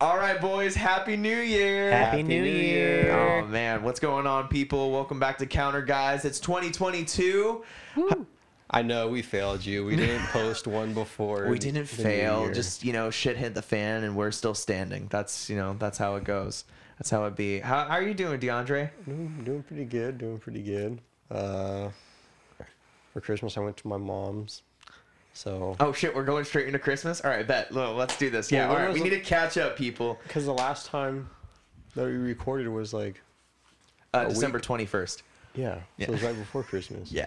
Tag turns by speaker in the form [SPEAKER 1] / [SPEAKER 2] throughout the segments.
[SPEAKER 1] All right, boys. Happy New Year.
[SPEAKER 2] Happy New Year.
[SPEAKER 1] Oh man, what's going on, people? Welcome back to Counter Guys. It's 2022.
[SPEAKER 3] I know we failed you. We didn't post one before.
[SPEAKER 1] We didn't
[SPEAKER 3] the new
[SPEAKER 1] fail.
[SPEAKER 3] year.
[SPEAKER 1] Just you know, shit hit the fan, and we're still standing. That's you know, that's how it goes. That's how it be. How, how are you doing, DeAndre?
[SPEAKER 3] Mm, doing pretty good. Doing pretty good. Uh, for Christmas, I went to my mom's. So
[SPEAKER 1] Oh shit, we're going straight into Christmas. All right, bet. Well, let's do this.
[SPEAKER 3] Well,
[SPEAKER 1] Yeah.
[SPEAKER 3] when
[SPEAKER 1] all right,
[SPEAKER 3] was
[SPEAKER 1] we
[SPEAKER 3] the-
[SPEAKER 1] need to catch up, people.
[SPEAKER 3] because the last time that we recorded was like
[SPEAKER 1] Uh,
[SPEAKER 3] week.
[SPEAKER 1] December 21st.
[SPEAKER 3] yeah, so it was right before Christmas.
[SPEAKER 1] Yeah.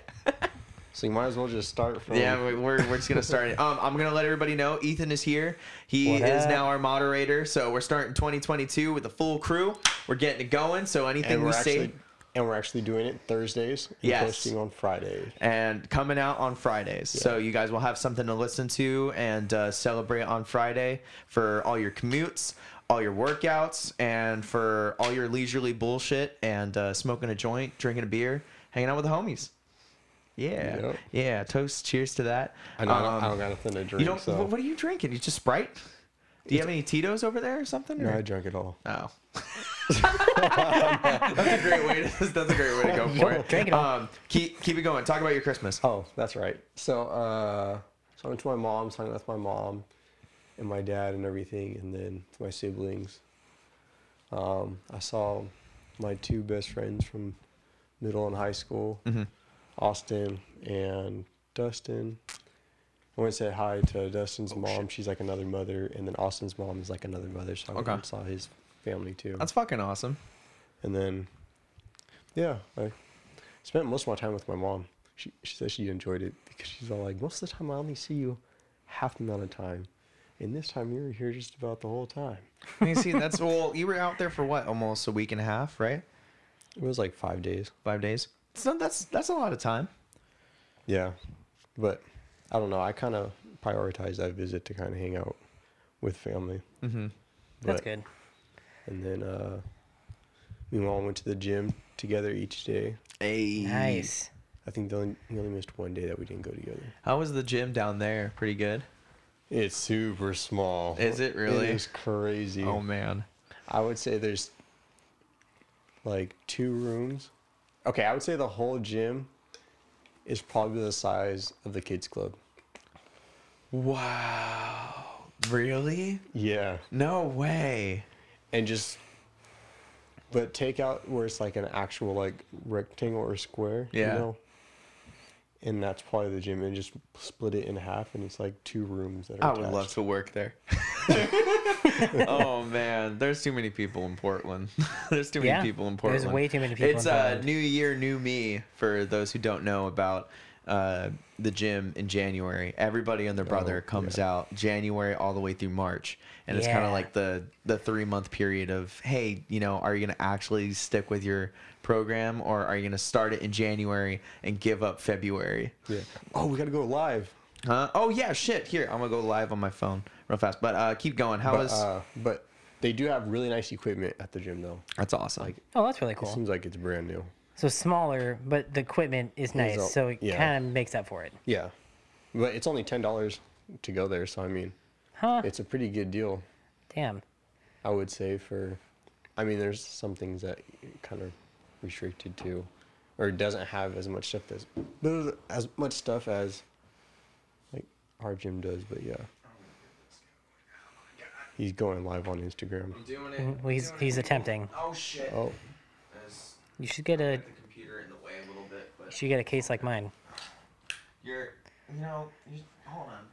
[SPEAKER 3] So you might as well just start from
[SPEAKER 1] Yeah, we- we're, we're just gonna start it. Um, I'm gonna let everybody know Ethan is here. He
[SPEAKER 2] What
[SPEAKER 1] is
[SPEAKER 2] up?
[SPEAKER 1] now our moderator. So we're starting 2022 with a full crew. We're getting it going. So anything
[SPEAKER 3] and we're
[SPEAKER 1] we
[SPEAKER 3] actually
[SPEAKER 1] say
[SPEAKER 3] and we're actually doing it Thursdays. and
[SPEAKER 1] Yes.
[SPEAKER 3] Posting on Fridays.
[SPEAKER 1] and coming out on Fridays. So you guys will have something to listen to and uh, celebrate on Friday for all your commutes, all your workouts, and for all your leisurely bullshit and uh, smoking a joint, drinking a beer, hanging out with the homies. Yeah,
[SPEAKER 3] Yep.
[SPEAKER 1] yeah. Toast. Cheers to that.
[SPEAKER 3] I, know, I don't,
[SPEAKER 1] Um,
[SPEAKER 3] I don't got nothing to drink.
[SPEAKER 1] You don't.
[SPEAKER 3] so.
[SPEAKER 1] What, what are you drinking? You just Sprite? Do you have any Tito's over there or something?
[SPEAKER 3] no,
[SPEAKER 1] or-
[SPEAKER 3] I drank it all.
[SPEAKER 1] Oh. that's a great way. To, that's a great way to go for it.
[SPEAKER 2] Drink it all.
[SPEAKER 1] Um, keep keep it going. Talk about your Christmas.
[SPEAKER 3] Oh, that's right. So, uh, so I went to my mom's, hung out with my mom and my dad and everything, and then to my siblings. Um, I saw my two best friends from middle and high school,
[SPEAKER 1] Mm-hmm.
[SPEAKER 3] Austin and Dustin. I went to say hi to
[SPEAKER 1] Oh,
[SPEAKER 3] Dustin's mom. She's like another mother, and then Austin's mom is like another mother. So I went
[SPEAKER 1] Okay.
[SPEAKER 3] and saw his family too.
[SPEAKER 1] That's fucking awesome.
[SPEAKER 3] And then, yeah, I spent most of my time with my mom. She, she said she enjoyed it because she's all like, most of the time I only see you half the amount of time. And this time you were here just about the whole time.
[SPEAKER 1] You see, that's well. You were out there for what? Almost a week and a half, right?
[SPEAKER 3] It was like five days.
[SPEAKER 1] Five days. It's not, that's that's a lot of time.
[SPEAKER 3] Yeah. But I don't know. I kind of prioritized that visit to kind of hang out with family. Mm-hmm.
[SPEAKER 2] That's good.
[SPEAKER 3] And then, uh, we all went to the gym together each day.
[SPEAKER 1] Hey.
[SPEAKER 2] Nice.
[SPEAKER 3] I think the only, we only missed one day that we didn't go together.
[SPEAKER 1] How was the gym down there? Pretty good.
[SPEAKER 3] It's super small.
[SPEAKER 1] Is it really?
[SPEAKER 3] It is crazy.
[SPEAKER 1] Oh man.
[SPEAKER 3] I would say there's like two rooms. Okay, I would say the whole gym is probably the size of the kids club.
[SPEAKER 1] Wow. Really?
[SPEAKER 3] Yeah.
[SPEAKER 1] No way.
[SPEAKER 3] And just but take out where it's like an actual like rectangle or square,
[SPEAKER 1] Yeah.
[SPEAKER 3] you know. And that's probably the gym and just split it in half and it's like two rooms that are
[SPEAKER 1] I would love
[SPEAKER 3] attached.
[SPEAKER 1] to work there. oh man, there's too many people in Portland. there's too many
[SPEAKER 2] Yeah,
[SPEAKER 1] people in
[SPEAKER 2] there's
[SPEAKER 1] Portland.
[SPEAKER 2] way too many people
[SPEAKER 1] It's
[SPEAKER 2] in
[SPEAKER 1] uh,
[SPEAKER 2] Portland.
[SPEAKER 1] new year, new me. For those who don't know about uh, the gym in January, everybody and their
[SPEAKER 2] Oh,
[SPEAKER 1] brother comes out January all the way through March, and it's kind
[SPEAKER 2] Yeah.
[SPEAKER 1] of like the the three month period of hey, you know, are you gonna actually stick with your program or are you gonna start it in January and give up February?
[SPEAKER 3] Yeah. Oh, we gotta go live.
[SPEAKER 1] Huh? Oh yeah, shit. Here, I'm gonna go live on my phone real fast. But uh, keep going. How
[SPEAKER 3] But,
[SPEAKER 1] is?
[SPEAKER 3] uh, but they do have really nice equipment at the gym though.
[SPEAKER 1] that's awesome.
[SPEAKER 2] Oh, that's really
[SPEAKER 3] It
[SPEAKER 2] cool.
[SPEAKER 3] seems like it's brand new.
[SPEAKER 2] So smaller, but the equipment is nice,
[SPEAKER 3] all-
[SPEAKER 2] so it
[SPEAKER 3] yeah.
[SPEAKER 2] kind of makes up for it.
[SPEAKER 3] Yeah, but it's only ten dollars to go there, so I mean,
[SPEAKER 2] Huh?
[SPEAKER 3] it's a pretty good deal,
[SPEAKER 2] Damn.
[SPEAKER 3] I would say. For, I mean, there's some things that you're kind of restricted to, or doesn't have as much stuff as there's as much stuff as like our gym does, but yeah. He's going live on Instagram.
[SPEAKER 1] I'm doing it.
[SPEAKER 2] Well, he's he's attempting.
[SPEAKER 1] Oh shit.
[SPEAKER 3] Oh,
[SPEAKER 2] You should get a
[SPEAKER 1] the computer in the way a little bit,
[SPEAKER 2] you
[SPEAKER 1] but
[SPEAKER 2] should get a case like mine.
[SPEAKER 1] you're, you know, you hold on.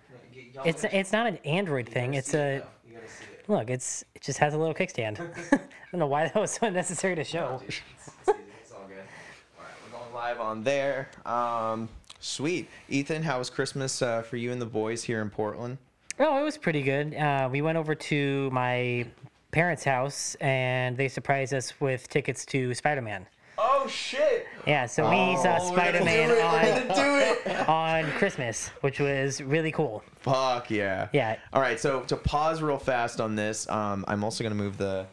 [SPEAKER 1] Y'all
[SPEAKER 2] It's it's not an Android thing. It's a look. It's it just has a little kickstand. I don't know why that was so unnecessary to show.
[SPEAKER 1] It's all good. All right, we're going live on there. Um, sweet. Ethan, how was Christmas uh, for you and the boys here in Portland?
[SPEAKER 2] Oh, it was pretty good. Uh, we went over to my parents' house and they surprised us with tickets to Spider Man.
[SPEAKER 1] Oh shit!
[SPEAKER 2] Yeah, so we
[SPEAKER 3] Oh,
[SPEAKER 2] saw Spider Man
[SPEAKER 1] gonna do it.
[SPEAKER 2] on, on Christmas, which was really cool.
[SPEAKER 1] Fuck yeah.
[SPEAKER 2] Yeah.
[SPEAKER 1] All right, so to pause real fast on this, um, I'm also gonna move the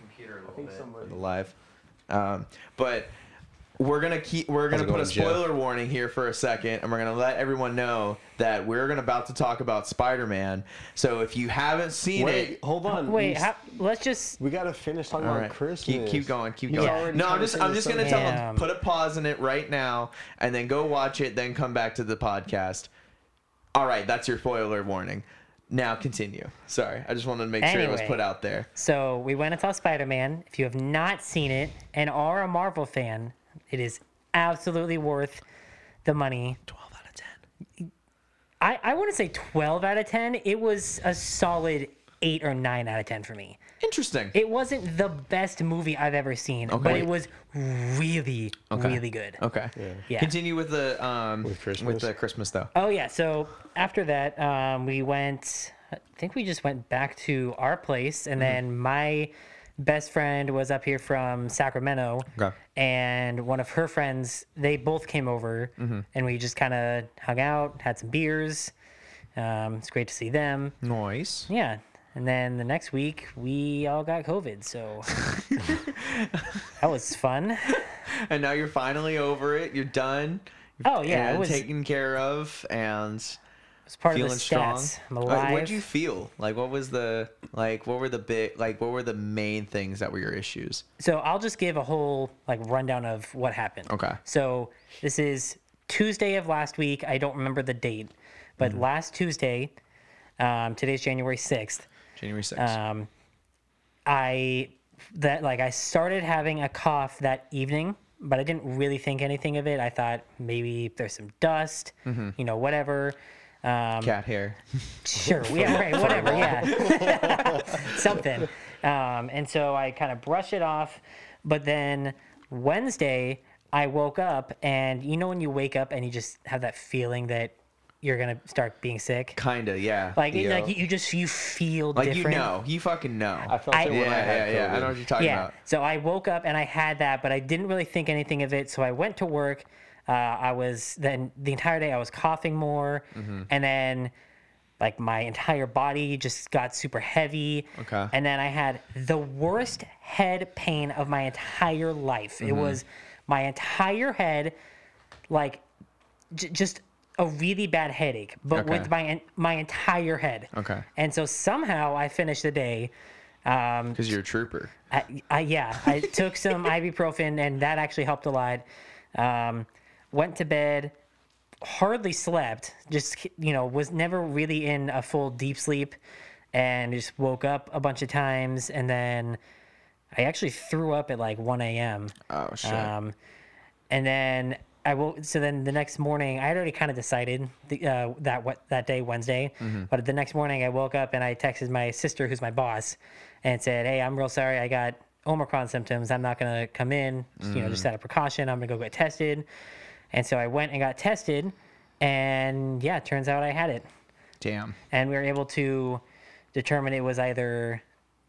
[SPEAKER 1] computer a little bit
[SPEAKER 3] somebody-
[SPEAKER 1] for the live, um, but we're gonna keep we're
[SPEAKER 3] How's
[SPEAKER 1] gonna
[SPEAKER 3] it
[SPEAKER 1] put a
[SPEAKER 3] going, Jeff?
[SPEAKER 1] spoiler warning here for a second and we're gonna let everyone know that we're gonna about to talk about spider-man so if you haven't seen
[SPEAKER 3] Wait,
[SPEAKER 1] it
[SPEAKER 3] hold on.
[SPEAKER 2] Wait,
[SPEAKER 3] we,
[SPEAKER 2] how, let's just.
[SPEAKER 3] we gotta finish talking
[SPEAKER 1] all
[SPEAKER 3] about
[SPEAKER 1] right keep,
[SPEAKER 3] Christmas.
[SPEAKER 1] keep going keep
[SPEAKER 3] You
[SPEAKER 1] going
[SPEAKER 3] already
[SPEAKER 1] no
[SPEAKER 3] tried
[SPEAKER 1] i'm
[SPEAKER 3] to
[SPEAKER 1] just
[SPEAKER 3] say
[SPEAKER 1] i'm
[SPEAKER 3] the
[SPEAKER 1] just
[SPEAKER 3] same
[SPEAKER 1] gonna tell
[SPEAKER 2] thing.
[SPEAKER 1] them put a pause in it right now and then go watch it then come back to the podcast all right that's your spoiler warning now continue sorry i just wanted to make sure it was
[SPEAKER 2] Anyway.
[SPEAKER 1] put out there
[SPEAKER 2] So we went and saw Spider Man. If you have not seen it and are a Marvel fan, it is absolutely worth the money.
[SPEAKER 1] 12 out of 10
[SPEAKER 2] I, I wouldn't say 12 out of 10. It was a solid 8 or 9 out of 10 for me.
[SPEAKER 1] interesting
[SPEAKER 2] It wasn't the best movie I've ever seen, but
[SPEAKER 1] Okay.
[SPEAKER 2] it was really, really good.
[SPEAKER 1] okay
[SPEAKER 2] Yeah.
[SPEAKER 1] continue with the um with,
[SPEAKER 3] Christmas?
[SPEAKER 1] the christmas though
[SPEAKER 2] Oh, yeah. So after that, um, we went, I think we just went back to our place. And
[SPEAKER 1] Mm-hmm.
[SPEAKER 2] then my best friend was up here from Sacramento.
[SPEAKER 1] Okay.
[SPEAKER 2] And one of her friends, they both came over
[SPEAKER 1] Mm-hmm.
[SPEAKER 2] and we just kind of hung out, had some beers. Um, it's great to see them.
[SPEAKER 1] Mm-hmm. noise
[SPEAKER 2] Yeah. And then the next week, we all got COVID. So that was fun.
[SPEAKER 1] and now you're finally over it. You're done.
[SPEAKER 2] Oh, yeah.
[SPEAKER 1] and
[SPEAKER 2] It was, it
[SPEAKER 1] taken care of and
[SPEAKER 2] was part of the
[SPEAKER 1] feeling strong.
[SPEAKER 2] stats. I'm
[SPEAKER 1] Like,
[SPEAKER 2] alive.
[SPEAKER 1] what'd you feel? Like, what was the like? What were the big like? What were the main things that were your issues?
[SPEAKER 2] So I'll just give a whole like rundown of what happened.
[SPEAKER 1] Okay.
[SPEAKER 2] So this is Tuesday of last week. I don't remember the date, but last Tuesday, um, today's January sixth.
[SPEAKER 1] January sixth.
[SPEAKER 2] Um, I that like I started having a cough that evening, but I didn't really think anything of it. I thought maybe there's some dust, you know, whatever. Um,
[SPEAKER 1] Cat hair.
[SPEAKER 2] Sure. Yeah. Right. Whatever. Yeah. Something. Um, and so I kind of brush it off, but then Wednesday I woke up, and you know when you wake up and you just have that feeling that you're gonna start being sick,
[SPEAKER 1] Kinda. Yeah.
[SPEAKER 2] like it-
[SPEAKER 3] Yeah.
[SPEAKER 2] like you just you feel
[SPEAKER 1] Like, you
[SPEAKER 2] different.
[SPEAKER 1] know. You fucking know.
[SPEAKER 3] I felt
[SPEAKER 2] I-
[SPEAKER 3] it
[SPEAKER 1] yeah,
[SPEAKER 3] when I
[SPEAKER 1] yeah,
[SPEAKER 3] had COVID.
[SPEAKER 1] yeah. I know what you're talking
[SPEAKER 2] yeah.
[SPEAKER 1] about.
[SPEAKER 2] So I woke up and I had that, but I didn't really think anything of it. So I went to work. Uh, I was then the entire day I was coughing more,
[SPEAKER 1] Mm-hmm.
[SPEAKER 2] and then like my entire body just got super heavy.
[SPEAKER 1] Okay.
[SPEAKER 2] And then I had the worst head pain of my entire life. It
[SPEAKER 1] Mm-hmm.
[SPEAKER 2] was my entire head, like j- just a really bad headache, but
[SPEAKER 1] Okay.
[SPEAKER 2] with my en- my entire head.
[SPEAKER 1] Okay.
[SPEAKER 2] And so somehow I finished the day. Um,
[SPEAKER 1] Because you're a trooper.
[SPEAKER 2] I, I yeah, I took some ibuprofen and that actually helped a lot. Um, went to bed, hardly slept, just you know was never really in a full deep sleep, and just woke up a bunch of times and then I actually threw up at like 1 a.m.
[SPEAKER 1] Oh shit.
[SPEAKER 2] Um, and then I will. So then the next morning, I had already kind of decided the, uh, that what that day Wednesday. But the next morning, I woke up and I texted my sister, who's my boss, and said, "Hey, I'm real sorry. I got Omicron symptoms. I'm not gonna come in. Just, You know, just out of precaution, I'm gonna go get tested." And so I went and got tested, and yeah, it turns out I had it,
[SPEAKER 1] Damn.
[SPEAKER 2] and we were able to determine it was either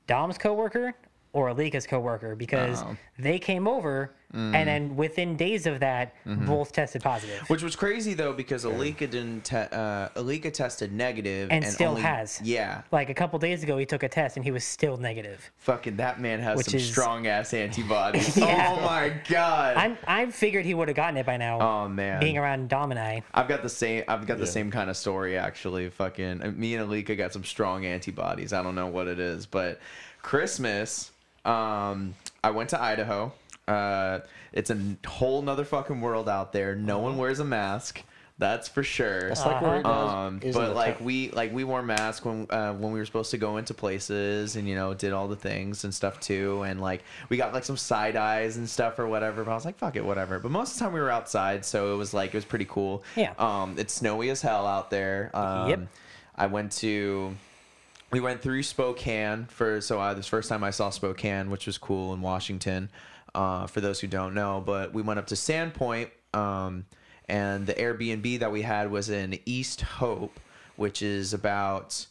[SPEAKER 2] Dom's coworker or Alika's coworker because
[SPEAKER 1] Oh.
[SPEAKER 2] they came over
[SPEAKER 1] Mm.
[SPEAKER 2] and then within days of that,
[SPEAKER 1] Mm-hmm.
[SPEAKER 2] both tested positive.
[SPEAKER 1] Which was crazy though, because Alika didn't. Te- uh, Alika tested negative
[SPEAKER 2] And still
[SPEAKER 1] only-
[SPEAKER 2] has.
[SPEAKER 1] Yeah,
[SPEAKER 2] Like a couple days ago, he took a test and he was still negative.
[SPEAKER 1] fucking that man has
[SPEAKER 2] Which
[SPEAKER 1] some
[SPEAKER 2] is-
[SPEAKER 1] strong ass antibodies.
[SPEAKER 2] Yeah.
[SPEAKER 1] Oh my god.
[SPEAKER 2] I'm I figured he would have gotten it by now.
[SPEAKER 1] Oh man,
[SPEAKER 2] Being around Dom and I,
[SPEAKER 1] I've got the same. I've got the
[SPEAKER 3] Yeah.
[SPEAKER 1] same kind of story actually. Fucking uh, me and Alika got some strong antibodies. I don't know what it is, but Christmas. Um, I went to Idaho. Uh, it's a n- whole nother fucking world out there. No one wears a mask. That's for sure.
[SPEAKER 3] That's like where it
[SPEAKER 1] Um,
[SPEAKER 3] is in
[SPEAKER 1] but
[SPEAKER 3] the
[SPEAKER 1] like
[SPEAKER 3] town.
[SPEAKER 1] we like we wore masks when uh, when we were supposed to go into places and you know did all the things and stuff too and like we got like some side eyes and stuff or whatever but I was like fuck it whatever but most of the time we were outside so it was like it was pretty cool
[SPEAKER 2] Yeah.
[SPEAKER 1] um it's snowy as hell out there um,
[SPEAKER 2] Yep.
[SPEAKER 1] I went to we went through Spokane for so I, this first time I saw Spokane, which was cool in Washington. Uh, for those who don't know, but we went up to Sandpoint, um, and the Airbnb that we had was in East Hope, which is about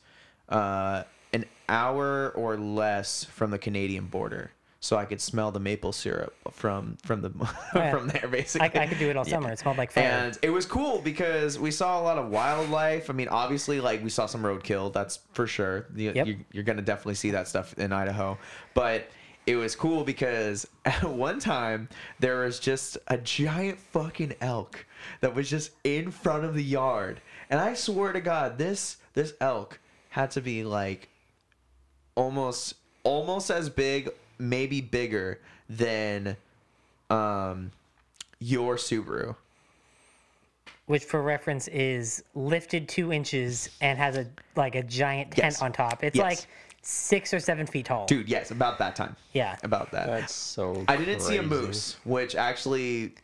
[SPEAKER 1] uh, an hour or less from the Canadian border. So I could smell the maple syrup from from the
[SPEAKER 2] yeah.
[SPEAKER 1] from there,
[SPEAKER 2] I,
[SPEAKER 1] basically.
[SPEAKER 2] I could do it all
[SPEAKER 1] Yeah.
[SPEAKER 2] summer. It smelled like fire.
[SPEAKER 1] And it was cool because we saw a lot of wildlife. I mean, obviously, like we saw some roadkill. That's for sure. You,
[SPEAKER 2] Yep.
[SPEAKER 1] you, you're going to definitely see that stuff in Idaho. But it was cool because at one time there was just a giant fucking elk that was just in front of the yard. And I swear to God, this this elk had to be like almost almost as big, maybe bigger than um your Subaru.
[SPEAKER 2] which for reference is lifted two inches and has a like a giant tent
[SPEAKER 1] Yes.
[SPEAKER 2] on top. It's
[SPEAKER 1] Yes.
[SPEAKER 2] like six or seven feet tall.
[SPEAKER 1] Dude, yes, about that time.
[SPEAKER 2] Yeah.
[SPEAKER 1] About that.
[SPEAKER 3] That's so.
[SPEAKER 1] I didn't see a
[SPEAKER 3] crazy.
[SPEAKER 1] moose, which actually,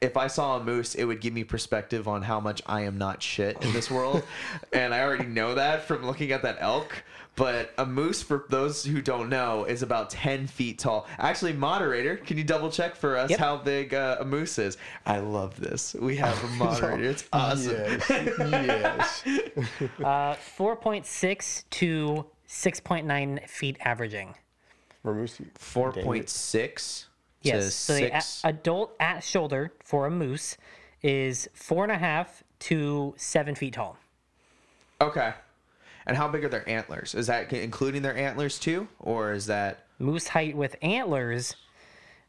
[SPEAKER 1] if I saw a moose, it would give me perspective on how much I am not shit in this world. and I already know that from looking at that elk. But a moose, for those who don't know, is about 10 feet tall. Actually, moderator, can you double check for us
[SPEAKER 2] Yep.
[SPEAKER 1] how big uh, a moose is? I love this. We have a moderator. It's awesome.
[SPEAKER 3] Yes. yes.
[SPEAKER 2] Uh, four point six to six point nine feet averaging.
[SPEAKER 3] Or moose.
[SPEAKER 1] 4.6 to
[SPEAKER 2] Yes. So the a-
[SPEAKER 1] 6.
[SPEAKER 2] adult at shoulder for a moose is four and a half to seven feet tall.
[SPEAKER 1] okay. And how big are their antlers? Is that including their antlers too? Or is that.
[SPEAKER 2] Moose height with antlers.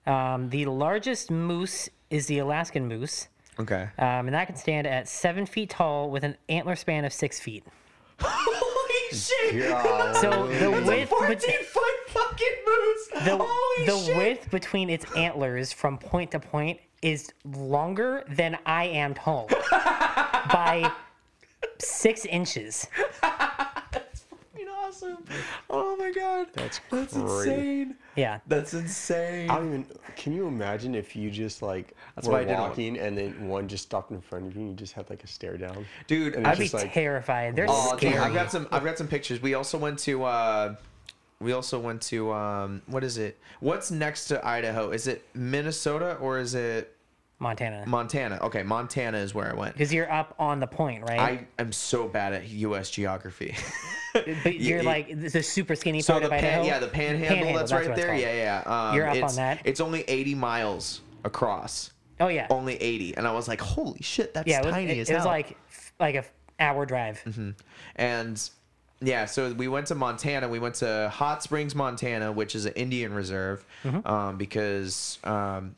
[SPEAKER 2] Um, the largest moose is the Alaskan moose,
[SPEAKER 1] Okay.
[SPEAKER 2] um, and that can stand at seven feet tall with an antler span of six feet.
[SPEAKER 1] Holy shit!
[SPEAKER 3] Yeah.
[SPEAKER 2] So the
[SPEAKER 1] It's a
[SPEAKER 2] width, bet-
[SPEAKER 1] 14 foot fucking moose!
[SPEAKER 2] the,
[SPEAKER 1] Holy
[SPEAKER 2] the
[SPEAKER 1] shit!
[SPEAKER 2] width between its antlers from point to point is longer than I am tall by six inches.
[SPEAKER 1] Fucking awesome! Oh my god!
[SPEAKER 3] That's
[SPEAKER 1] That's
[SPEAKER 3] crazy.
[SPEAKER 1] insane!
[SPEAKER 2] Yeah,
[SPEAKER 1] That's insane!
[SPEAKER 3] I don't even. Can you imagine if you just like
[SPEAKER 1] That's why I
[SPEAKER 3] were
[SPEAKER 1] did one.
[SPEAKER 3] walking and then one just stopped in front of you and you just had like a stare down?
[SPEAKER 1] Dude,
[SPEAKER 3] And
[SPEAKER 1] I'd
[SPEAKER 2] I'd be
[SPEAKER 3] just like-
[SPEAKER 2] terrified. They're
[SPEAKER 1] Oh, dude,
[SPEAKER 2] scary.
[SPEAKER 1] I've got some. I've got some pictures. We also went to. Uh, we also went to. Um, what is it? What's next to Idaho? Is it Minnesota or is it
[SPEAKER 2] Montana,
[SPEAKER 1] Montana? Okay, Montana is where I went.
[SPEAKER 2] because you're up on the point, right?
[SPEAKER 1] I am so bad at U.S. geography.
[SPEAKER 2] but you're
[SPEAKER 1] you-
[SPEAKER 2] like the super skinny
[SPEAKER 1] So
[SPEAKER 2] part
[SPEAKER 1] the
[SPEAKER 2] of Idaho.
[SPEAKER 1] pan, yeah, the panhandle, that's, right
[SPEAKER 2] what it's
[SPEAKER 1] there.
[SPEAKER 2] called.
[SPEAKER 1] Yeah, yeah. yeah. Um,
[SPEAKER 2] You're up on
[SPEAKER 1] it's,
[SPEAKER 2] that.
[SPEAKER 1] It's only 80 miles across.
[SPEAKER 2] Oh yeah.
[SPEAKER 1] Only 80, and I was like, "Holy shit, that's
[SPEAKER 2] yeah, it was,
[SPEAKER 1] tiny
[SPEAKER 2] it-
[SPEAKER 1] as
[SPEAKER 2] it was
[SPEAKER 1] hell." Mm-hmm.
[SPEAKER 2] like f- like a f- hour drive.
[SPEAKER 1] and yeah, so we went to Montana. We went to Hot Springs, Montana, which is an Indian reserve, um, because um,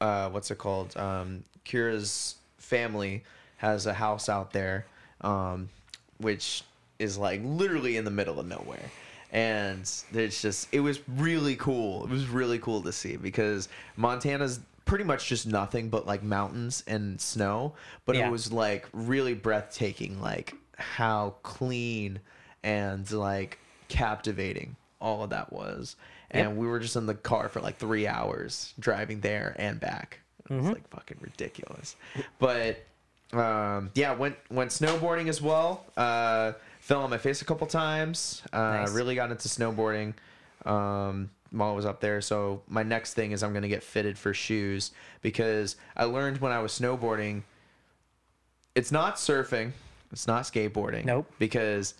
[SPEAKER 1] uh, what's it called? Um, Kira's family has a house out there, um, which is like literally in the middle of nowhere. And there's just, it was really cool. It was really cool to see because Montana's pretty much just nothing but like mountains and snow. But
[SPEAKER 2] Yeah.
[SPEAKER 1] it was like really breathtaking, like how clean and like captivating all of that was. And we were just in the car for like three hours driving there and back. It was like fucking ridiculous. But um, yeah, went went snowboarding as well. Uh, fell on my face a couple times. Uh,
[SPEAKER 2] Nice.
[SPEAKER 1] Really got into snowboarding um, while I was up there. So my next thing is I'm gonna get fitted for shoes because I learned when I was snowboarding it's not surfing. It's not skateboarding.
[SPEAKER 2] Nope.
[SPEAKER 1] Because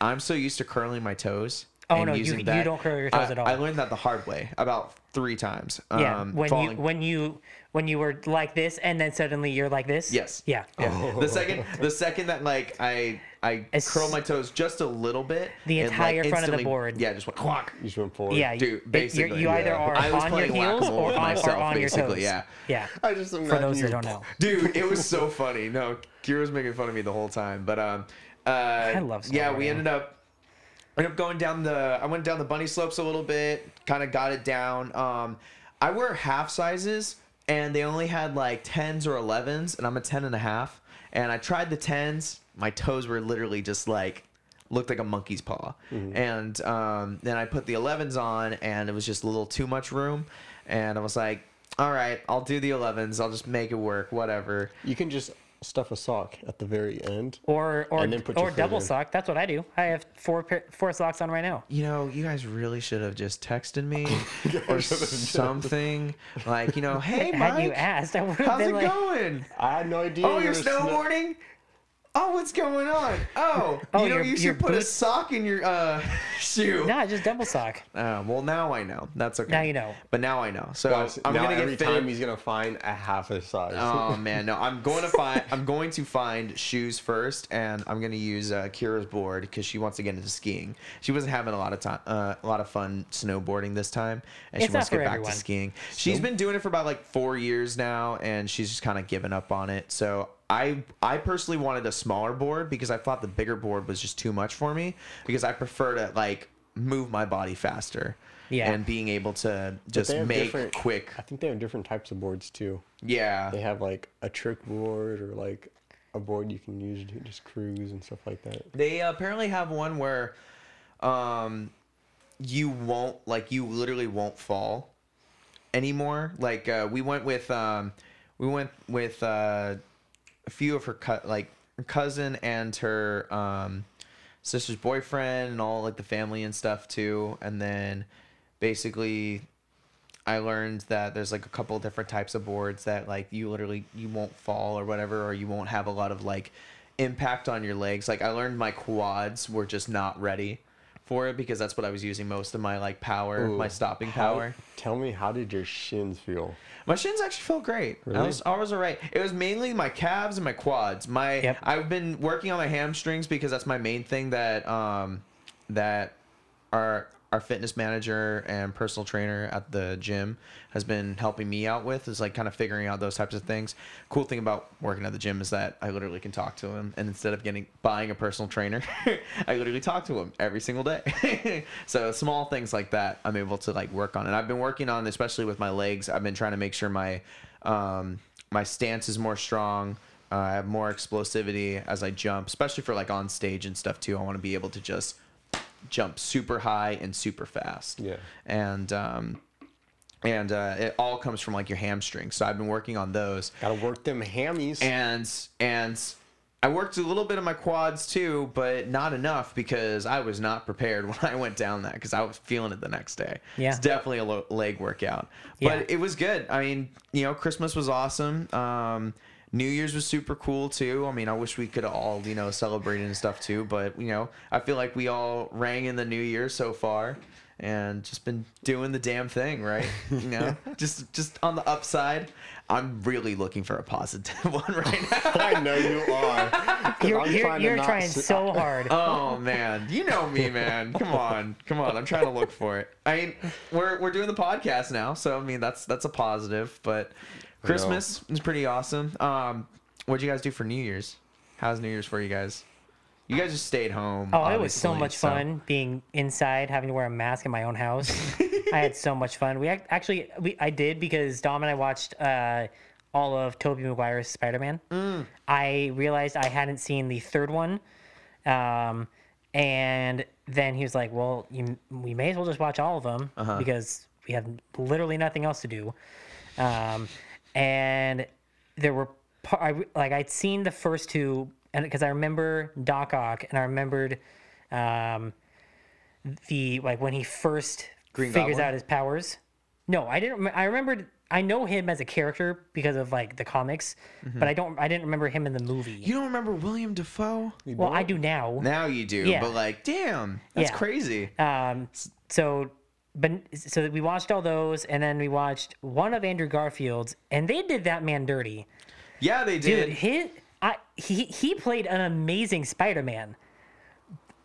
[SPEAKER 1] I'm so used to curling my toes.
[SPEAKER 2] Oh,
[SPEAKER 1] and
[SPEAKER 2] no, you-
[SPEAKER 1] using
[SPEAKER 2] you
[SPEAKER 1] that.
[SPEAKER 2] don't curl your toes
[SPEAKER 1] I-
[SPEAKER 2] at all.
[SPEAKER 1] I learned that the hard way about three times.
[SPEAKER 2] Yeah,
[SPEAKER 1] um,
[SPEAKER 2] when
[SPEAKER 1] falling-
[SPEAKER 2] you when you when you were like this, and then suddenly you're like this.
[SPEAKER 1] Yes.
[SPEAKER 2] Yeah.
[SPEAKER 1] Yeah. Oh, The second, the second that like I I
[SPEAKER 2] As-
[SPEAKER 1] curl my toes just a little bit,
[SPEAKER 2] The
[SPEAKER 1] and, like,
[SPEAKER 2] entire front of the
[SPEAKER 1] instantly-
[SPEAKER 2] board.
[SPEAKER 1] Yeah, just went quack.
[SPEAKER 3] You just went forward.
[SPEAKER 2] Yeah, you-
[SPEAKER 1] Dude,
[SPEAKER 2] it- you're-
[SPEAKER 1] basically,
[SPEAKER 2] you either
[SPEAKER 1] yeah.
[SPEAKER 2] are
[SPEAKER 1] I was
[SPEAKER 2] on your
[SPEAKER 1] playing
[SPEAKER 2] heels
[SPEAKER 1] whack-a-mole
[SPEAKER 2] or
[SPEAKER 1] with
[SPEAKER 2] on, or
[SPEAKER 1] myself,
[SPEAKER 2] on your
[SPEAKER 1] basically,
[SPEAKER 2] toes.
[SPEAKER 1] yeah.
[SPEAKER 2] yeah.
[SPEAKER 3] I just
[SPEAKER 2] For those
[SPEAKER 3] imagine
[SPEAKER 2] that don't
[SPEAKER 3] you-
[SPEAKER 2] know,
[SPEAKER 1] dude it was so funny no kira's making fun of me the whole time but um uh i
[SPEAKER 2] love
[SPEAKER 1] yeah we
[SPEAKER 2] snowboarding.
[SPEAKER 1] ended up ended up going down the i went down the bunny slopes a little bit kind of got it down um i wear half sizes and they only had like 10s or 11s and i'm a 10 and a half and i tried the 10s my toes were literally just like looked like a monkey's paw and um, then i put the 11s on and it was just a little too much room and i was like all right i'll do the 11s i'll just make it work whatever
[SPEAKER 3] You can just stuff a sock at the very end.
[SPEAKER 2] or or
[SPEAKER 3] And then put your
[SPEAKER 2] or
[SPEAKER 3] foot
[SPEAKER 2] double
[SPEAKER 3] in.
[SPEAKER 2] sock. That's what I do. I have four pair, four socks on right now.
[SPEAKER 1] you know, you guys really should have just texted me or something. Like, you know, hey,
[SPEAKER 2] Had
[SPEAKER 1] Mike,
[SPEAKER 2] you asked, I would have
[SPEAKER 1] how's
[SPEAKER 2] been
[SPEAKER 1] it
[SPEAKER 2] like,
[SPEAKER 1] going?
[SPEAKER 3] I had no idea.
[SPEAKER 1] Oh,
[SPEAKER 3] you
[SPEAKER 1] you're
[SPEAKER 3] were snow-
[SPEAKER 1] snowboarding? Oh, what's going on? Oh,
[SPEAKER 2] Oh,
[SPEAKER 1] you know
[SPEAKER 2] your-
[SPEAKER 1] you
[SPEAKER 2] your
[SPEAKER 1] should put a
[SPEAKER 2] boot-
[SPEAKER 1] sock in your uh shoe.
[SPEAKER 2] No, just double sock.
[SPEAKER 1] Uh, well, now I know. That's okay.
[SPEAKER 2] Now you know.
[SPEAKER 1] But now I know. So
[SPEAKER 3] Watch,
[SPEAKER 1] I'm
[SPEAKER 3] now
[SPEAKER 1] gonna
[SPEAKER 3] every
[SPEAKER 1] get fitted.
[SPEAKER 3] time he's gonna find a half a size.
[SPEAKER 1] Oh man, no! I'm going to find I'm going to find shoes first, and I'm going to use uh, Kira's board because she wants to get into skiing. She wasn't having a lot of time, uh, a lot of fun snowboarding this time, and she
[SPEAKER 2] It's
[SPEAKER 1] wants to
[SPEAKER 2] not
[SPEAKER 1] get
[SPEAKER 2] for
[SPEAKER 1] back
[SPEAKER 2] everyone.
[SPEAKER 1] to skiing. She's been doing it for about like four years now, and she's just kind of given up on it. So I I personally wanted a smaller board because I thought the bigger board was just too much for me because I prefer to like move my body faster.
[SPEAKER 2] Yeah.
[SPEAKER 1] And being able to just
[SPEAKER 3] have
[SPEAKER 1] make
[SPEAKER 3] different-
[SPEAKER 1] quick.
[SPEAKER 3] I think they have different types of boards too.
[SPEAKER 1] Yeah.
[SPEAKER 3] They have like a trick board or like a board you can use to just cruise and stuff like that.
[SPEAKER 1] They apparently have one where um you won't like you literally won't fall anymore. Like uh we went with um we went with uh a few of her cut like her cousin and her um sister's boyfriend and all like the family and stuff too and then basically I learned that there's like a couple different types of boards that like you literally you won't fall or whatever or you won't have a lot of like impact on your legs. Like I learned my quads were just not ready for it because that's what I was using most of my like power, my
[SPEAKER 3] Ooh,
[SPEAKER 1] stopping
[SPEAKER 3] How-
[SPEAKER 1] power.
[SPEAKER 3] tell me, how did your shins feel?
[SPEAKER 1] My shins actually felt great. I
[SPEAKER 3] Really?
[SPEAKER 1] was I was alright. It was mainly my calves and my quads. My
[SPEAKER 2] Yep.
[SPEAKER 1] I've been working on my hamstrings because that's my main thing that um that our our fitness manager and personal trainer at the gym has been helping me out with is like kind of figuring out those types of things. Cool thing about working at the gym is that I literally can talk to him and instead of getting buying a personal trainer, I literally talk to him every single day. so small things like that I'm able to like work on and I've been working on especially with my legs. I've been trying to make sure my um my stance is more strong. Uh, I have more explosivity as I jump, especially for like on stage and stuff too. I want to be able to just jump super high and super fast.
[SPEAKER 3] Yeah.
[SPEAKER 1] And um and uh it all comes from like your hamstrings. So I've been working on those.
[SPEAKER 3] Gotta work them hammies.
[SPEAKER 1] And and I worked a little bit of my quads too, but not enough because I was not prepared when I went down that because I was feeling it the next day.
[SPEAKER 2] Yeah.
[SPEAKER 1] It's definitely a lo- leg workout.
[SPEAKER 2] Yeah.
[SPEAKER 1] But it was good. I mean, you know, Christmas was awesome. Um New Year's was super cool too. I mean, I wish we could all, you know, celebrate and stuff too, but you know, I feel like we all rang in the new year so far and just been doing the damn thing, right? You know, just just on the upside. I'm really looking for a positive one right now.
[SPEAKER 3] I know you are. 'Cause
[SPEAKER 2] You're,
[SPEAKER 3] I'm
[SPEAKER 2] you're,
[SPEAKER 3] trying to
[SPEAKER 2] you're
[SPEAKER 3] not
[SPEAKER 2] trying
[SPEAKER 3] sit-
[SPEAKER 2] so hard.
[SPEAKER 1] Oh man, you know me, man. Come on, come on. I'm trying to look for it. I mean, we're we're doing the podcast now, so I mean that's that's a positive. But Christmas is pretty awesome. Um, what'd you guys do for New Year's? How's New Year's for you guys? You guys just stayed home.
[SPEAKER 2] Oh, it was so
[SPEAKER 1] obviously,
[SPEAKER 2] much fun being inside, having to wear a mask in my own house. I had so much fun. We ac- actually, we I did because Dom and I watched uh, all of Tobey Maguire's Spider Man.
[SPEAKER 3] Mm.
[SPEAKER 2] I realized I hadn't seen the third one, um, and then he was like, "Well, you, we may as well just watch all of them
[SPEAKER 1] Uh-huh.
[SPEAKER 2] because we have literally nothing else to do." um, and there were par- I, like I'd seen the first two, and because I remember Doc Ock, and I remembered um, the like when he first
[SPEAKER 1] Green
[SPEAKER 2] figures
[SPEAKER 1] Goblin?
[SPEAKER 2] out his powers. No, I didn't. rem- I remembered. I know him as a character because of like the comics, but I don't. I didn't remember him in the movie.
[SPEAKER 1] Mm-hmm. You don't remember William Defoe?
[SPEAKER 2] well, I do now.
[SPEAKER 1] Now you do,
[SPEAKER 2] Yeah.
[SPEAKER 1] but like, damn, that's
[SPEAKER 2] Yeah.
[SPEAKER 1] crazy.
[SPEAKER 2] Um, so, but so that we watched all those, and then we watched one of Andrew Garfield's, and they did that man dirty.
[SPEAKER 1] Yeah, they did.
[SPEAKER 2] Dude, his, I, he he played an amazing Spider-Man.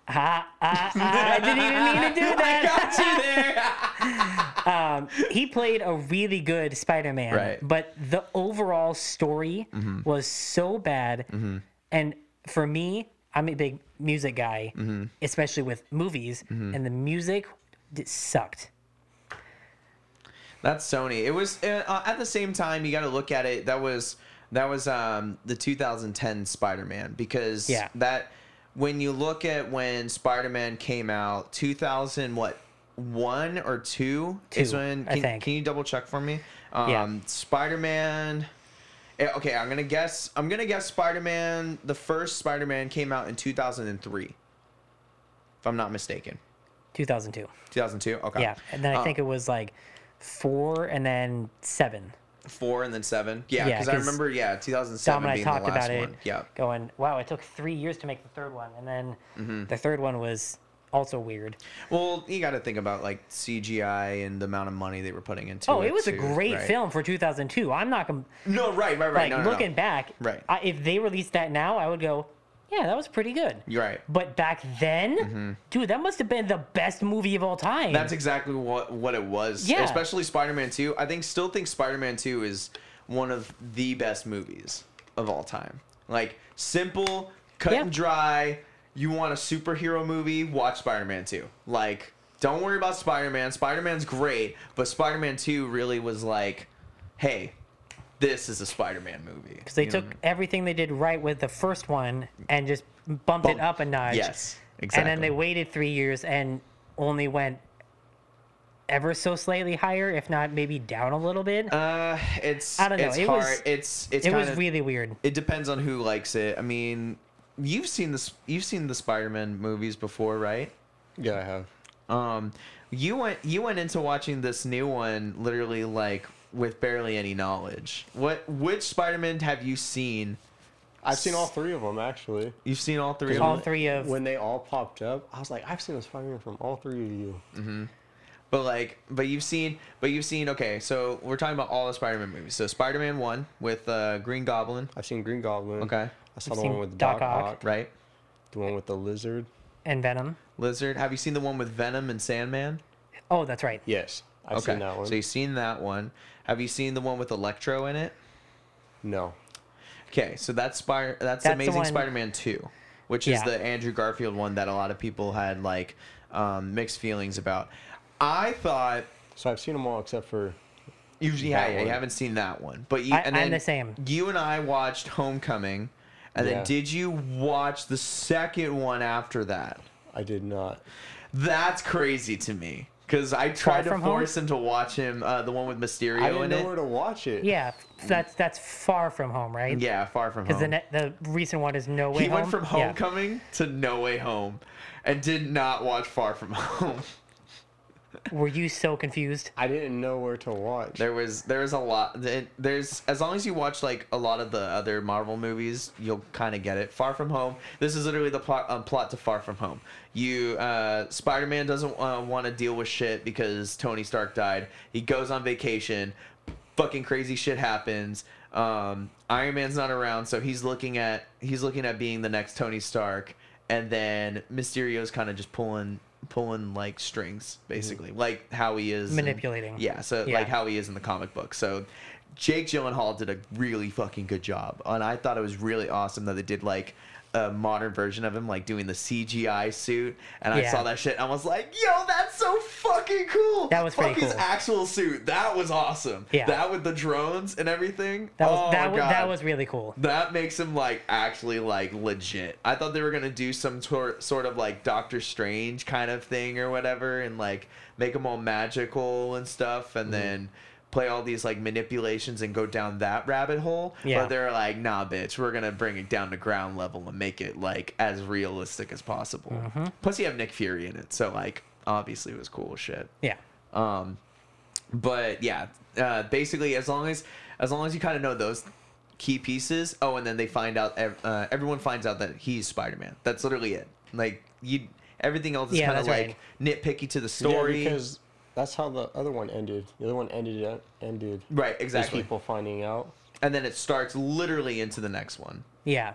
[SPEAKER 2] Ha, I, I didn't even mean to do that.
[SPEAKER 1] Got you there.
[SPEAKER 2] He played a really good Spider-Man,
[SPEAKER 1] Right.
[SPEAKER 2] but the overall story was so bad. And for me, I'm a big music guy, especially with movies, and the music d- sucked.
[SPEAKER 1] That's Sony. It was uh, uh, at the same time. You got to look at it. That was that was um, the 2010 Spider-Man because
[SPEAKER 2] Yeah.
[SPEAKER 1] that when you look at when Spider-Man came out, 2000 what one or two, is
[SPEAKER 2] Two,
[SPEAKER 1] when.
[SPEAKER 2] I
[SPEAKER 1] Can,
[SPEAKER 2] think.
[SPEAKER 1] can you double check for me? Um,
[SPEAKER 2] Yeah.
[SPEAKER 1] Spider-Man. eh, Okay, I'm gonna guess. I'm gonna guess Spider-Man. The first Spider-Man came out in 2003, if I'm not mistaken.
[SPEAKER 2] 2002.
[SPEAKER 1] 2002. Okay.
[SPEAKER 2] Yeah, and then I
[SPEAKER 1] Uh,
[SPEAKER 2] think it was like four, and then seven.
[SPEAKER 1] four and then seven. Yeah,
[SPEAKER 2] Yeah,
[SPEAKER 1] because I
[SPEAKER 2] 'cause
[SPEAKER 1] remember. Yeah, 2007
[SPEAKER 2] Dom and I
[SPEAKER 1] being the
[SPEAKER 2] talked
[SPEAKER 1] last
[SPEAKER 2] about it.
[SPEAKER 1] one. Yeah.
[SPEAKER 2] Going, wow, it took three years to make the third one, and then
[SPEAKER 1] Mm-hmm.
[SPEAKER 2] the third one was also weird.
[SPEAKER 1] Well, you got to think about like CGI and the amount of money they were putting into.
[SPEAKER 2] Oh, it was a
[SPEAKER 1] too,
[SPEAKER 2] great
[SPEAKER 1] right?
[SPEAKER 2] film for 2002. I'm not gonna
[SPEAKER 1] No, right, right, right.
[SPEAKER 2] like
[SPEAKER 1] no, no, no.
[SPEAKER 2] looking back.
[SPEAKER 1] Right.
[SPEAKER 2] I, if they released that now, I would go, yeah, that was pretty good.
[SPEAKER 1] You're right. Mm-hmm.
[SPEAKER 2] But back then, dude, that must have been the best movie of all time.
[SPEAKER 1] That's exactly what what it was.
[SPEAKER 2] Yeah.
[SPEAKER 1] Especially Spider-Man 2. I think still think Spider-Man 2 is one of the best movies of all time. Like simple, cut
[SPEAKER 2] Yeah.
[SPEAKER 1] and dry. You want a superhero movie? Watch Spider-Man 2. Like don't worry about Spider-Man. Spider-Man's great, but Spider-Man 2 really was like, hey, this is a Spider-Man movie.
[SPEAKER 2] because they took everything they did right with the first one and just bumped
[SPEAKER 1] Bump-
[SPEAKER 2] it up a notch.
[SPEAKER 1] Yes,
[SPEAKER 2] And then
[SPEAKER 1] exactly.
[SPEAKER 2] they waited three years and only went ever so slightly higher, if not maybe down a little bit.
[SPEAKER 1] uh it's
[SPEAKER 2] I don't know,
[SPEAKER 1] it's
[SPEAKER 2] it
[SPEAKER 1] hard.
[SPEAKER 2] was-
[SPEAKER 1] it's it's
[SPEAKER 2] it was
[SPEAKER 1] kinda-
[SPEAKER 2] really weird.
[SPEAKER 1] it depends on who likes it. I mean, you've seen this. You've seen the Spider-Man movies before, right?
[SPEAKER 3] Yeah, I have.
[SPEAKER 1] Um, you went you went into watching this new one literally like with barely any knowledge. What which Spider-Man have you seen?
[SPEAKER 3] I've seen all three of them actually.
[SPEAKER 1] You've seen all three of
[SPEAKER 2] All
[SPEAKER 1] them,
[SPEAKER 2] three of
[SPEAKER 3] When they all popped up, I was like, I've seen a Spider-Man from all three of you.
[SPEAKER 1] but like, but you've seen, but you've seen. Okay, so we're talking about all the Spider-Man movies. So Spider-Man one with uh, Green Goblin,
[SPEAKER 3] I've seen Green Goblin.
[SPEAKER 1] Okay.
[SPEAKER 3] I saw
[SPEAKER 2] I've
[SPEAKER 3] the
[SPEAKER 2] seen
[SPEAKER 3] one with
[SPEAKER 2] Doc
[SPEAKER 3] Doc,
[SPEAKER 2] Ock.
[SPEAKER 3] Ock.
[SPEAKER 1] right?
[SPEAKER 3] The one with the lizard.
[SPEAKER 2] and Venom.
[SPEAKER 1] Lizard. Have you seen the one with Venom and Sandman?
[SPEAKER 2] Oh, that's right.
[SPEAKER 3] Yes, I've
[SPEAKER 1] okay,
[SPEAKER 3] seen that one.
[SPEAKER 1] so you've seen that one. Have you seen the one with Electro in it?
[SPEAKER 3] no,
[SPEAKER 1] Okay, so that's Spire, that's,
[SPEAKER 2] That's the
[SPEAKER 1] Amazing
[SPEAKER 2] one-
[SPEAKER 1] Spider-Man two, which is
[SPEAKER 2] Yeah.
[SPEAKER 1] the Andrew Garfield one that a lot of people had like um, mixed feelings about. I thought
[SPEAKER 3] so I've seen them all except for
[SPEAKER 1] you yeah,
[SPEAKER 3] That
[SPEAKER 1] yeah you
[SPEAKER 3] one.
[SPEAKER 1] haven't seen that one, but you
[SPEAKER 2] I-
[SPEAKER 1] and
[SPEAKER 2] I'm
[SPEAKER 1] then
[SPEAKER 2] the same.
[SPEAKER 1] You and I watched Homecoming, and
[SPEAKER 3] Yeah.
[SPEAKER 1] then did you watch the second one after that?
[SPEAKER 3] I did not.
[SPEAKER 1] That's crazy to me because I tried to
[SPEAKER 2] From Home?
[SPEAKER 1] force him to watch him uh, the one with Mysterio
[SPEAKER 3] I didn't
[SPEAKER 1] in
[SPEAKER 3] know
[SPEAKER 1] it.
[SPEAKER 3] where to watch it.
[SPEAKER 2] Yeah, f- that's that's far from home, right?
[SPEAKER 1] Yeah, far from home.
[SPEAKER 2] Because the ne- the recent one is no way
[SPEAKER 1] he
[SPEAKER 2] home.
[SPEAKER 1] went from
[SPEAKER 2] Yeah.
[SPEAKER 1] Homecoming to No Way Home, and did not watch Far From Home.
[SPEAKER 2] Were you so confused?
[SPEAKER 3] I didn't know where to watch.
[SPEAKER 1] There was there was a lot. th- There's as long as you watch like a lot of the other Marvel movies, you'll kind of get it. Far From Home. This is literally the plot um, plot to Far From Home. You uh, Spider Man doesn't uh, want to deal with shit because Tony Stark died. He goes on vacation. Fucking crazy shit happens. Um, Iron Man's not around, so he's looking at he's looking at being the next Tony Stark, and then Mysterio's kind of just pulling pulling like strings basically like how he is in-
[SPEAKER 2] Manipulating.
[SPEAKER 1] yeah so
[SPEAKER 2] Yeah.
[SPEAKER 1] like how he is in the comic book. So Jake Gyllenhaal did a really fucking good job, and I thought it was really awesome that they did like a modern version of him, like doing the CGI suit. And I
[SPEAKER 2] Yeah.
[SPEAKER 1] saw that shit, and I was like, "Yo, that's so fucking cool!"
[SPEAKER 2] That was
[SPEAKER 1] fuck
[SPEAKER 2] pretty
[SPEAKER 1] his
[SPEAKER 2] cool.
[SPEAKER 1] actual suit. That was awesome.
[SPEAKER 2] Yeah.
[SPEAKER 1] that with the drones and everything.
[SPEAKER 2] That was
[SPEAKER 1] oh,
[SPEAKER 2] that,
[SPEAKER 1] my
[SPEAKER 2] was, that
[SPEAKER 1] God.
[SPEAKER 2] was really cool.
[SPEAKER 1] That makes him like actually like legit. I thought they were gonna do some tor- sort of like Doctor Strange kind of thing or whatever, and like make him all magical and stuff, and then play all these like manipulations and go down that rabbit hole.
[SPEAKER 2] Yeah.
[SPEAKER 1] But they're like, nah, bitch, we're gonna bring it down to ground level and make it like as realistic as possible. Plus, you have Nick Fury in it, so like obviously it was cool as shit
[SPEAKER 2] Yeah.
[SPEAKER 1] but yeah uh, basically as long as as long as you kind of know those key pieces oh and then they find out ev- uh, everyone finds out that he's spider-man that's literally it like you everything else is
[SPEAKER 2] Yeah,
[SPEAKER 1] kind of
[SPEAKER 2] that's
[SPEAKER 1] like nitpicky to the
[SPEAKER 3] Yeah,
[SPEAKER 1] story
[SPEAKER 3] because that's how the other one ended. The other one ended at- ended.
[SPEAKER 1] right
[SPEAKER 3] with
[SPEAKER 1] exactly
[SPEAKER 3] people finding out.
[SPEAKER 1] and then it starts literally into the next one
[SPEAKER 2] Yeah.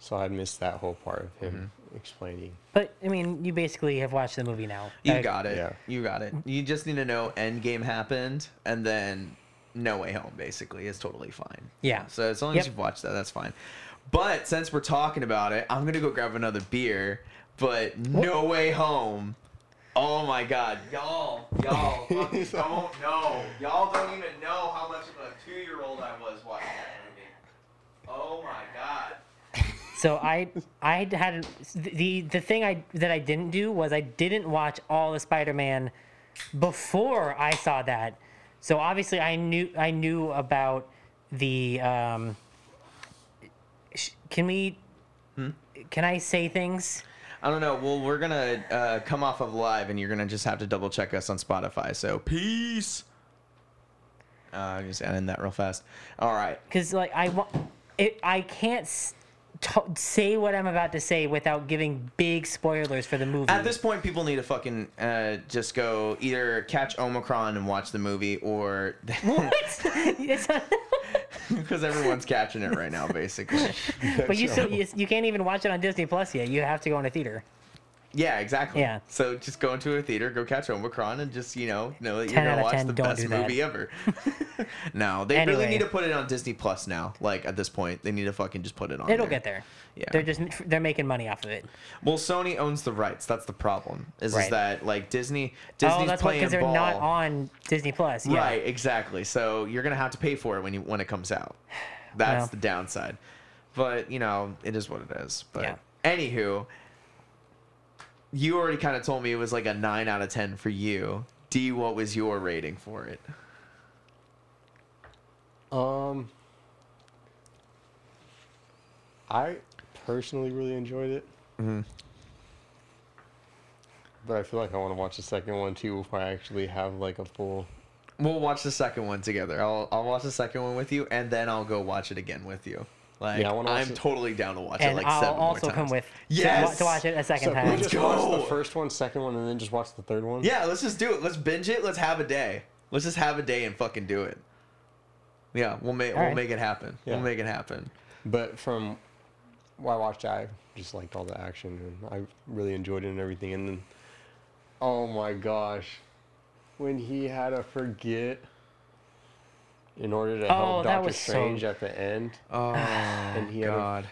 [SPEAKER 3] So I missed that whole part of him
[SPEAKER 1] Mm-hmm.
[SPEAKER 3] explaining.
[SPEAKER 2] But I mean, you basically have watched the movie now.
[SPEAKER 1] you
[SPEAKER 2] Like,
[SPEAKER 1] got it
[SPEAKER 3] yeah.
[SPEAKER 1] you got it you just need to know endgame happened and then no way home basically is totally fine
[SPEAKER 2] Yeah.
[SPEAKER 1] So as long as
[SPEAKER 2] Yep.
[SPEAKER 1] you've watched that, that's fine. But since we're talking about it, I'm gonna go grab another beer. But no way home. Oh my god, y'all, y'all fucking don't know. Y'all don't even know how much of a two-year-old I was watching that movie. Oh my god.
[SPEAKER 2] So I I had the the thing I that I didn't do was I didn't watch all the Spider-Man before I saw that. So obviously I knew I knew about the um sh- can we
[SPEAKER 1] Hmm?
[SPEAKER 2] can I say things?
[SPEAKER 1] I don't know. Well, we're gonna uh, come off of live, and you're gonna just have to double check us on Spotify. So peace. Uh, I'm just adding that real fast. All right.
[SPEAKER 2] because like I want it. I can't s t say what I'm about to say without giving big spoilers for the movie.
[SPEAKER 1] At this point, people need to fucking uh, just go either catch Omicron and watch the movie, or
[SPEAKER 2] what? It's not-
[SPEAKER 1] because everyone's catching it right now, basically.
[SPEAKER 2] but you still you, you can't even watch it on Disney Plus yet. You have to go in a theater.
[SPEAKER 1] Yeah, exactly.
[SPEAKER 2] Yeah.
[SPEAKER 1] So just go into a theater, go catch Omicron, and just you know know that you're
[SPEAKER 2] 10 out
[SPEAKER 1] gonna
[SPEAKER 2] of
[SPEAKER 1] watch
[SPEAKER 2] 10,
[SPEAKER 1] the
[SPEAKER 2] don't
[SPEAKER 1] best
[SPEAKER 2] do that.
[SPEAKER 1] movie ever. no, they really
[SPEAKER 2] Anyway.
[SPEAKER 1] need to put it on Disney Plus now. Like at this point, they need to fucking just put it on.
[SPEAKER 2] It'll
[SPEAKER 1] there.
[SPEAKER 2] get there.
[SPEAKER 1] Yeah.
[SPEAKER 2] They're just they're making money off of it.
[SPEAKER 1] Well, Sony owns the rights. That's the problem. Is, is
[SPEAKER 2] Right.
[SPEAKER 1] that like Disney? Disney's
[SPEAKER 2] oh, that's why
[SPEAKER 1] playing
[SPEAKER 2] because they're
[SPEAKER 1] ball.
[SPEAKER 2] not on Disney Plus. Yeah.
[SPEAKER 1] Right, exactly. So you're gonna have to pay for it when you when it comes out. That's
[SPEAKER 2] Well.
[SPEAKER 1] the downside. But you know, it is what it is. But
[SPEAKER 2] Yeah.
[SPEAKER 1] anywho, you already kind of told me it was like a nine out of ten for you. D, what was your rating for it?
[SPEAKER 3] Um, I personally really enjoyed it.
[SPEAKER 1] Mm-hmm.
[SPEAKER 3] But I feel like I want to watch the second one too before I actually have like a full.
[SPEAKER 1] We'll watch the second one together. I'll I'll watch the second one with you, and then I'll go watch it again with you. Like
[SPEAKER 3] Yeah, I wanna watch
[SPEAKER 1] I'm
[SPEAKER 3] it.
[SPEAKER 1] totally down to watch
[SPEAKER 2] And
[SPEAKER 1] it like
[SPEAKER 2] I'll
[SPEAKER 1] seven
[SPEAKER 2] also
[SPEAKER 1] more
[SPEAKER 2] come
[SPEAKER 1] times.
[SPEAKER 2] with to, wa-
[SPEAKER 1] Yes!
[SPEAKER 2] to watch it a second
[SPEAKER 3] So can we
[SPEAKER 2] time.
[SPEAKER 1] Let's
[SPEAKER 3] just watch
[SPEAKER 1] go.
[SPEAKER 3] the first one, second one, and then just watch the third one.
[SPEAKER 1] Yeah, let's just do it. Let's binge it. Let's have a day. Let's just have a day and fucking do it. Yeah, we'll make we'll
[SPEAKER 2] right.
[SPEAKER 1] make it happen.
[SPEAKER 3] Yeah.
[SPEAKER 1] We'll make it happen.
[SPEAKER 3] But from what I watched, I just liked all the action and I really enjoyed it and everything. And then, oh my gosh, when he had to forget in order to
[SPEAKER 2] Oh,
[SPEAKER 3] help
[SPEAKER 2] that
[SPEAKER 3] Doctor
[SPEAKER 2] was so-
[SPEAKER 3] Strange at the end,
[SPEAKER 1] Oh
[SPEAKER 3] and he had.
[SPEAKER 1] God.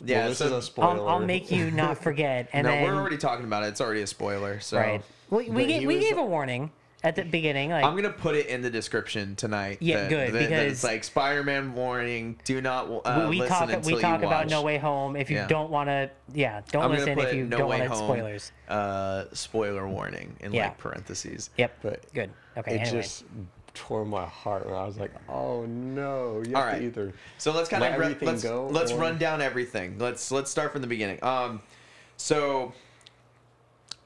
[SPEAKER 3] To,
[SPEAKER 1] Yeah,
[SPEAKER 3] well, this
[SPEAKER 1] so-
[SPEAKER 3] is a spoiler.
[SPEAKER 2] I'll, I'll make you not forget. And
[SPEAKER 1] no,
[SPEAKER 2] then
[SPEAKER 1] we're already talking about it. It's already a spoiler. So
[SPEAKER 2] right. We, we,
[SPEAKER 3] But
[SPEAKER 2] gave,
[SPEAKER 3] he
[SPEAKER 2] we
[SPEAKER 3] was-
[SPEAKER 2] gave a warning at the beginning. Like
[SPEAKER 1] I'm gonna put it in the description tonight.
[SPEAKER 2] Yeah, good,
[SPEAKER 1] it's
[SPEAKER 2] because-
[SPEAKER 1] like Spider-Man warning. Do not uh,
[SPEAKER 2] we, we
[SPEAKER 1] listen
[SPEAKER 2] talk
[SPEAKER 1] until
[SPEAKER 2] we talk
[SPEAKER 1] you watch.
[SPEAKER 2] about No Way Home. If you
[SPEAKER 1] Yeah.
[SPEAKER 2] don't want to, yeah, don't
[SPEAKER 1] I'm
[SPEAKER 2] listen
[SPEAKER 1] gonna put
[SPEAKER 2] if you
[SPEAKER 1] No
[SPEAKER 2] don't
[SPEAKER 1] Way
[SPEAKER 2] want
[SPEAKER 1] Home
[SPEAKER 2] spoilers.
[SPEAKER 1] uh, spoiler warning in
[SPEAKER 2] Yeah.
[SPEAKER 1] like parentheses.
[SPEAKER 2] Yep.
[SPEAKER 3] But
[SPEAKER 2] Good. Okay.
[SPEAKER 3] it
[SPEAKER 2] Anyway.
[SPEAKER 3] just tore my heart when I was like, oh no, you have
[SPEAKER 1] All
[SPEAKER 3] to
[SPEAKER 1] right.
[SPEAKER 3] either.
[SPEAKER 1] So let's kind
[SPEAKER 3] Let
[SPEAKER 1] of re-
[SPEAKER 3] everything
[SPEAKER 1] let's
[SPEAKER 3] go,
[SPEAKER 1] let's
[SPEAKER 3] or-
[SPEAKER 1] run down everything. Let's let's start from the beginning. Um, so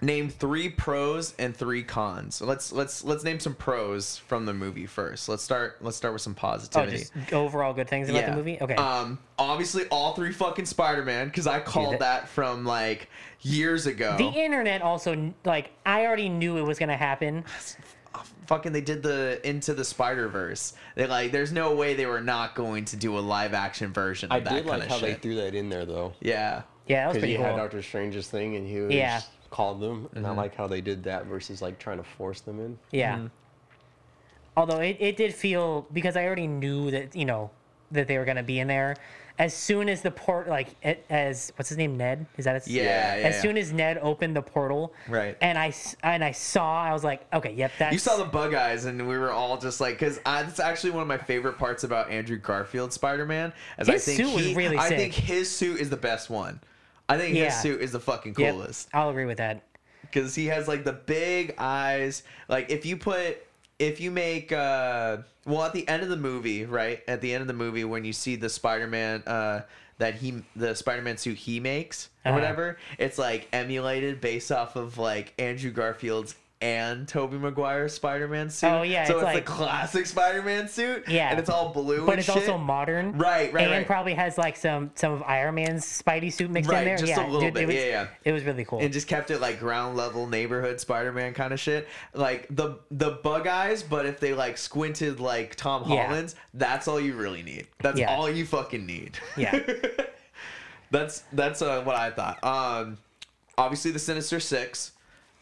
[SPEAKER 1] name three pros and three cons. So let's let's let's name some pros from the movie first. Let's start let's start with some
[SPEAKER 2] oh,
[SPEAKER 1] positivity.
[SPEAKER 2] just overall good things about the movie. Okay.
[SPEAKER 1] Um, obviously all three fucking Spider-Man because I called
[SPEAKER 2] that-
[SPEAKER 1] that from like years ago.
[SPEAKER 2] the internet also kn- like I already knew it was gonna happen.
[SPEAKER 1] fucking they did the into the Spider Verse. They like there's no way they were not going to do a live action version. Of
[SPEAKER 3] I
[SPEAKER 1] that
[SPEAKER 3] did like
[SPEAKER 1] kinda
[SPEAKER 3] how they
[SPEAKER 1] shit.
[SPEAKER 3] threw that in there though.
[SPEAKER 1] Yeah.
[SPEAKER 2] Yeah, that was
[SPEAKER 3] Because
[SPEAKER 2] pretty
[SPEAKER 3] he had
[SPEAKER 2] cool.
[SPEAKER 3] Doctor Strange's thing, and he was
[SPEAKER 2] Yeah. Mm-hmm.
[SPEAKER 3] called them, and I like how they did that versus like trying to force them in.
[SPEAKER 2] Yeah. Although it, it did feel because I already knew that you know that they were gonna be in there. As soon as the port like it, as what's his name Ned is that his
[SPEAKER 1] Yeah, yeah,
[SPEAKER 2] as
[SPEAKER 1] yeah.
[SPEAKER 2] soon as Ned opened the portal
[SPEAKER 1] Right.
[SPEAKER 2] and I s- and I saw I was like okay yep that's
[SPEAKER 1] You saw the bug eyes, and we were all just like, because that's actually one of my favorite parts about Andrew Garfield Spider Man. As I
[SPEAKER 2] His
[SPEAKER 1] think
[SPEAKER 2] suit was
[SPEAKER 1] he-
[SPEAKER 2] really
[SPEAKER 1] I think
[SPEAKER 2] sick.
[SPEAKER 1] his suit is the best one. I think
[SPEAKER 2] Yeah.
[SPEAKER 1] his suit is the fucking
[SPEAKER 2] Yep,
[SPEAKER 1] coolest
[SPEAKER 2] I'll agree with that
[SPEAKER 1] because he has like the big eyes. Like if you put, if you make, uh well, at the end of the movie, right at the end of the movie when you see the Spider Man. uh that he the Spider-Man suit he makes or
[SPEAKER 2] Uh-huh.
[SPEAKER 1] whatever it's like emulated based off of like Andrew Garfield's and Toby Maguire's Spider-Man suit.
[SPEAKER 2] Oh, yeah,
[SPEAKER 1] so
[SPEAKER 2] it's
[SPEAKER 1] it's,
[SPEAKER 2] like-
[SPEAKER 1] the classic Spider-Man suit.
[SPEAKER 2] Yeah.
[SPEAKER 1] and it's all blue.
[SPEAKER 2] but
[SPEAKER 1] and
[SPEAKER 2] it's
[SPEAKER 1] shit.
[SPEAKER 2] also modern
[SPEAKER 1] Right, right,
[SPEAKER 2] and
[SPEAKER 1] right.
[SPEAKER 2] probably has like some some of Iron Man's Spidey suit mixed
[SPEAKER 1] Right,
[SPEAKER 2] in there
[SPEAKER 1] just a
[SPEAKER 2] yeah
[SPEAKER 1] little
[SPEAKER 2] dude,
[SPEAKER 1] bit,
[SPEAKER 2] it was,
[SPEAKER 1] yeah, yeah.
[SPEAKER 2] it was really cool
[SPEAKER 1] and just kept it like ground level neighborhood Spider-Man kind of shit. Like the the bug eyes, but if they like squinted like Tom
[SPEAKER 2] Yeah.
[SPEAKER 1] Holland's, that's all you really need. That's
[SPEAKER 2] Yeah.
[SPEAKER 1] all you fucking need.
[SPEAKER 2] yeah
[SPEAKER 1] that's that's uh, what I thought. Um, obviously the Sinister Six.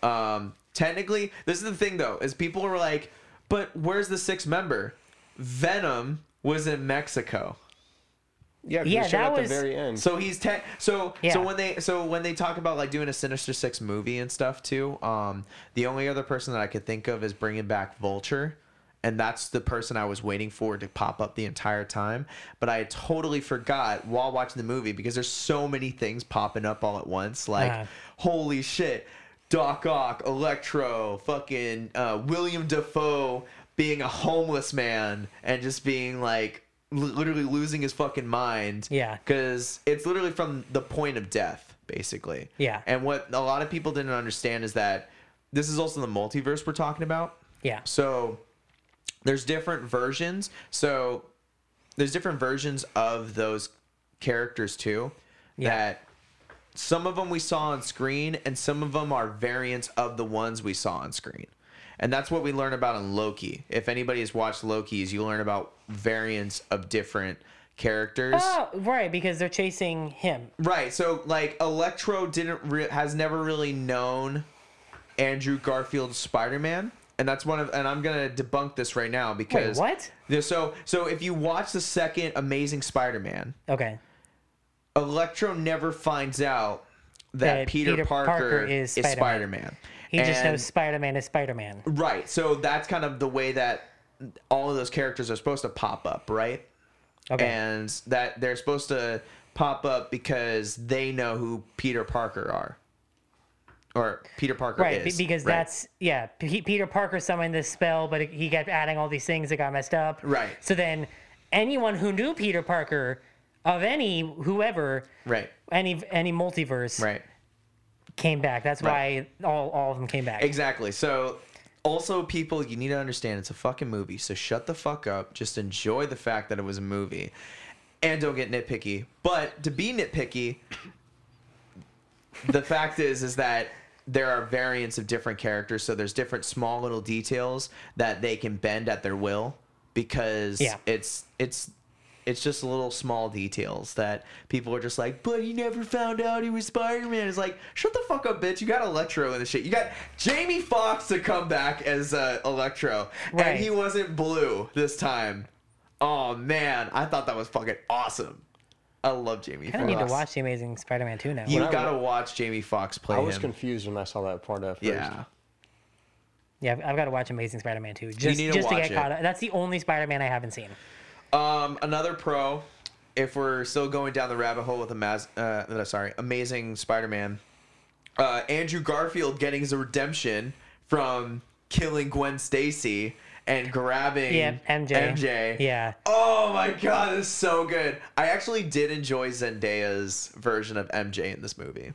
[SPEAKER 1] Um, technically, this is the thing though, is people were like, "But where's the sixth member?" Venom was in Mexico.
[SPEAKER 3] Yeah, 'cause
[SPEAKER 2] Yeah,
[SPEAKER 3] they showed
[SPEAKER 2] that
[SPEAKER 3] at
[SPEAKER 2] was-
[SPEAKER 3] the very end.
[SPEAKER 1] So he's te- so
[SPEAKER 2] Yeah.
[SPEAKER 1] so when they so when they talk about like doing a Sinister Six movie and stuff too. Um, the only other person that I could think of is bringing back Vulture, and that's the person I was waiting for to pop up the entire time. But I totally forgot while watching the movie because there's so many things popping up all at once. Like,
[SPEAKER 2] Uh-huh.
[SPEAKER 1] holy shit, Doc Ock, Electro, fucking uh, William Defoe being a homeless man and just being like. li- Literally losing his fucking mind
[SPEAKER 2] Yeah.
[SPEAKER 1] because it's literally from the point of death, basically.
[SPEAKER 2] Yeah.
[SPEAKER 1] And what a lot of people didn't understand is that this is also the multiverse we're talking about.
[SPEAKER 2] yeah
[SPEAKER 1] So there's different versions. So there's different versions of those characters too. That some of them we saw on screen, and some of them are variants of the ones we saw on screen. And that's what we learn about in Loki. If anybody has watched Loki's, you learn about variants of different characters.
[SPEAKER 2] Oh, right, because they're chasing him.
[SPEAKER 1] Right. So like Electro didn't re- has never really known Andrew Garfield's Spider-Man, and that's one of and I'm going to debunk this right now because
[SPEAKER 2] what?
[SPEAKER 1] Yeah, So so if you watch the second Amazing Spider-Man,
[SPEAKER 2] Okay.
[SPEAKER 1] Electro never finds out that
[SPEAKER 2] That
[SPEAKER 1] Peter,
[SPEAKER 2] Peter
[SPEAKER 1] Parker,
[SPEAKER 2] Parker
[SPEAKER 1] is
[SPEAKER 2] is
[SPEAKER 1] Spider-Man.
[SPEAKER 2] Spider-Man. He just
[SPEAKER 1] And-
[SPEAKER 2] knows Spider Man is Spider Man.
[SPEAKER 1] Right. So that's kind of the way that all of those characters are supposed to pop up, right?
[SPEAKER 2] Okay.
[SPEAKER 1] And that they're supposed to pop up because they know who Peter Parker are. Or Peter Parker
[SPEAKER 2] right, be-
[SPEAKER 1] is.
[SPEAKER 2] because
[SPEAKER 1] right?
[SPEAKER 2] that's yeah. P- Peter Parker summoned this spell, but he kept adding all these things that got messed up.
[SPEAKER 1] Right.
[SPEAKER 2] So then, anyone who knew Peter Parker, of any whoever,
[SPEAKER 1] Right.
[SPEAKER 2] any any multiverse,
[SPEAKER 1] Right.
[SPEAKER 2] came back. That's
[SPEAKER 1] Right.
[SPEAKER 2] why all all of them came back.
[SPEAKER 1] Exactly. So also people you need to understand it's a fucking movie. So shut the fuck up. Just enjoy the fact that it was a movie. And don't get nitpicky. But to be nitpicky, the fact is is that there are variants of different characters, so there's different small little details that they can bend at their will because
[SPEAKER 2] Yeah.
[SPEAKER 1] it's it's it's just little small details that people are just like, but he never found out he was Spider Man. It's like, shut the fuck up, bitch. You got Electro in the shit. You got Jamie Foxx to come back as uh, Electro,
[SPEAKER 2] Right.
[SPEAKER 1] and he wasn't blue this time. Oh man, I thought that was fucking awesome. I love Jamie.
[SPEAKER 2] I need to
[SPEAKER 1] Foxx.
[SPEAKER 2] watch the Amazing Spider Man two now.
[SPEAKER 1] You
[SPEAKER 3] I
[SPEAKER 1] gotta watch Jamie Foxx play
[SPEAKER 3] I was
[SPEAKER 1] him.
[SPEAKER 3] confused when I saw that part at first.
[SPEAKER 1] yeah,
[SPEAKER 2] yeah, I've, got to watch Amazing Spider Man two just
[SPEAKER 1] need to
[SPEAKER 2] just to
[SPEAKER 1] watch
[SPEAKER 2] get
[SPEAKER 1] it.
[SPEAKER 2] caught up. That's the only Spider Man I haven't seen.
[SPEAKER 1] Um, another pro, if we're still going down the rabbit hole with Amaz- uh, no, sorry, Amazing Spider-Man, uh, Andrew Garfield getting his redemption from killing Gwen Stacy and grabbing
[SPEAKER 2] Yeah, MJ.
[SPEAKER 1] MJ.
[SPEAKER 2] Yeah.
[SPEAKER 1] Oh my god, this is so good. I actually did enjoy Zendaya's version of MJ in this movie.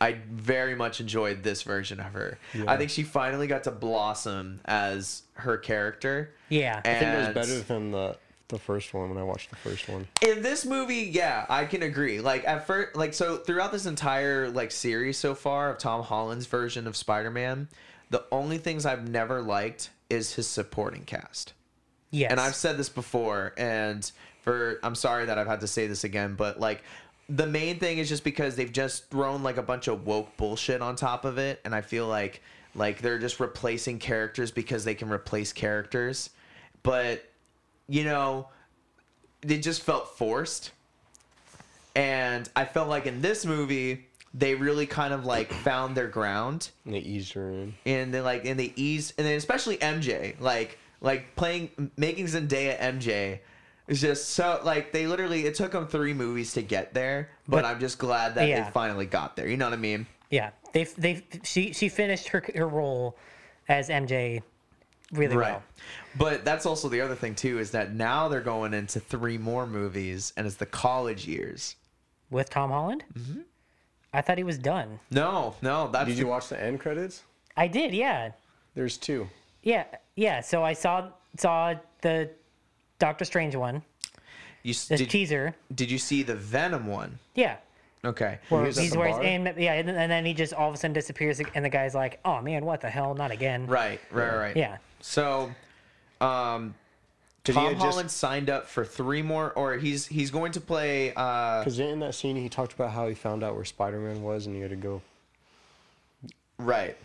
[SPEAKER 1] I very much enjoyed this version of her. I think she finally got to blossom as her character.
[SPEAKER 2] Yeah.
[SPEAKER 1] And
[SPEAKER 3] I think it was better than the the first one when I watched the first one.
[SPEAKER 1] in this movie yeah i can agree like at first like so throughout this entire like series so far of tom holland's version of spider-man the only things i've never liked is his supporting cast
[SPEAKER 2] yes.
[SPEAKER 1] and I've said this before, and for I'm sorry that I've had to say this again, but like the main thing is just because they've just thrown like a bunch of woke bullshit on top of it, and I feel like like they're just replacing characters because they can replace characters, but you know, it just felt forced. And I felt like in this movie, they really kind of like found their ground
[SPEAKER 3] And they eased her in.
[SPEAKER 1] and they like and they ease and then especially MJ like like playing making Zendaya MJ is just so like they literally it took them three movies to get there, but,
[SPEAKER 2] But-
[SPEAKER 1] I'm just glad that
[SPEAKER 2] yeah.
[SPEAKER 1] they finally got there. You know what I mean?
[SPEAKER 2] Yeah, they they she she finished her her role as MJ really well.
[SPEAKER 1] But that's also the other thing too is that now they're going into three more movies and it's the college years.
[SPEAKER 2] with Tom Holland. Mm-hmm. I thought he was done.
[SPEAKER 1] No, no, that's
[SPEAKER 3] Did you watch the end credits?
[SPEAKER 2] I did, yeah,
[SPEAKER 3] There's two.
[SPEAKER 2] yeah, yeah. So I saw saw the Doctor Strange one,
[SPEAKER 1] you s-
[SPEAKER 2] the
[SPEAKER 1] did,
[SPEAKER 2] teaser.
[SPEAKER 1] did you see the Venom one?
[SPEAKER 2] Yeah,
[SPEAKER 1] Okay.
[SPEAKER 2] where
[SPEAKER 3] was at
[SPEAKER 2] he's
[SPEAKER 3] the
[SPEAKER 2] where he's
[SPEAKER 3] bar?
[SPEAKER 2] in, yeah, and, and then he just all of a sudden disappears, and the guy's like, "Oh man, what the hell? Not again!"
[SPEAKER 1] Right, right, right.
[SPEAKER 2] Yeah,
[SPEAKER 1] So
[SPEAKER 3] Did
[SPEAKER 1] Tom
[SPEAKER 3] had just-
[SPEAKER 1] Holland signed up for three more, or he's he's going to play. Uh,
[SPEAKER 3] Because in that scene, he talked about how he found out where Spider Man was and he had to go.
[SPEAKER 1] right,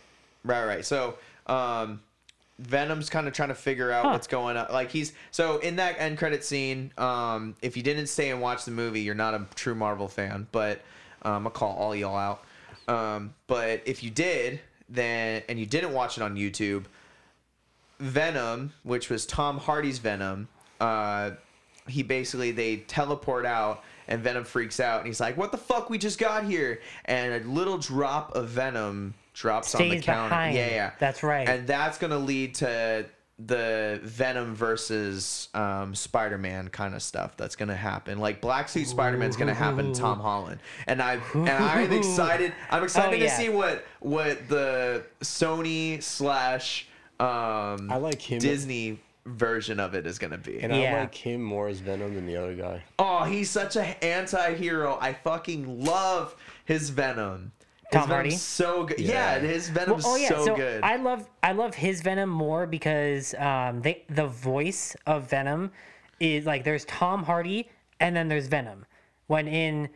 [SPEAKER 1] right, right. So um, Venom's kind of trying to figure out what's going on. Like he's so in that end credit scene. Um, if you didn't stay and watch the movie, you're not a true Marvel fan. But um, I'm gonna call all y'all out. Um, but if you did, then and you didn't watch it on YouTube, Venom, which was Tom Hardy's Venom, uh, he basically they teleport out and Venom freaks out and he's like, "What the fuck? We just got here!" And a little drop of Venom drops on the
[SPEAKER 2] Stays
[SPEAKER 1] counter.
[SPEAKER 2] behind.
[SPEAKER 1] Yeah, yeah,
[SPEAKER 2] That's right.
[SPEAKER 1] And that's gonna lead to the Venom versus um, Spider-Man kind of stuff that's gonna happen. Like Black Suit Spider-Man's gonna happen. to Tom Holland and I and I'm excited. I'm excited to
[SPEAKER 2] Oh, yeah.
[SPEAKER 1] see what what the Sony slash um,
[SPEAKER 3] I like him.
[SPEAKER 1] Disney version of it is gonna be.
[SPEAKER 3] And
[SPEAKER 2] Yeah.
[SPEAKER 3] I like him more as Venom than the other guy.
[SPEAKER 1] Oh, he's such an anti-hero. I fucking love his Venom. His
[SPEAKER 2] Tom Hardy?
[SPEAKER 1] Venom's so good. Yeah.
[SPEAKER 3] Yeah.
[SPEAKER 1] his
[SPEAKER 2] Oh,
[SPEAKER 1] Venom's so, good.
[SPEAKER 2] I love I love his Venom more because um, they the voice of Venom is like there's Tom Hardy and then there's Venom. When in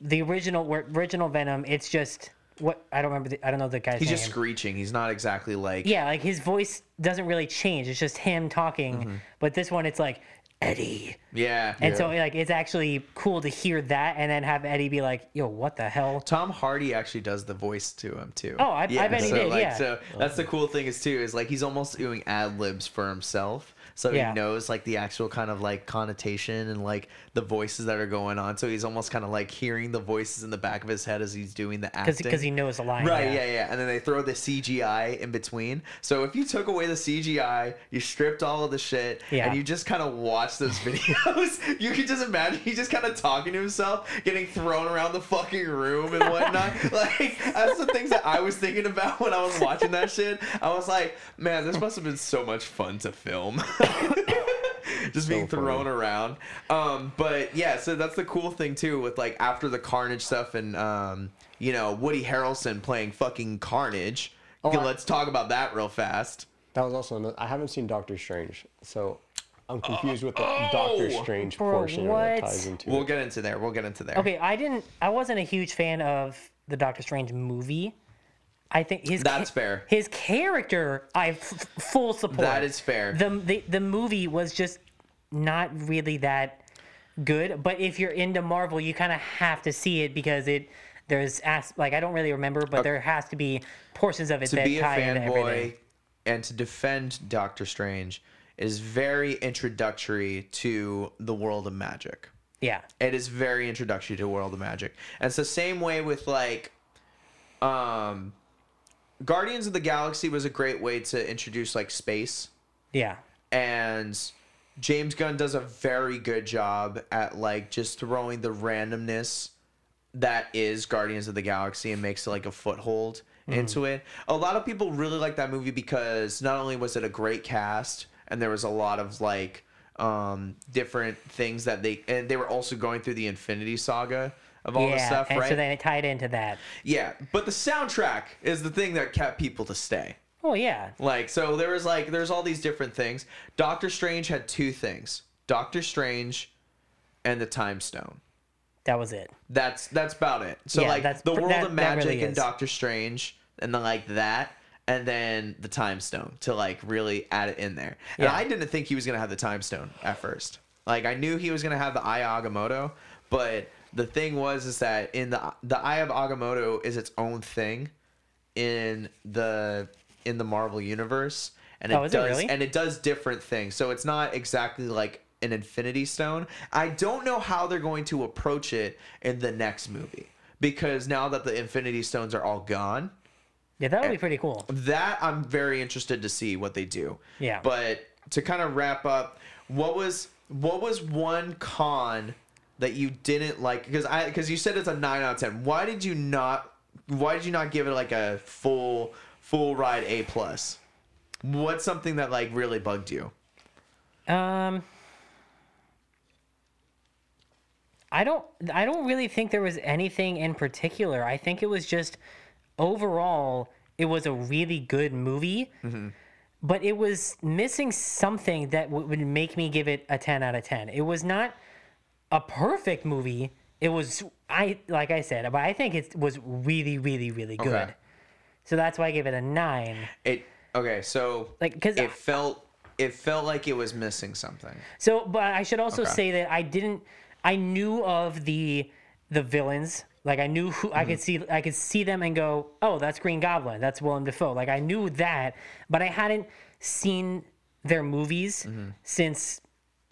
[SPEAKER 2] the original where- original Venom, it's just what I don't remember. The, I don't know the guy's
[SPEAKER 1] he's
[SPEAKER 2] name.
[SPEAKER 1] just screeching. He's not exactly like
[SPEAKER 2] yeah, like his voice doesn't really change. It's just him talking.
[SPEAKER 1] Mm-hmm.
[SPEAKER 2] But this one, it's like Eddie.
[SPEAKER 1] yeah.
[SPEAKER 2] And so like it's actually cool to hear that and then have Eddie be like, "Yo, what the hell?"
[SPEAKER 1] Tom Hardy actually does the voice to him too. Oh.
[SPEAKER 2] Oh, I- I bet he
[SPEAKER 1] so
[SPEAKER 2] did,
[SPEAKER 1] Like,
[SPEAKER 2] yeah.
[SPEAKER 1] So that's the cool thing is too is like he's almost doing ad libs for himself, so
[SPEAKER 2] Yeah.
[SPEAKER 1] he knows like the actual kind of like connotation and like the voices that are going on. So he's almost kind of like hearing the voices in the back of his head as he's doing the acting.
[SPEAKER 2] Because he knows the line.
[SPEAKER 1] Right,
[SPEAKER 2] yeah.
[SPEAKER 1] yeah, yeah. And then they throw the CGI in between. So if you took away the CGI, you stripped all of the shit,
[SPEAKER 2] Yeah.
[SPEAKER 1] and you just kind of watch those videos, you could just imagine he's just kind of talking to himself, getting thrown around the fucking room and whatnot. like, that's the things that I was thinking about when I was watching that shit. I was like, man, this must have been so much fun to film. just being
[SPEAKER 3] funny.
[SPEAKER 1] thrown around. Um, but yeah, so that's the cool thing too with like after the Carnage stuff and um, you know Woody Harrelson playing fucking Carnage.
[SPEAKER 2] Oh,
[SPEAKER 1] Okay,
[SPEAKER 3] I-
[SPEAKER 1] let's talk about that real fast.
[SPEAKER 3] That was also another, I haven't seen Doctor Strange, so I'm confused with the Doctor
[SPEAKER 1] oh!
[SPEAKER 3] Strange
[SPEAKER 2] Bro,
[SPEAKER 3] portion and
[SPEAKER 2] what?
[SPEAKER 3] what ties into
[SPEAKER 1] We'll
[SPEAKER 3] it.
[SPEAKER 1] get into there. We'll get into there.
[SPEAKER 2] Okay, I didn't. I wasn't a huge fan of the Doctor Strange movie. I think his
[SPEAKER 1] That's fair.
[SPEAKER 2] His character, I f- full support.
[SPEAKER 1] That is fair.
[SPEAKER 2] The, the the movie was just not really that good. But if you're into Marvel, you kind of have to see it because it there's as, like I don't really remember, but there has to be portions of it
[SPEAKER 1] to
[SPEAKER 2] that
[SPEAKER 1] be a
[SPEAKER 2] tie into everything.
[SPEAKER 1] fanboy and to defend Doctor Strange is very introductory to the world of magic.
[SPEAKER 2] Yeah,
[SPEAKER 1] It is very introductory to World of Magic. And it's the same way with like um Guardians of the Galaxy was a great way to introduce like space
[SPEAKER 2] yeah,
[SPEAKER 1] and James Gunn does a very good job at like just throwing the randomness that is Guardians of the Galaxy and makes like a foothold
[SPEAKER 2] Mm-hmm.
[SPEAKER 1] into it. A lot of people really like that movie because not only was it a great cast and there was a lot of like um different things that they and they were also going through the Infinity Saga of all
[SPEAKER 2] yeah.
[SPEAKER 1] this stuff,
[SPEAKER 2] and
[SPEAKER 1] right?
[SPEAKER 2] so then it tied into that.
[SPEAKER 1] yeah, but the soundtrack is the thing that kept people to stay.
[SPEAKER 2] Oh yeah,
[SPEAKER 1] Like so there was like there's all these different things. Doctor Strange had two things. Doctor Strange and the Time Stone.
[SPEAKER 2] that was it.
[SPEAKER 1] That's that's about it. So
[SPEAKER 2] Yeah,
[SPEAKER 1] like
[SPEAKER 2] that's-
[SPEAKER 1] the world
[SPEAKER 2] that-
[SPEAKER 1] of
[SPEAKER 2] that
[SPEAKER 1] magic
[SPEAKER 2] really
[SPEAKER 1] and
[SPEAKER 2] is.
[SPEAKER 1] Doctor Strange and then like that and then the Time Stone to like really add it in there. And
[SPEAKER 2] Yeah.
[SPEAKER 1] I didn't think he was going to have the Time Stone at first. Like I knew he was going to have the Eye of Agamotto, but the thing was is that in the the Eye of Agamotto is its own thing in the in the Marvel universe, and it
[SPEAKER 2] Oh, is it
[SPEAKER 1] does
[SPEAKER 2] really?
[SPEAKER 1] and it does different things. So it's not exactly like an Infinity Stone. I don't know how they're going to approach it in the next movie because now that the Infinity Stones are all gone,
[SPEAKER 2] Yeah, that would be pretty cool.
[SPEAKER 1] that I'm very interested to see what they do.
[SPEAKER 2] Yeah.
[SPEAKER 1] But to kind of wrap up, what was what was one con that you didn't like because I because you said it's a 9 out of 10. Why did you not why did you not give it like a full full ride A plus? What's something that like really bugged you?
[SPEAKER 2] Um, I don't. I don't really think there was anything in particular. I think it was just overall, it was a really good movie, but it was missing something that w- would make me give it a ten out of ten. It was not a perfect movie. It was I like I said, but I think it was really, really, really good.
[SPEAKER 1] Okay.
[SPEAKER 2] So that's why I gave it a nine.
[SPEAKER 1] It okay, so
[SPEAKER 2] Like, 'cause
[SPEAKER 1] it
[SPEAKER 2] I-
[SPEAKER 1] felt it felt like it was missing something.
[SPEAKER 2] So, but I should also
[SPEAKER 1] Okay.
[SPEAKER 2] say that I didn't. I knew of the the villains. Like I knew who I could see.
[SPEAKER 1] Mm-hmm.
[SPEAKER 2] I could see them and go, "Oh, that's Green Goblin. That's Willem Dafoe." Like I knew that, but I hadn't seen their movies
[SPEAKER 1] Mm-hmm.
[SPEAKER 2] since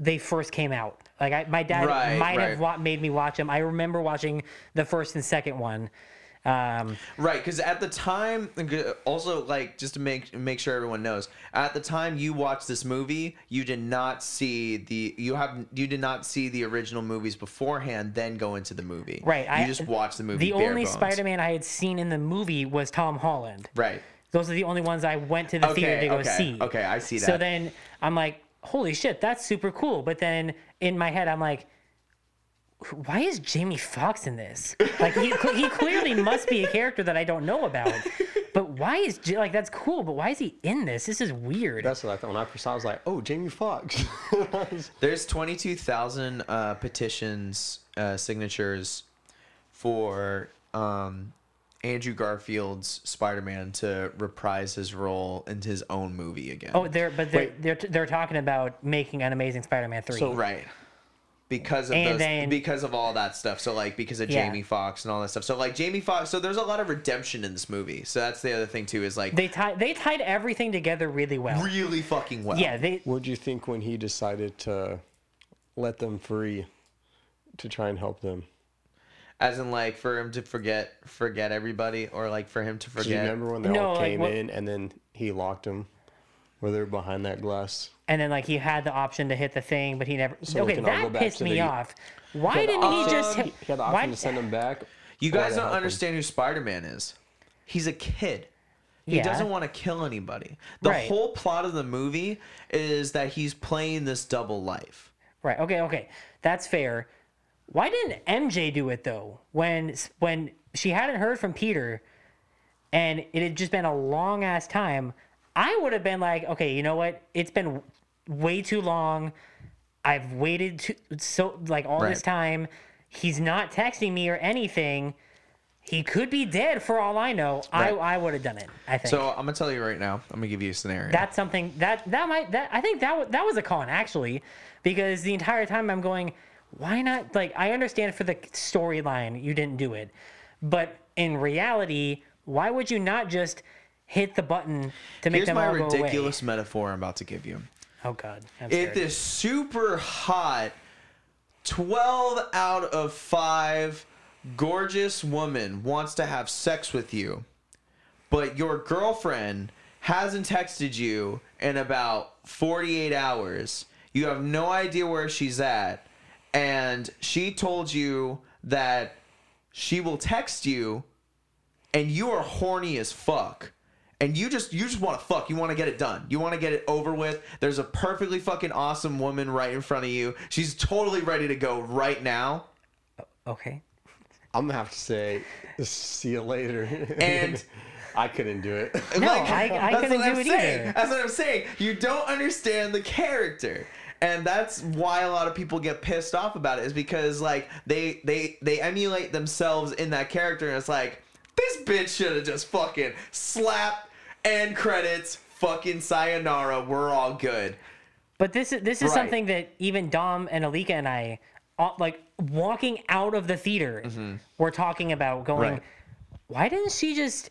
[SPEAKER 2] they first came out. Like I, my dad
[SPEAKER 1] Right,
[SPEAKER 2] might
[SPEAKER 1] right.
[SPEAKER 2] have wa- made me watch them. I remember watching the first and second one. Um,
[SPEAKER 1] Right, because at the time, uh, also like just to make make sure everyone knows, at the time you watched this movie, you did not see the you have you did not see the original movies beforehand, then go into the movie.
[SPEAKER 2] Right,
[SPEAKER 1] you
[SPEAKER 2] I-
[SPEAKER 1] just watched the movie.
[SPEAKER 2] the
[SPEAKER 1] bare
[SPEAKER 2] only
[SPEAKER 1] bones.
[SPEAKER 2] Spider-Man I had seen in the movie was Tom Holland.
[SPEAKER 1] Right.
[SPEAKER 2] Those are the only ones I went to the theater to go
[SPEAKER 1] okay,
[SPEAKER 2] see.
[SPEAKER 1] Okay, I see that.
[SPEAKER 2] So then I'm like, holy shit, that's super cool. But then in my head, I'm like, why is Jamie Foxx in this? Like he, he clearly must be a character that I don't know about. But why is J- like that's cool? But why is he in this? This is weird.
[SPEAKER 3] That's what I thought when I first saw. it, I was like, "Oh, Jamie Foxx."
[SPEAKER 1] There's 22,000 uh, petitions, uh, signatures for um, Andrew Garfield's Spider Man to reprise his role in his own movie again.
[SPEAKER 2] oh, they're but they're,
[SPEAKER 3] Wait.
[SPEAKER 2] they're they're talking about making an Amazing Spider-Man three.
[SPEAKER 3] So-
[SPEAKER 1] right. Because of
[SPEAKER 2] And
[SPEAKER 1] those,
[SPEAKER 2] then-
[SPEAKER 1] because of all that stuff. So like because of
[SPEAKER 2] Yeah.
[SPEAKER 1] Jamie Foxx and all that stuff. So like Jamie Foxx. So there's a lot of redemption in this movie. So that's the other thing too. Is like
[SPEAKER 2] they tied they tied everything together really well.
[SPEAKER 1] really fucking well.
[SPEAKER 2] yeah, they
[SPEAKER 3] What'd you think when he decided to let them free to try and help them?
[SPEAKER 1] As in like for him to forget forget everybody or like for him to
[SPEAKER 3] Do you
[SPEAKER 1] forget.
[SPEAKER 3] remember when they
[SPEAKER 2] No,
[SPEAKER 3] all
[SPEAKER 2] like,
[SPEAKER 3] came
[SPEAKER 2] what-
[SPEAKER 3] in and then he locked them, where they're behind that glass?
[SPEAKER 2] and then like he had the option to hit the thing, but he never.
[SPEAKER 3] So we
[SPEAKER 2] okay,
[SPEAKER 3] can all go
[SPEAKER 2] that
[SPEAKER 3] back
[SPEAKER 2] pissed
[SPEAKER 3] to
[SPEAKER 2] me
[SPEAKER 3] the-
[SPEAKER 2] off. Why
[SPEAKER 3] had the
[SPEAKER 2] didn't he just?
[SPEAKER 1] option-
[SPEAKER 2] hit-
[SPEAKER 3] He had the
[SPEAKER 2] why-
[SPEAKER 3] option to send them back.
[SPEAKER 1] You
[SPEAKER 3] or
[SPEAKER 1] guys
[SPEAKER 3] to
[SPEAKER 1] don't
[SPEAKER 3] help 'em.
[SPEAKER 1] understand who Spider Man is. He's a kid. He
[SPEAKER 2] Yeah.
[SPEAKER 1] doesn't want to kill anybody. The
[SPEAKER 2] Right.
[SPEAKER 1] whole plot of the movie is that he's playing this double life.
[SPEAKER 2] Right. Okay. Okay. That's fair. Why didn't MJ do it though? When when she hadn't heard from Peter, and it had just been a long ass time, I would have been like, okay, you know what? It's been way too long. I've waited to, so like all this
[SPEAKER 1] Right.
[SPEAKER 2] time. He's not texting me or anything. He could be dead for all I know.
[SPEAKER 1] Right.
[SPEAKER 2] I I would have done it. I think.
[SPEAKER 1] So I'm gonna tell you right now. I'm gonna give you a scenario.
[SPEAKER 2] That's something that that might that I think that wa- that was a con actually, because the entire time I'm going, why not? Like I understand for the storyline you didn't do it, but in reality, why would you not just hit the button to make
[SPEAKER 1] Here's
[SPEAKER 2] them
[SPEAKER 1] my
[SPEAKER 2] all go away?
[SPEAKER 1] ridiculous metaphor I'm about to give you.
[SPEAKER 2] Oh God, I'm
[SPEAKER 1] If
[SPEAKER 2] scared.
[SPEAKER 1] this super hot, twelve out of five gorgeous woman wants to have sex with you, but your girlfriend hasn't texted you in about 48 hours. You have no idea where she's at. And she told you that she will text you and you are horny as fuck. And you just you just want to fuck. You want to get it done. You want to get it over with. There's a perfectly fucking awesome woman right in front of you. She's totally ready to go right now.
[SPEAKER 2] okay,
[SPEAKER 3] I'm gonna have to say, see you later.
[SPEAKER 1] And
[SPEAKER 3] I couldn't do it.
[SPEAKER 2] no, I, I
[SPEAKER 1] That's
[SPEAKER 2] couldn't
[SPEAKER 1] what I'm
[SPEAKER 2] do it
[SPEAKER 1] saying.
[SPEAKER 2] either.
[SPEAKER 1] That's what I'm saying. You don't understand the character. And that's why a lot of people get pissed off about it is because like they they they emulate themselves in that character and it's like this bitch should have just fucking slap and credits fucking sayonara we're all good.
[SPEAKER 2] But this is this is
[SPEAKER 1] Right.
[SPEAKER 2] something that even Dom and Alika and I, all- like walking out of the theater, were talking about
[SPEAKER 1] Mm-hmm.
[SPEAKER 2] going.
[SPEAKER 1] Right.
[SPEAKER 2] Why didn't she just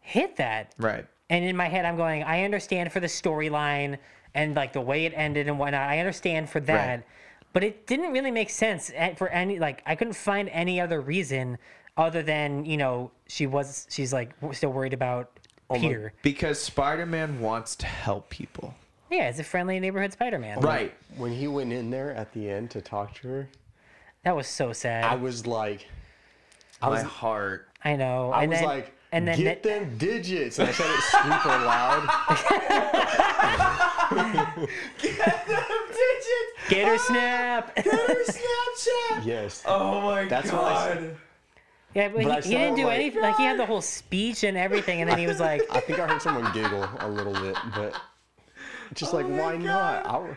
[SPEAKER 2] hit that?
[SPEAKER 1] Right.
[SPEAKER 2] And in my head, I'm going. I understand for the storyline and like the way it ended and whatnot. I understand for that, but it didn't really make sense at- for any. Like I couldn't find any other reason other than you know she was she's like w- still worried about
[SPEAKER 3] Oh,
[SPEAKER 2] Peter.
[SPEAKER 1] Because Spider-Man wants to help people.
[SPEAKER 2] Yeah, it's a friendly neighborhood Spider-Man.
[SPEAKER 1] Right.
[SPEAKER 3] When he went in there at the end to talk to her,
[SPEAKER 2] That was so sad.
[SPEAKER 3] I was like, I
[SPEAKER 1] My
[SPEAKER 3] was,
[SPEAKER 1] heart.
[SPEAKER 2] I know.
[SPEAKER 3] I
[SPEAKER 2] and
[SPEAKER 3] was
[SPEAKER 2] then,
[SPEAKER 3] like,
[SPEAKER 2] and then
[SPEAKER 3] get
[SPEAKER 2] that-
[SPEAKER 3] them digits, and I said it super loud.
[SPEAKER 2] get her snap.
[SPEAKER 1] Snapchat.
[SPEAKER 3] Yes.
[SPEAKER 1] Oh my
[SPEAKER 3] That's what I
[SPEAKER 1] god.
[SPEAKER 3] said.
[SPEAKER 2] yeah, but,
[SPEAKER 3] But I
[SPEAKER 2] he, he didn't
[SPEAKER 3] saw,
[SPEAKER 2] do
[SPEAKER 3] like-
[SPEAKER 2] anything. Like he had the whole speech and everything, and then he was like,
[SPEAKER 3] I think I heard someone giggle a little bit, but just
[SPEAKER 2] Oh
[SPEAKER 3] like, why not? I would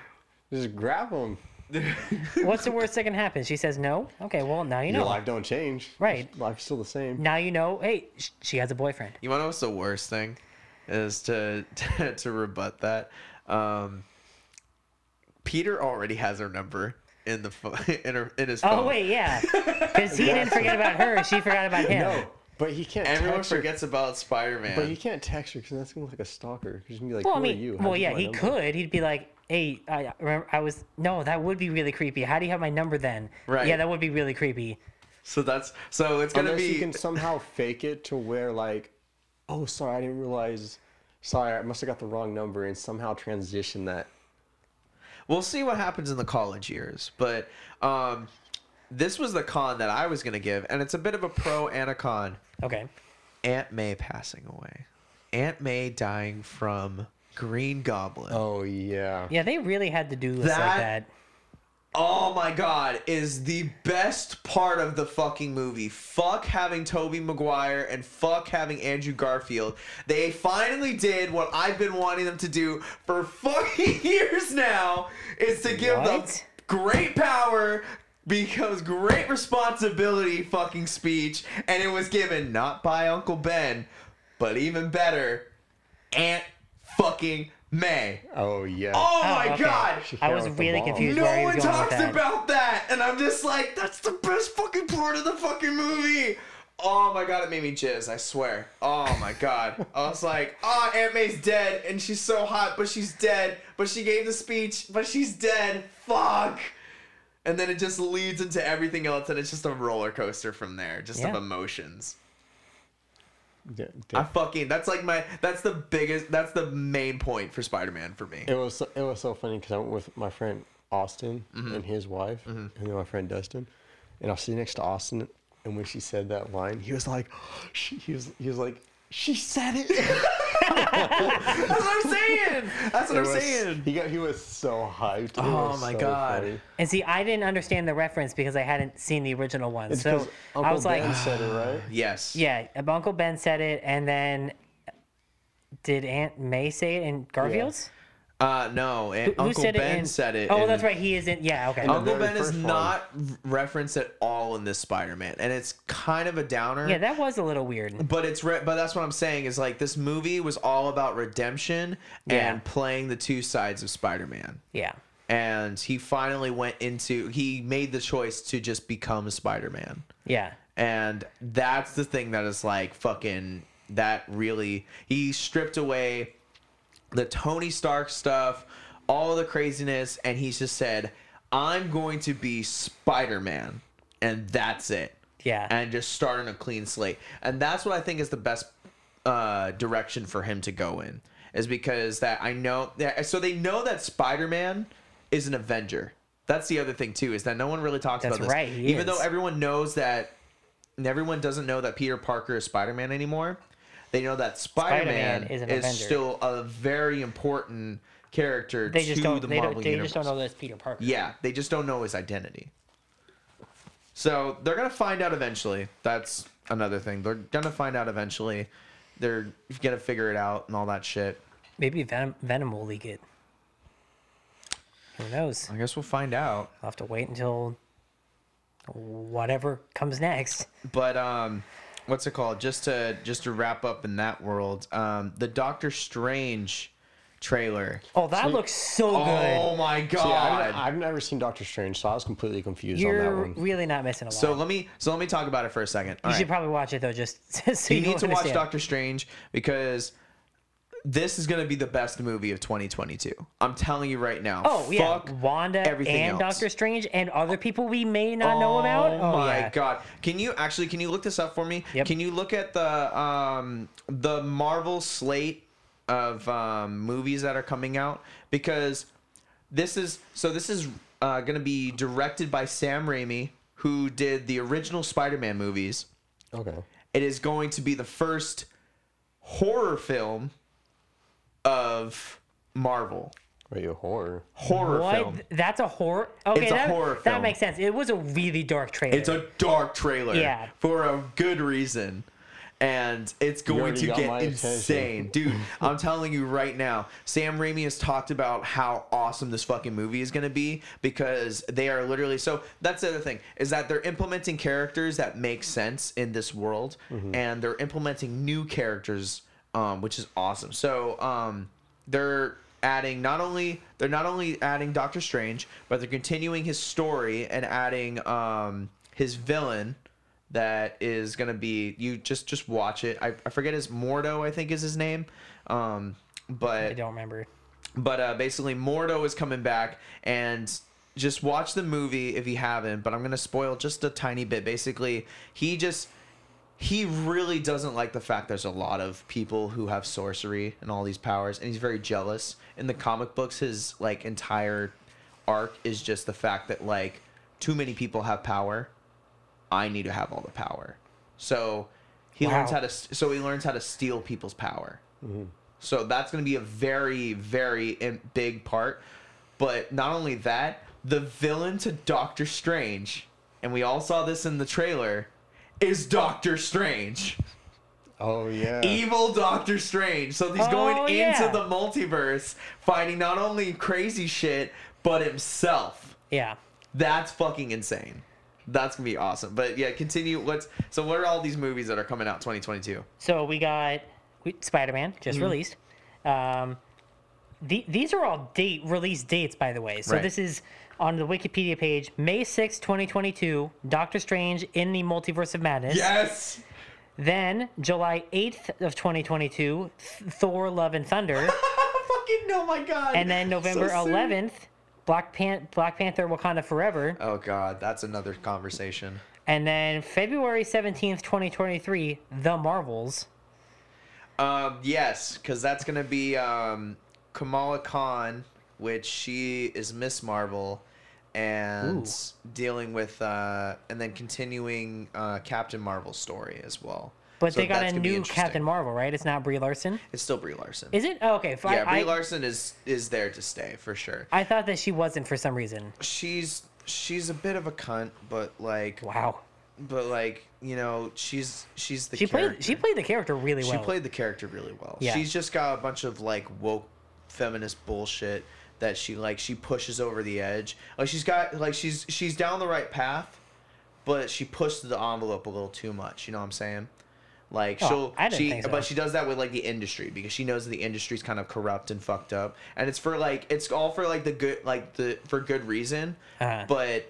[SPEAKER 3] just grab them.
[SPEAKER 2] "What's the worst that can happen?" She says, "No." Okay, well now you know.
[SPEAKER 3] Your life don't change.
[SPEAKER 2] Right.
[SPEAKER 3] Life's still the same.
[SPEAKER 2] now you know. Hey, sh- she has a boyfriend.
[SPEAKER 1] You want to know what's the worst thing is to to, rebut that. Um, Peter already has her number in the pho- in, her, in his phone.
[SPEAKER 2] Oh wait, yeah, because he didn't forget about her. She forgot about him.
[SPEAKER 3] No, Oh, but he can't.
[SPEAKER 1] Everyone
[SPEAKER 3] text her.
[SPEAKER 1] forgets about Spider
[SPEAKER 3] But you
[SPEAKER 1] Man.
[SPEAKER 3] can't text her because that's gonna look like a stalker. She's gonna be like,
[SPEAKER 2] Well,
[SPEAKER 3] "Who
[SPEAKER 2] I mean,
[SPEAKER 3] are you?" How'd
[SPEAKER 2] well,
[SPEAKER 3] you
[SPEAKER 2] yeah,
[SPEAKER 3] find
[SPEAKER 2] he
[SPEAKER 3] out my-"
[SPEAKER 2] could. He'd be like, "Hey, I I remember I was no, that would be really creepy. How do you have my number then?
[SPEAKER 1] Right.
[SPEAKER 2] Yeah, that would be really creepy.
[SPEAKER 1] So that's so it's gonna
[SPEAKER 3] Unless
[SPEAKER 1] be
[SPEAKER 3] you can somehow fake it to where like, oh, sorry, I didn't realize. Sorry, I must have got the wrong number, and somehow transition that.
[SPEAKER 1] we'll see what happens in the college years. But um, this was the con that I was gonna give, and it's a bit of a pro and a con.
[SPEAKER 2] Okay.
[SPEAKER 1] Aunt May passing away. Aunt May dying from Green Goblin.
[SPEAKER 3] Oh yeah.
[SPEAKER 2] Yeah, they really had to do lists like
[SPEAKER 1] That-
[SPEAKER 2] that.
[SPEAKER 1] Oh my god, is the best part of the fucking movie. Fuck having Toby Maguire and fuck having Andrew Garfield. They finally did what I've been wanting them to do for fucking years now is to give them
[SPEAKER 2] What?
[SPEAKER 1] great power because great responsibility fucking speech and it was given not by Uncle Ben, but even better, Aunt fucking May.
[SPEAKER 3] Oh yeah.
[SPEAKER 1] Oh,
[SPEAKER 2] Oh,
[SPEAKER 1] my
[SPEAKER 2] okay.
[SPEAKER 1] god.
[SPEAKER 3] She
[SPEAKER 2] I
[SPEAKER 3] fell
[SPEAKER 2] was
[SPEAKER 3] with the
[SPEAKER 2] really
[SPEAKER 3] bomb.
[SPEAKER 2] confused
[SPEAKER 1] No
[SPEAKER 2] where he was
[SPEAKER 1] one
[SPEAKER 2] going with
[SPEAKER 1] talks
[SPEAKER 2] that.
[SPEAKER 1] about that, and I'm just like, that's the best fucking part of the fucking movie. Oh my god, it made me jizz. I swear. Oh my god, I was like, oh, Aunt May's dead, and she's so hot, but she's dead. But she gave the speech, but she's dead. Fuck. And then it just leads into everything else, and it's just a roller coaster from there, just of
[SPEAKER 2] Yeah.
[SPEAKER 1] emotions.
[SPEAKER 3] Yeah,
[SPEAKER 1] I fucking that's like my that's the biggest that's the main point for Spider-Man for me.
[SPEAKER 3] It was so, it was so funny because I went with my friend Austin and his wife, and then my friend Dustin, and I was sitting next to Austin, and when she said that line, he was like, she, he was he was like, she said it.
[SPEAKER 1] That's what I'm saying. That's what I'm
[SPEAKER 3] It was-
[SPEAKER 1] saying.
[SPEAKER 3] He got he was so hyped. It
[SPEAKER 1] Oh
[SPEAKER 3] was
[SPEAKER 1] my
[SPEAKER 3] so
[SPEAKER 1] God.
[SPEAKER 3] funny.
[SPEAKER 2] And see, I didn't understand the reference because I hadn't seen the original one.
[SPEAKER 3] It's
[SPEAKER 2] so
[SPEAKER 3] 'cause
[SPEAKER 2] I was
[SPEAKER 3] Uncle
[SPEAKER 2] like,
[SPEAKER 3] Ben said it right.
[SPEAKER 1] Yes.
[SPEAKER 2] yeah, Uncle Ben said it, and then did Aunt May say it in Garfield's?
[SPEAKER 1] Uh, no, and
[SPEAKER 2] Who
[SPEAKER 1] Uncle
[SPEAKER 2] said it
[SPEAKER 1] Ben
[SPEAKER 2] in-
[SPEAKER 1] said it.
[SPEAKER 2] Oh,
[SPEAKER 1] in-
[SPEAKER 2] that's right. He is in. Yeah, okay.
[SPEAKER 3] the
[SPEAKER 1] Uncle
[SPEAKER 3] very
[SPEAKER 1] Ben is
[SPEAKER 3] first one.
[SPEAKER 1] not referenced at all in this Spider-Man, and it's kind of a downer.
[SPEAKER 2] yeah, that was a little weird.
[SPEAKER 1] but it's re- but that's what I'm saying is like this movie was all about redemption
[SPEAKER 2] Yeah.
[SPEAKER 1] and playing the two sides of Spider-Man,
[SPEAKER 2] Yeah.
[SPEAKER 1] and he finally went into he made the choice to just become Spider-Man.
[SPEAKER 2] Yeah.
[SPEAKER 1] And that's the thing that is like fucking that really he stripped away the Tony Stark stuff, all the craziness, and he just said, I'm going to be Spider Man. And that's it.
[SPEAKER 2] Yeah.
[SPEAKER 1] And just start on a clean slate. And that's what I think is the best uh, direction for him to go in. Is because that I know that so they know that Spider Man is an Avenger. That's the other thing too, is that no one really talks
[SPEAKER 2] That's
[SPEAKER 1] about this.
[SPEAKER 2] right, he
[SPEAKER 1] Even
[SPEAKER 2] is.
[SPEAKER 1] though everyone knows that and everyone doesn't know that Peter Parker is Spider Man anymore. They know that Spider Man
[SPEAKER 2] Spider-Man
[SPEAKER 1] is,
[SPEAKER 2] is an Avenger.
[SPEAKER 1] still a very important character
[SPEAKER 2] They just
[SPEAKER 1] to
[SPEAKER 2] don't.
[SPEAKER 1] the
[SPEAKER 2] They,
[SPEAKER 1] Marvel
[SPEAKER 2] don't they
[SPEAKER 1] universe.
[SPEAKER 2] just don't know that it's Peter Parker.
[SPEAKER 1] Yeah, they just don't know his identity. So they're gonna find out eventually. That's another thing. They're gonna find out eventually. They're gonna figure it out and all that shit.
[SPEAKER 2] Maybe Venom, Venom will leak it. Who knows?
[SPEAKER 1] I guess we'll find out.
[SPEAKER 2] I'll have to wait until whatever comes next.
[SPEAKER 1] But um, what's it called? Just to just to wrap up in that world, um, the Doctor Strange trailer.
[SPEAKER 2] Oh, that looks so
[SPEAKER 1] Oh my god!
[SPEAKER 3] See, I've, I've never seen Doctor Strange, so I was completely
[SPEAKER 2] good.
[SPEAKER 3] confused on
[SPEAKER 2] You're
[SPEAKER 3] that one.
[SPEAKER 2] really not missing a lot.
[SPEAKER 1] So let me so let me talk about it for a second. All
[SPEAKER 2] you should
[SPEAKER 1] right.
[SPEAKER 2] probably watch it though, just so
[SPEAKER 1] You
[SPEAKER 2] you,
[SPEAKER 1] need to watch
[SPEAKER 2] understand.
[SPEAKER 1] Doctor Strange because this is going to be the best movie of 2022. I'm telling you right now.
[SPEAKER 2] Oh yeah,
[SPEAKER 1] Fuck
[SPEAKER 2] Wanda
[SPEAKER 1] everything
[SPEAKER 2] and
[SPEAKER 1] else.
[SPEAKER 2] Doctor Strange and other people we may not know about.
[SPEAKER 1] Oh my
[SPEAKER 2] yeah.
[SPEAKER 1] god! Can you actually can you look this up for me?
[SPEAKER 2] Yep.
[SPEAKER 1] Can you look at the um the Marvel slate of um, movies that are coming out because this is so this is uh, going to be directed by Sam Raimi who did the original Spider-Man movies.
[SPEAKER 3] Okay.
[SPEAKER 1] It is going to be the first horror film of Marvel.
[SPEAKER 3] Wait, you horror.
[SPEAKER 1] Horror
[SPEAKER 2] What?
[SPEAKER 1] film.
[SPEAKER 2] That's a horror. Okay,
[SPEAKER 1] It's a
[SPEAKER 2] that,
[SPEAKER 1] horror
[SPEAKER 2] that
[SPEAKER 1] film.
[SPEAKER 2] makes sense. It was a really dark trailer.
[SPEAKER 1] It's a dark trailer.
[SPEAKER 2] Yeah.
[SPEAKER 1] For a good reason. And it's going
[SPEAKER 3] already
[SPEAKER 1] to
[SPEAKER 3] got
[SPEAKER 1] get
[SPEAKER 3] my attention.
[SPEAKER 1] insane. Dude, I'm telling you right now, Sam Raimi has talked about how awesome this fucking movie is going to be because they are literally. So that's the other thing is that they're implementing characters that make sense in this world
[SPEAKER 3] Mm-hmm.
[SPEAKER 1] and they're implementing new characters, um, which is awesome. So um, they're adding not only they're not only adding Doctor Strange, but they're continuing his story and adding um, his villain that is gonna be you just just watch it. I, I forget his Mordo I think is his name, um,
[SPEAKER 2] I
[SPEAKER 1] but
[SPEAKER 2] don't remember.
[SPEAKER 1] but uh, basically Mordo is coming back and just watch the movie if you haven't. But I'm gonna spoil just a tiny bit. Basically, he just he really doesn't like the fact there's a lot of people who have sorcery and all these powers, and he's very jealous. In the comic books, his like entire arc is just the fact that like too many people have power. I need to have all the power. So he
[SPEAKER 2] Wow.
[SPEAKER 1] learns how to so he learns how to steal people's power So that's going to be a very, very im- big part. But not only that, the villain to Doctor Strange, and we all saw this in the trailer, is Doctor Strange.
[SPEAKER 3] Oh yeah.
[SPEAKER 1] Evil Doctor Strange. So he's
[SPEAKER 2] Oh,
[SPEAKER 1] going
[SPEAKER 2] yeah.
[SPEAKER 1] into the multiverse, fighting not only crazy shit, but himself.
[SPEAKER 2] Yeah.
[SPEAKER 1] That's fucking insane. That's gonna be awesome. But yeah, continue. What's so? What are all these movies that are coming out 2022?
[SPEAKER 2] So we got Spider Man just
[SPEAKER 1] Mm-hmm.
[SPEAKER 2] released. Um, the, these are all date release dates, by the way. So
[SPEAKER 1] Right.
[SPEAKER 2] this is on the Wikipedia page, May 6, 2022, Doctor Strange in the Multiverse of Madness.
[SPEAKER 1] Yes.
[SPEAKER 2] Then July 8th of 2022, Th- Thor: Love and Thunder,
[SPEAKER 1] fucking no, my god.
[SPEAKER 2] and then
[SPEAKER 1] So
[SPEAKER 2] November
[SPEAKER 1] soon.
[SPEAKER 2] 11th, Black, Pan- Black Panther: Wakanda Forever,
[SPEAKER 1] Oh god, that's another conversation.
[SPEAKER 2] and then February 17th, 2023, The Marvels.
[SPEAKER 1] Um, yes, because that's gonna be um, Kamala Khan, which she is Miss Marvel, and dealing with uh, and then continuing uh, Captain Marvel's story as well.
[SPEAKER 2] But
[SPEAKER 1] So
[SPEAKER 2] they got
[SPEAKER 1] that's
[SPEAKER 2] a
[SPEAKER 1] gonna be
[SPEAKER 2] new
[SPEAKER 1] interesting.
[SPEAKER 2] Captain Marvel, right? It's not Brie Larson.
[SPEAKER 1] It's still Brie Larson.
[SPEAKER 2] Is it? Oh, okay. F- I-
[SPEAKER 1] yeah, Brie
[SPEAKER 2] I,
[SPEAKER 1] Larson is is there to stay for sure.
[SPEAKER 2] I thought that she wasn't for some reason.
[SPEAKER 1] She's she's a bit of a cunt, but like,
[SPEAKER 2] Wow.
[SPEAKER 1] but like you know, she's she's the
[SPEAKER 2] She
[SPEAKER 1] character.
[SPEAKER 2] played she played the character really well.
[SPEAKER 1] She played the character really well.
[SPEAKER 2] Yeah.
[SPEAKER 1] She's just got a bunch of like woke feminist bullshit that she like she pushes over the edge. Like she's got like she's she's down the right path, but she pushed the envelope a little too much, you know what I'm saying? Like
[SPEAKER 2] Oh,
[SPEAKER 1] she'll
[SPEAKER 2] I didn't
[SPEAKER 1] she
[SPEAKER 2] think so.
[SPEAKER 1] but she does that with like the industry because she knows that the industry's kind of corrupt and fucked up. And it's for like it's all for like the good like the for good reason.
[SPEAKER 2] Uh-huh.
[SPEAKER 1] But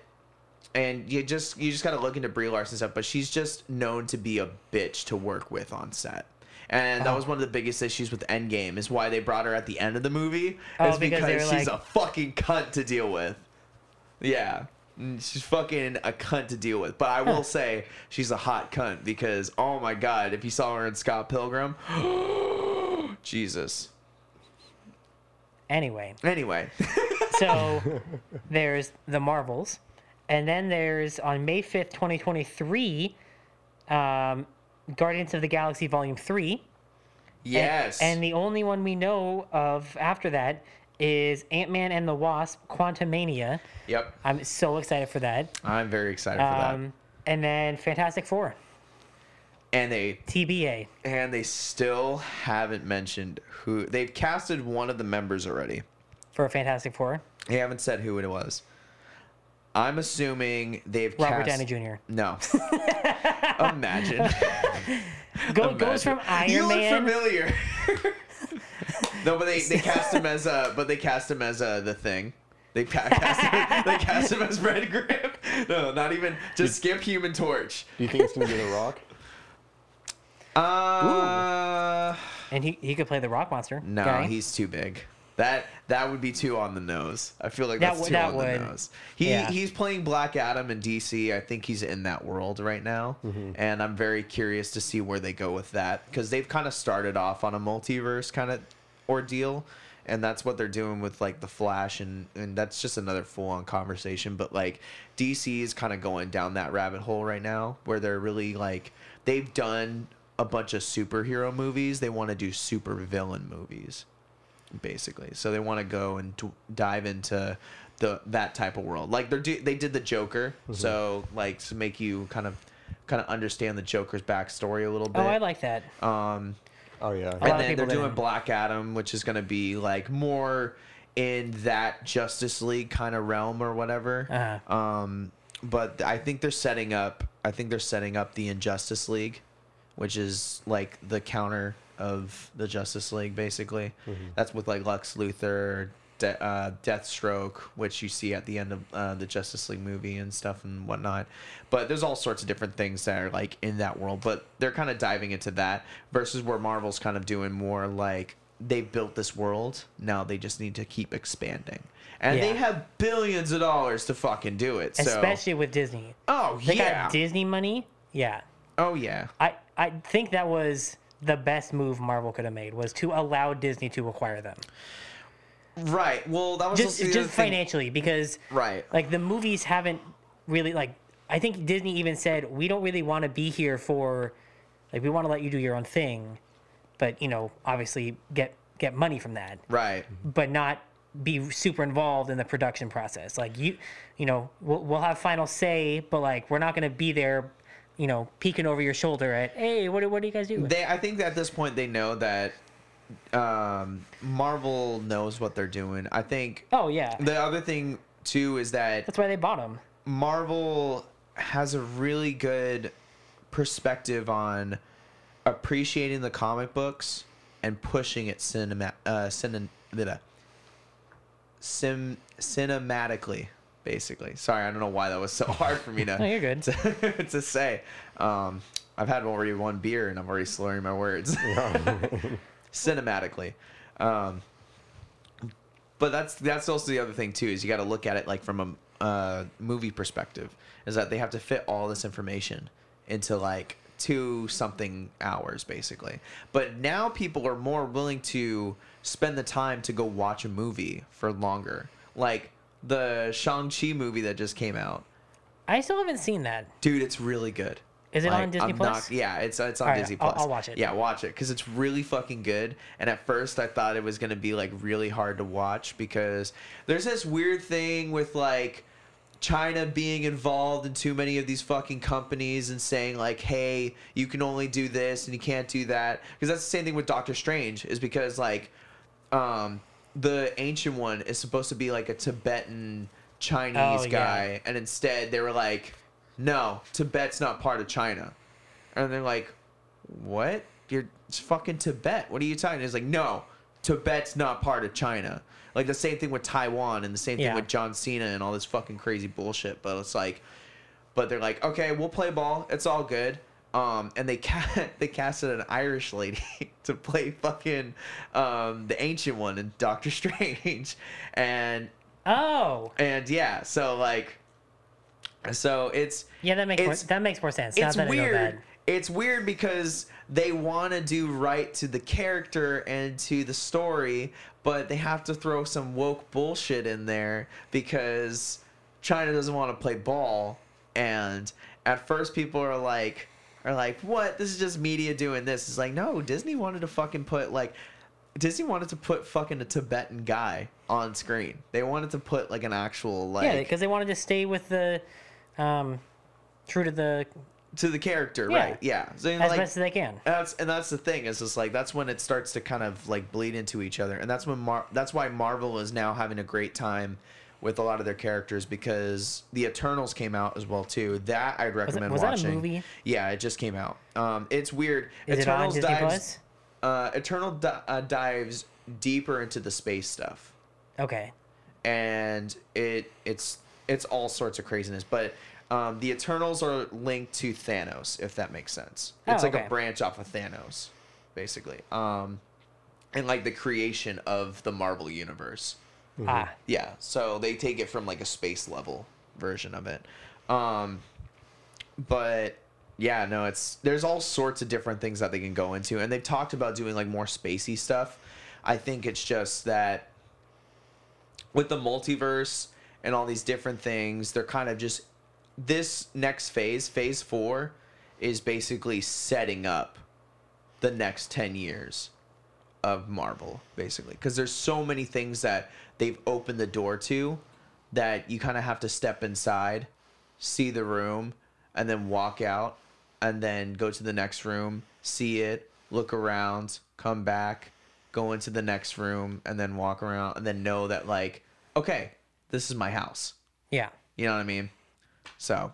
[SPEAKER 1] and you just you just gotta look into Brie Larson stuff, but she's just known to be a bitch to work with on set. And
[SPEAKER 2] Oh.
[SPEAKER 1] that was one of the biggest issues with Endgame is why they brought her at the end of the movie.
[SPEAKER 2] Oh,
[SPEAKER 1] is
[SPEAKER 2] because
[SPEAKER 1] because,
[SPEAKER 2] they were
[SPEAKER 1] she's
[SPEAKER 2] like-
[SPEAKER 1] a fucking cunt to deal with. Yeah. Mm, She's fucking a cunt to deal with. But I will say she's a hot cunt because oh my god, if you saw her in Scott Pilgrim, Jesus.
[SPEAKER 2] anyway.
[SPEAKER 1] Anyway.
[SPEAKER 2] So there's the Marvels, and then there's on May fifth, twenty twenty three, um, Guardians of the Galaxy Volume Three.
[SPEAKER 1] yes.
[SPEAKER 2] And the only one we know of after that is Ant Man and the Wasp: Quantumania.
[SPEAKER 1] yep.
[SPEAKER 2] I'm so excited for that.
[SPEAKER 1] I'm very excited for that.
[SPEAKER 2] Um, and then Fantastic Four,
[SPEAKER 1] And they
[SPEAKER 2] TBA.
[SPEAKER 1] and they still haven't mentioned who they've casted one of the members already.
[SPEAKER 2] For Fantastic Four,
[SPEAKER 1] They haven't said who it was. I'm assuming they've
[SPEAKER 2] Robert
[SPEAKER 1] cast
[SPEAKER 2] Downey Jr.
[SPEAKER 1] No. Imagine.
[SPEAKER 2] Go,
[SPEAKER 1] Imagine.
[SPEAKER 2] goes from Iron
[SPEAKER 1] you
[SPEAKER 2] Man.
[SPEAKER 1] look familiar. no, but they, they cast him as uh, but they cast him as uh, the thing. They ca- cast him, they cast him as Red Grip. No, not even just skip Human Torch.
[SPEAKER 3] Do you think it's gonna be The Rock?
[SPEAKER 1] Uh,
[SPEAKER 2] And he, he could play the rock monster.
[SPEAKER 1] No,
[SPEAKER 2] guy.
[SPEAKER 1] he's too big. That that would be too on the nose. I feel like
[SPEAKER 2] That
[SPEAKER 1] that's
[SPEAKER 2] would-
[SPEAKER 1] too
[SPEAKER 2] that
[SPEAKER 1] on the
[SPEAKER 2] would.
[SPEAKER 1] nose. He
[SPEAKER 2] Yeah.
[SPEAKER 1] he's playing Black Adam in DC. I think he's in that world right now, and I'm very curious to see where they go with that because they've kind of started off on a multiverse kind of ordeal, and that's what they're doing with like the Flash, and and that's just another full on conversation. But like DC is kind of going down that rabbit hole right now where they're really like they've done a bunch of superhero movies. They want to do super villain movies basically. So they want to go and d dive into the that type of world. Like they're do- they did the Joker, so like to make you kind of kind of understand the Joker's backstory a little bit.
[SPEAKER 2] Oh, I like that.
[SPEAKER 1] um,
[SPEAKER 3] Oh yeah.
[SPEAKER 2] lot
[SPEAKER 1] and
[SPEAKER 2] of
[SPEAKER 1] then
[SPEAKER 2] people
[SPEAKER 1] they're doing
[SPEAKER 2] didn't.
[SPEAKER 1] Black Adam, which is going to be like more in that Justice League kind of realm or whatever.
[SPEAKER 2] Uh-huh.
[SPEAKER 1] Um, but I think they're setting up. I think they're setting up the Injustice League, which is like the counter of the Justice League, basically.
[SPEAKER 2] Mm-hmm.
[SPEAKER 1] That's with like Lex Luthor, De- uh, Deathstroke, which you see at the end of uh, the Justice League movie and stuff and whatnot. But there's all sorts of different things that are like in that world. But they're kind of diving into that versus where Marvel's kind of doing more like they built this world. Now they just need to keep expanding. And they
[SPEAKER 2] Yeah.
[SPEAKER 1] have billions of dollars to fucking do it. So
[SPEAKER 2] Especially with Disney.
[SPEAKER 1] Oh
[SPEAKER 2] They
[SPEAKER 1] yeah.
[SPEAKER 2] got Disney money. Yeah.
[SPEAKER 1] oh yeah.
[SPEAKER 2] I, I think that was the best move Marvel could have made was to allow Disney to acquire them.
[SPEAKER 1] Right. Well, that was
[SPEAKER 2] Just
[SPEAKER 1] also the
[SPEAKER 2] just
[SPEAKER 1] other thing.
[SPEAKER 2] financially because
[SPEAKER 1] Right.
[SPEAKER 2] like the movies haven't really like I think Disney even said we don't really want to be here for like we want to let you do your own thing. but you know, obviously get get money from that,
[SPEAKER 1] Right.
[SPEAKER 2] but not be super involved in the production process. Like you, you know, we'll, we'll have final say, but like we're not going to be there, you know, peeking over your shoulder at, hey, what do- what do you guys do?
[SPEAKER 1] They, I think at this point they know that um, Marvel knows what they're doing. I think
[SPEAKER 2] oh yeah,
[SPEAKER 1] the other thing too is that
[SPEAKER 2] that's why they bought them.
[SPEAKER 1] Marvel has a really good perspective on appreciating the comic books and pushing it cinema uh, cine, blah, sim cinematically basically. Sorry, I don't know why that was so hard for me to
[SPEAKER 2] No, you're good.
[SPEAKER 1] to, to say. Um, I've had already one beer and I'm already slurring my words. Cinematically. Um, but that's that's also the other thing too is you got to look at it like from a uh, movie perspective is that they have to fit all this information into like two something hours basically. But now people are more willing to spend the time to go watch a movie for longer. Like the Shang-Chi movie that just came out.
[SPEAKER 2] I still haven't seen that.
[SPEAKER 1] Dude, it's really good.
[SPEAKER 2] Is it on Disney
[SPEAKER 1] I'm
[SPEAKER 2] Plus?
[SPEAKER 1] yeah, it's it's on
[SPEAKER 2] All right,
[SPEAKER 1] Disney
[SPEAKER 2] I'll-
[SPEAKER 1] Plus.
[SPEAKER 2] I'll watch it.
[SPEAKER 1] Yeah, watch it because it's really fucking good. And at first, I thought it was gonna be like really hard to watch because there's this weird thing with like China being involved in too many of these fucking companies and saying like, hey, you can only do this and you can't do that. Because that's the same thing with Doctor Strange is because like um, the ancient one is supposed to be like a Tibetan Chinese
[SPEAKER 2] Oh, yeah.
[SPEAKER 1] guy, and instead they were like, "No, Tibet's not part of China," and they're like, "What? You're it's fucking Tibet? What are you talking?" It's like, "No, Tibet's not part of China." Like the same thing with Taiwan and the same
[SPEAKER 2] Yeah.
[SPEAKER 1] thing with John Cena and all this fucking crazy bullshit. But it's like, but they're like, okay, we'll play ball. It's all good. Um, and they ca- they casted an Irish lady to play fucking um, the ancient one in Doctor Strange, and
[SPEAKER 2] Oh,
[SPEAKER 1] and yeah, so like, so it's
[SPEAKER 2] yeah, that makes more,
[SPEAKER 1] It's-
[SPEAKER 2] that makes more sense. now
[SPEAKER 1] it's
[SPEAKER 2] that I know that.
[SPEAKER 1] weird. It's weird because they want to do right to the character and to the story, but they have to throw some woke bullshit in there because China doesn't want to play ball. And at first, people are like, are like, what? This is just media doing this. It's like, no, Disney wanted to fucking put like. Disney wanted to put fucking a Tibetan guy on screen. They wanted to put like an actual like
[SPEAKER 2] Yeah, because they wanted to stay with the, um, true to the
[SPEAKER 1] to the character,
[SPEAKER 2] Yeah.
[SPEAKER 1] right? Yeah. So,
[SPEAKER 2] as
[SPEAKER 1] like,
[SPEAKER 2] best as they can.
[SPEAKER 1] And that's and that's the thing is just like that's when it starts to kind of like bleed into each other, and that's when Mar- that's why Marvel is now having a great time with a lot of their characters because the Eternals came out as well too. That I'd recommend
[SPEAKER 2] was that a
[SPEAKER 1] watching.
[SPEAKER 2] movie?
[SPEAKER 1] Yeah, it just came out. Um, it's weird.
[SPEAKER 2] Is it on Disney Plus?
[SPEAKER 1] Uh, Eternal di- uh, dives deeper into the space stuff
[SPEAKER 2] Okay.
[SPEAKER 1] and it it's it's all sorts of craziness. But um, the Eternals are linked to Thanos, if that makes sense. It's
[SPEAKER 2] Oh,
[SPEAKER 1] like
[SPEAKER 2] okay.
[SPEAKER 1] a branch off of Thanos, basically, um, and like the creation of the Marvel universe.
[SPEAKER 2] Ah,
[SPEAKER 1] Yeah, so they take it from like a space level version of it. Um, but yeah, no, it's there's all sorts of different things that they can go into, and they've talked about doing like more spacey stuff. I think it's just that with the multiverse and all these different things, they're kind of just this next phase, phase four, is basically setting up the next 10 years of Marvel, basically. Because there's so many things that they've opened the door to that you kind of have to step inside, see the room, and then walk out, and then go to the next room, see it, look around, come back, go into the next room, and then walk around, and then know that, like, okay, this is my house.
[SPEAKER 2] yeah.
[SPEAKER 1] You know what I mean? So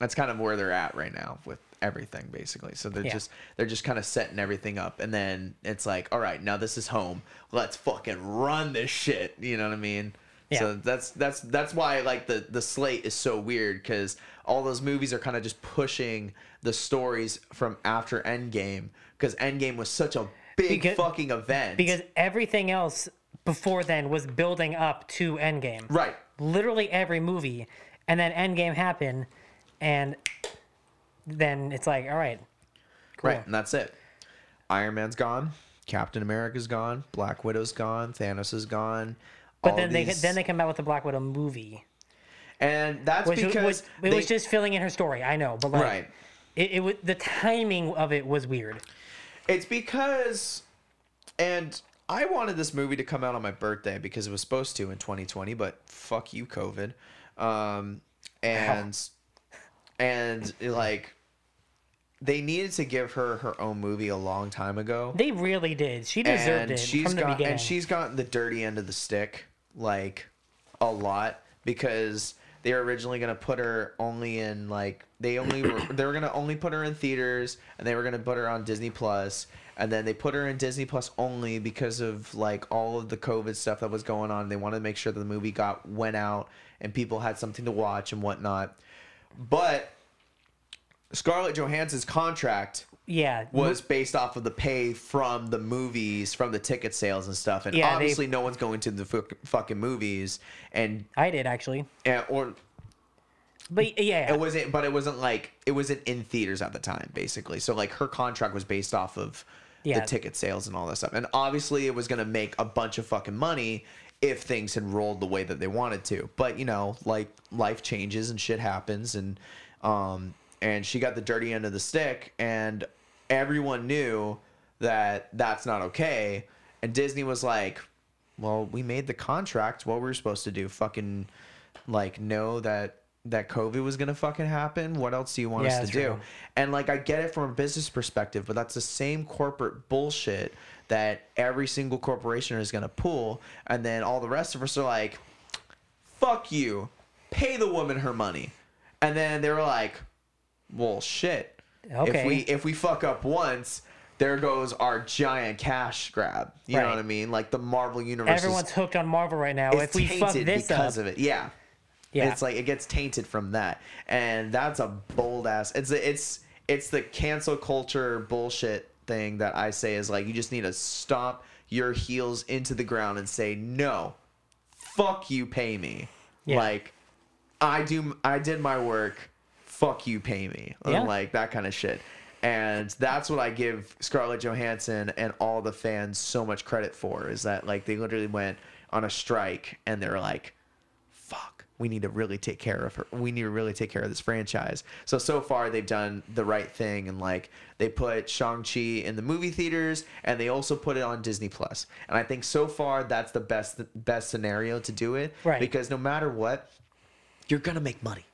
[SPEAKER 1] that's kind of where they're at right now with everything basically. So they're
[SPEAKER 2] Yeah.
[SPEAKER 1] just they're just kind of setting everything up and then it's like, all right, now this is home. Let's fucking run this shit. You know what I mean?
[SPEAKER 2] Yeah.
[SPEAKER 1] So that's that's that's why like the the slate is so weird cuz all those movies are kind of just pushing the stories from after Endgame cuz Endgame was such a big
[SPEAKER 2] Because-
[SPEAKER 1] fucking event.
[SPEAKER 2] Because everything else before then was building up to Endgame.
[SPEAKER 1] right.
[SPEAKER 2] Literally every movie, and then Endgame happened, and then it's like, all right,
[SPEAKER 1] Right, and that's it. Iron Man's gone. Captain America's gone. Black Widow's gone. Thanos is gone.
[SPEAKER 2] but
[SPEAKER 1] all
[SPEAKER 2] then
[SPEAKER 1] these-
[SPEAKER 2] they then they come out with the Black Widow movie,
[SPEAKER 1] and that's
[SPEAKER 2] which was-
[SPEAKER 1] because
[SPEAKER 2] was it was
[SPEAKER 1] they-
[SPEAKER 2] just filling in her story. I know, but like,
[SPEAKER 1] Right.
[SPEAKER 2] it, it was the timing of it was weird.
[SPEAKER 1] it's because And I wanted this movie to come out on my birthday because it was supposed to in 2020, but fuck you, COVID. Um, and and like they needed to give her her own movie a long time ago.
[SPEAKER 2] They really did. She deserved
[SPEAKER 1] and
[SPEAKER 2] it
[SPEAKER 1] she's
[SPEAKER 2] from the
[SPEAKER 1] got
[SPEAKER 2] beginning.
[SPEAKER 1] and she's gotten the dirty end of the stick like a lot because they were originally going to put her only in like they only were they were going to only put her in theaters and they were going to put her on Disney Plus and then they put her in Disney Plus only because of like all of the covid stuff that was going on they wanted to make sure that the movie got went out and people had something to watch and whatnot but Scarlett Johansson's contract
[SPEAKER 2] yeah,
[SPEAKER 1] was based off of the pay from the movies, from the ticket sales and stuff. And
[SPEAKER 2] Yeah, they-
[SPEAKER 1] obviously, no one's going to the fuck- fucking movies, and,
[SPEAKER 2] I did actually.
[SPEAKER 1] and or
[SPEAKER 2] But yeah,
[SPEAKER 1] it wasn't. But it wasn't like it wasn't in theaters at the time, basically. So like her contract was based off of
[SPEAKER 2] Yeah.
[SPEAKER 1] the ticket sales and all that stuff. And obviously, it was going to make a bunch of fucking money if things had rolled the way that they wanted to. But you know, like life changes and shit happens, and um, and she got the dirty end of the stick, and everyone knew that that's not okay. And Disney was like, "Well, we made the contract. What were we supposed to do? Fucking like know that." That COVID was gonna fucking happen. What else do you want
[SPEAKER 2] Yeah,
[SPEAKER 1] us
[SPEAKER 2] that's
[SPEAKER 1] to do?
[SPEAKER 2] true.
[SPEAKER 1] And like I get it from a business perspective, but that's the same corporate bullshit that every single corporation is gonna pull, and then all the rest of us are like, "Fuck you, pay the woman her money," and then they were like, "Well, shit. If
[SPEAKER 2] Okay.
[SPEAKER 1] we if we fuck up once." There goes our giant cash grab. You know
[SPEAKER 2] Right.
[SPEAKER 1] what I mean? Like the Marvel universe
[SPEAKER 2] everyone's
[SPEAKER 1] is,
[SPEAKER 2] hooked on Marvel right now.
[SPEAKER 1] is
[SPEAKER 2] If we
[SPEAKER 1] tainted
[SPEAKER 2] fuck this up,
[SPEAKER 1] because of it. Yeah.
[SPEAKER 2] yeah,
[SPEAKER 1] It's like it gets tainted from that, and that's a bold ass. It's it's it's the cancel culture bullshit thing that I say is like you just need to stomp your heels into the ground and say no, fuck you, pay me.
[SPEAKER 2] Yeah.
[SPEAKER 1] Like I do, I did my work. Fuck you, pay me. And,
[SPEAKER 2] Yeah.
[SPEAKER 1] Like that kind of shit. And that's what I give Scarlett Johansson and all the fans so much credit for is that like they literally went on a strike and they're like, fuck, we need to really take care of her. We need to really take care of this franchise. So so far they've done the right thing and like they put Shang-Chi in the movie theaters and they also put it on Disney Plus. And I think so far that's the best best scenario to do it
[SPEAKER 2] Right.
[SPEAKER 1] because no matter what, you're going to make money.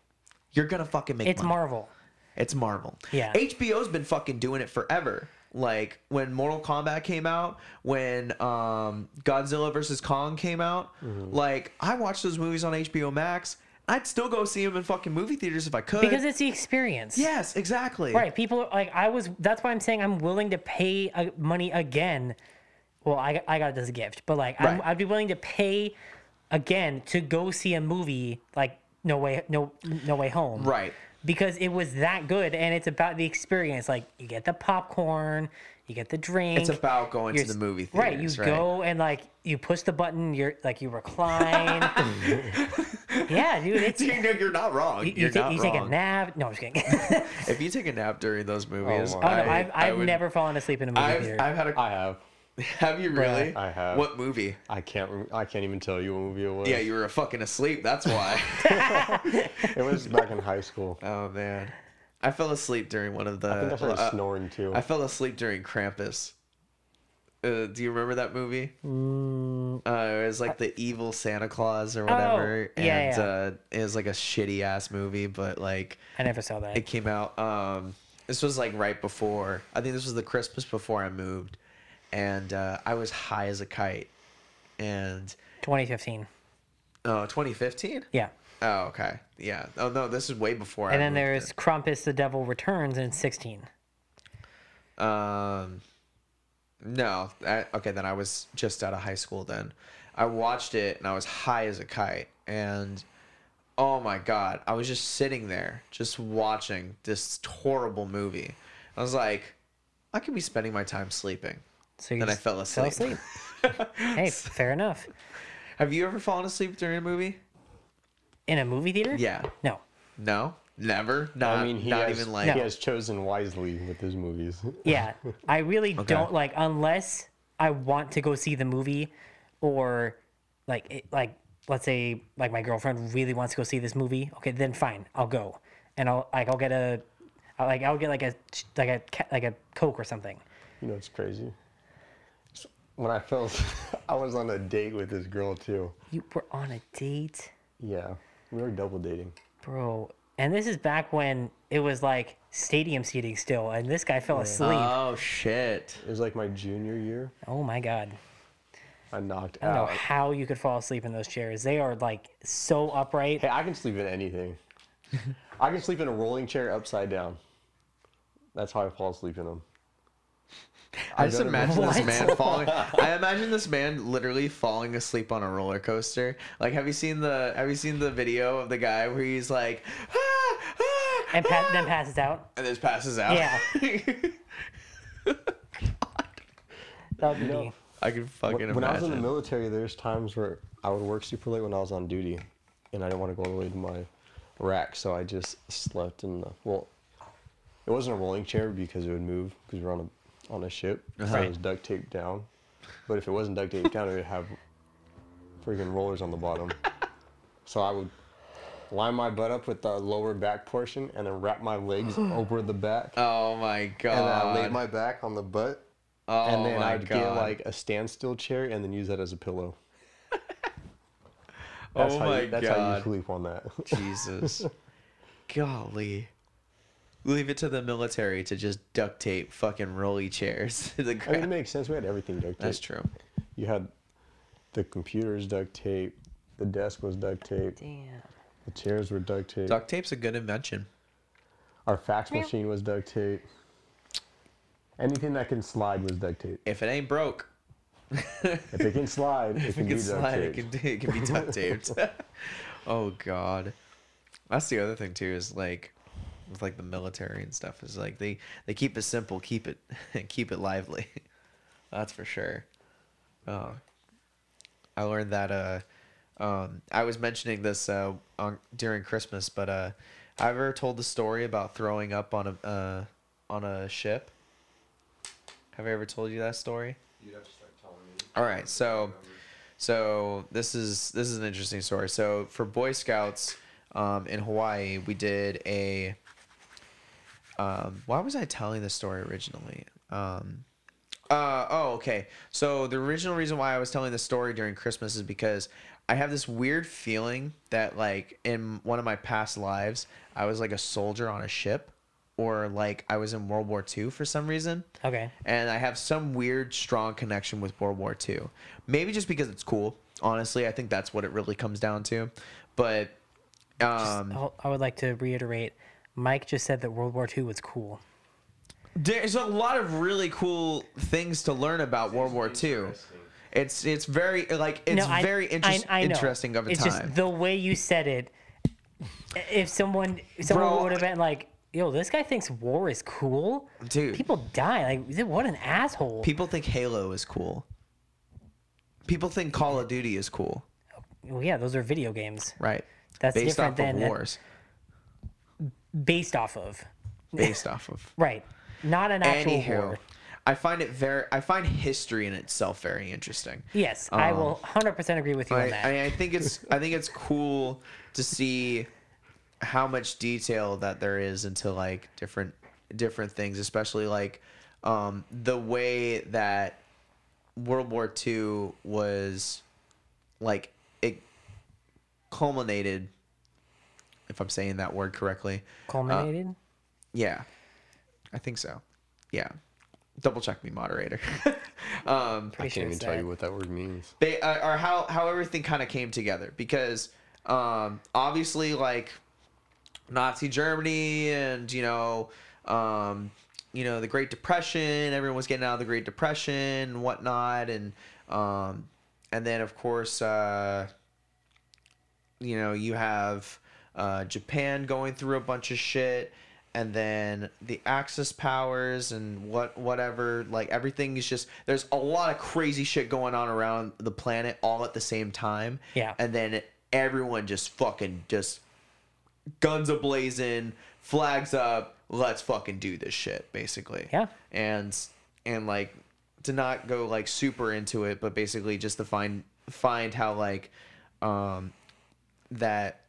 [SPEAKER 1] You're going to fucking make
[SPEAKER 2] it's
[SPEAKER 1] money.
[SPEAKER 2] Marvel.
[SPEAKER 1] It's Marvel.
[SPEAKER 2] Yeah.
[SPEAKER 1] HBO's been fucking doing it forever. Like when Mortal Kombat came out, when um, Godzilla vs Kong came out,
[SPEAKER 2] Mm-hmm.
[SPEAKER 1] like I watched those movies on HBO Max. I'd still go see them in fucking movie theaters if I could.
[SPEAKER 2] Because it's the experience.
[SPEAKER 1] yes, exactly.
[SPEAKER 2] Right. People like I was. That's why I'm saying I'm willing to pay uh, money again. Well, I I got it as a gift, but like I'm,
[SPEAKER 1] Right.
[SPEAKER 2] I'd be willing to pay again to go see a movie like No Way No No Way Home.
[SPEAKER 1] Right.
[SPEAKER 2] Because it was that good, and it's about the experience. Like you get the popcorn, you get the drink.
[SPEAKER 1] It's about going to
[SPEAKER 2] You're-
[SPEAKER 1] the movie
[SPEAKER 2] Right, you
[SPEAKER 1] theaters.
[SPEAKER 2] go and like you push the button, you're like you recline. yeah, dude, it's
[SPEAKER 1] You know, you're not wrong.
[SPEAKER 2] you,
[SPEAKER 1] You, are
[SPEAKER 2] take,
[SPEAKER 1] not
[SPEAKER 2] you
[SPEAKER 1] wrong.
[SPEAKER 2] take a nap. No, I'm just kidding.
[SPEAKER 1] If you take a nap during those movies,
[SPEAKER 3] Oh
[SPEAKER 2] oh no,
[SPEAKER 1] I,
[SPEAKER 2] I've,
[SPEAKER 1] I
[SPEAKER 2] I've
[SPEAKER 1] would-
[SPEAKER 2] never Uh, fallen asleep in a movie
[SPEAKER 1] I've,
[SPEAKER 2] theater.
[SPEAKER 1] I've had a.
[SPEAKER 3] I have.
[SPEAKER 1] have you really?
[SPEAKER 3] I have.
[SPEAKER 1] What movie?
[SPEAKER 3] I can't. Rem- I can't even tell you what movie it was.
[SPEAKER 1] Yeah, you were fucking asleep. That's why.
[SPEAKER 3] it was back in high school.
[SPEAKER 1] Oh man, I fell asleep during one of the. I,
[SPEAKER 3] think I started snoring too.
[SPEAKER 1] uh, I fell asleep during Krampus. Uh, do you remember that movie?
[SPEAKER 2] Mm.
[SPEAKER 1] Uh, it was like the evil Santa Claus or whatever,
[SPEAKER 2] Oh, yeah,
[SPEAKER 1] and
[SPEAKER 2] yeah.
[SPEAKER 1] Uh, it was like a shitty ass movie, but like
[SPEAKER 2] I never saw that.
[SPEAKER 1] it came out. Um, this was like right before. I think this was the Christmas before I moved, and uh, I was high as a kite, and
[SPEAKER 2] 2015.
[SPEAKER 1] oh, 2015.
[SPEAKER 2] Yeah.
[SPEAKER 1] Oh, okay, yeah. Oh no, this is way before. I
[SPEAKER 2] And then
[SPEAKER 1] moved
[SPEAKER 2] there's Krampus the Devil Returns in 16.
[SPEAKER 1] Um, no. I, okay, then I was just out of high school then. I watched it and I was high as a kite. And oh my God, I was just sitting there, just watching this horrible movie. I was like, I could be spending my time sleeping.
[SPEAKER 2] So you
[SPEAKER 1] Then I
[SPEAKER 2] just
[SPEAKER 1] fell asleep.
[SPEAKER 2] hey, fair enough.
[SPEAKER 1] Have you ever fallen asleep during a movie?
[SPEAKER 2] In a movie theater?
[SPEAKER 1] Yeah.
[SPEAKER 2] No.
[SPEAKER 1] No? Never? Not,
[SPEAKER 3] I mean, he
[SPEAKER 1] not
[SPEAKER 3] has,
[SPEAKER 1] even like.
[SPEAKER 3] he has chosen wisely with his movies.
[SPEAKER 2] Yeah, I really don't like unless I want to go see the movie, or like it, like let's say like my girlfriend really wants to go see this movie. Okay, then fine, I'll go, and I'll like I'll get a I'll, like I'll get like a like a ca- like a coke or something.
[SPEAKER 3] You know, it's crazy. So, when I felt I was on a date with this girl too.
[SPEAKER 2] You were on a date,
[SPEAKER 3] Yeah, we were double dating.
[SPEAKER 2] bro. And this is back when it was like stadium seating still, and this guy fell asleep.
[SPEAKER 1] Oh shit.
[SPEAKER 3] It was like my junior year.
[SPEAKER 2] oh my god.
[SPEAKER 3] I knocked
[SPEAKER 2] I don't
[SPEAKER 3] out.
[SPEAKER 2] know how you could fall asleep in those chairs. They are like so upright.
[SPEAKER 3] Hey, I can sleep in anything. I can sleep in a rolling chair upside down. That's how I fall asleep in them.
[SPEAKER 1] I just imagine
[SPEAKER 2] What?
[SPEAKER 1] this man falling. I imagine this man literally falling asleep on a roller coaster. Like, have you seen the Have you seen the video of the guy where he's like, ah, ah,
[SPEAKER 2] And pa- then passes out.
[SPEAKER 1] and just passes out?
[SPEAKER 2] Yeah. That would be me.
[SPEAKER 1] I can fucking
[SPEAKER 3] When
[SPEAKER 1] imagine.
[SPEAKER 3] I was in the military, there's times where I would work super late when I was on duty, and I didn't want to go all the way to my rack, so I just slept in the well. It wasn't a rolling chair because it would move because we were on a on a ship, so
[SPEAKER 1] Right.
[SPEAKER 3] it was duct taped down. But if it wasn't duct taped down, it would have freaking rollers on the bottom. so I would line my butt up with the lower back portion and then wrap my legs over the back,
[SPEAKER 1] oh my god.
[SPEAKER 3] and then I laid my back on the butt
[SPEAKER 1] oh
[SPEAKER 3] and then
[SPEAKER 1] my
[SPEAKER 3] I'd
[SPEAKER 1] god.
[SPEAKER 3] get like a standstill chair and then use that as a pillow.
[SPEAKER 1] Oh
[SPEAKER 3] how
[SPEAKER 1] my
[SPEAKER 3] you, That's how
[SPEAKER 1] God.
[SPEAKER 3] you sleep on that.
[SPEAKER 1] Jesus. Golly. Leave it to the military to just duct tape fucking rolly chairs to the
[SPEAKER 3] I mean, it
[SPEAKER 1] ground.
[SPEAKER 3] makes sense. We had everything duct tape.
[SPEAKER 1] That's true.
[SPEAKER 3] You had the computers duct tape, the desk was duct tape,
[SPEAKER 2] Damn.
[SPEAKER 3] the chairs were duct tape,
[SPEAKER 1] Duct tape's a good invention.
[SPEAKER 3] our fax machine was duct tape. Anything that can slide was duct tape.
[SPEAKER 1] If it ain't broke,
[SPEAKER 3] If it can slide, it
[SPEAKER 1] it
[SPEAKER 3] can,
[SPEAKER 1] can
[SPEAKER 3] be duct
[SPEAKER 1] slide. It
[SPEAKER 3] tape.
[SPEAKER 1] can, it can be duct taped. oh god, that's the other thing too. Is like with like the military and stuff. Is like they they keep it simple, keep it keep it lively. that's for sure. Oh, I learned that. Uh, um, I was mentioning this uh on during Christmas, but uh, I ever told the story about throwing up on a uh on a ship. Have I ever told you that story? All right, so, so this is this is an interesting story. So for Boy Scouts um, in Hawaii, we did a. Um, why was I telling this story originally? Um, uh, oh, okay. So the original reason why I was telling this story during Christmas is because I have this weird feeling that like in one of my past lives, I was like a soldier on a ship, or like I was in World War II for some reason
[SPEAKER 2] Okay.
[SPEAKER 1] and I have some weird strong connection with World War II. Maybe just because it's cool. Honestly, I think that's what it really comes down to. But um,
[SPEAKER 2] I'll- I would like to reiterate. Mike just said that World War II was cool.
[SPEAKER 1] there's a lot of really cool things to learn about World War II. It's it's very like it's
[SPEAKER 2] I-
[SPEAKER 1] very interest,
[SPEAKER 2] I- I know.
[SPEAKER 1] interesting of a
[SPEAKER 2] it's
[SPEAKER 1] time.
[SPEAKER 2] just the way you said it. If someone someone
[SPEAKER 1] Bro,
[SPEAKER 2] would have been like, "Yo, this guy thinks war is cool,"
[SPEAKER 1] Dude.
[SPEAKER 2] people die. Like, what an asshole.
[SPEAKER 1] People think Halo is cool. People think Call of Duty is cool,
[SPEAKER 2] well, yeah, those are video games
[SPEAKER 1] right?
[SPEAKER 2] That's
[SPEAKER 1] based
[SPEAKER 2] different
[SPEAKER 1] off
[SPEAKER 2] than-
[SPEAKER 1] of wars.
[SPEAKER 2] based off of
[SPEAKER 1] Based off of
[SPEAKER 2] right, not an actual
[SPEAKER 1] Anywho,
[SPEAKER 2] war.
[SPEAKER 1] I find it very. I find history in itself very interesting.
[SPEAKER 2] Yes, I will 100% agree with you on that.
[SPEAKER 1] um, I, uh, I, I think it's. I think it's cool to see how much detail that there is into like different different things, especially like um, the way that World War II was like it culminated. If I'm saying that word correctly,
[SPEAKER 2] Culminated.
[SPEAKER 1] yeah, I think so. Yeah, double check me, moderator. um,
[SPEAKER 3] I
[SPEAKER 2] Pretty
[SPEAKER 3] can't
[SPEAKER 2] sure
[SPEAKER 3] even
[SPEAKER 2] it's
[SPEAKER 3] tell
[SPEAKER 2] that.
[SPEAKER 3] you what that word means.
[SPEAKER 1] they uh, or how how everything kind of came together because um, obviously like Nazi Germany and you know um, you know the Great Depression everyone was getting out of the Great Depression and whatnot and um, and then of course uh, you know you have uh, Japan going through a bunch of shit and then the Axis powers and what whatever like everything is just there's a lot of crazy shit going on around the planet all at the same time
[SPEAKER 2] Yeah.
[SPEAKER 1] and then everyone just fucking just guns ablazing, flags up, let's fucking do this shit, basically.
[SPEAKER 2] Yeah.
[SPEAKER 1] And and like to not go like super into it, but basically just to find find how like um that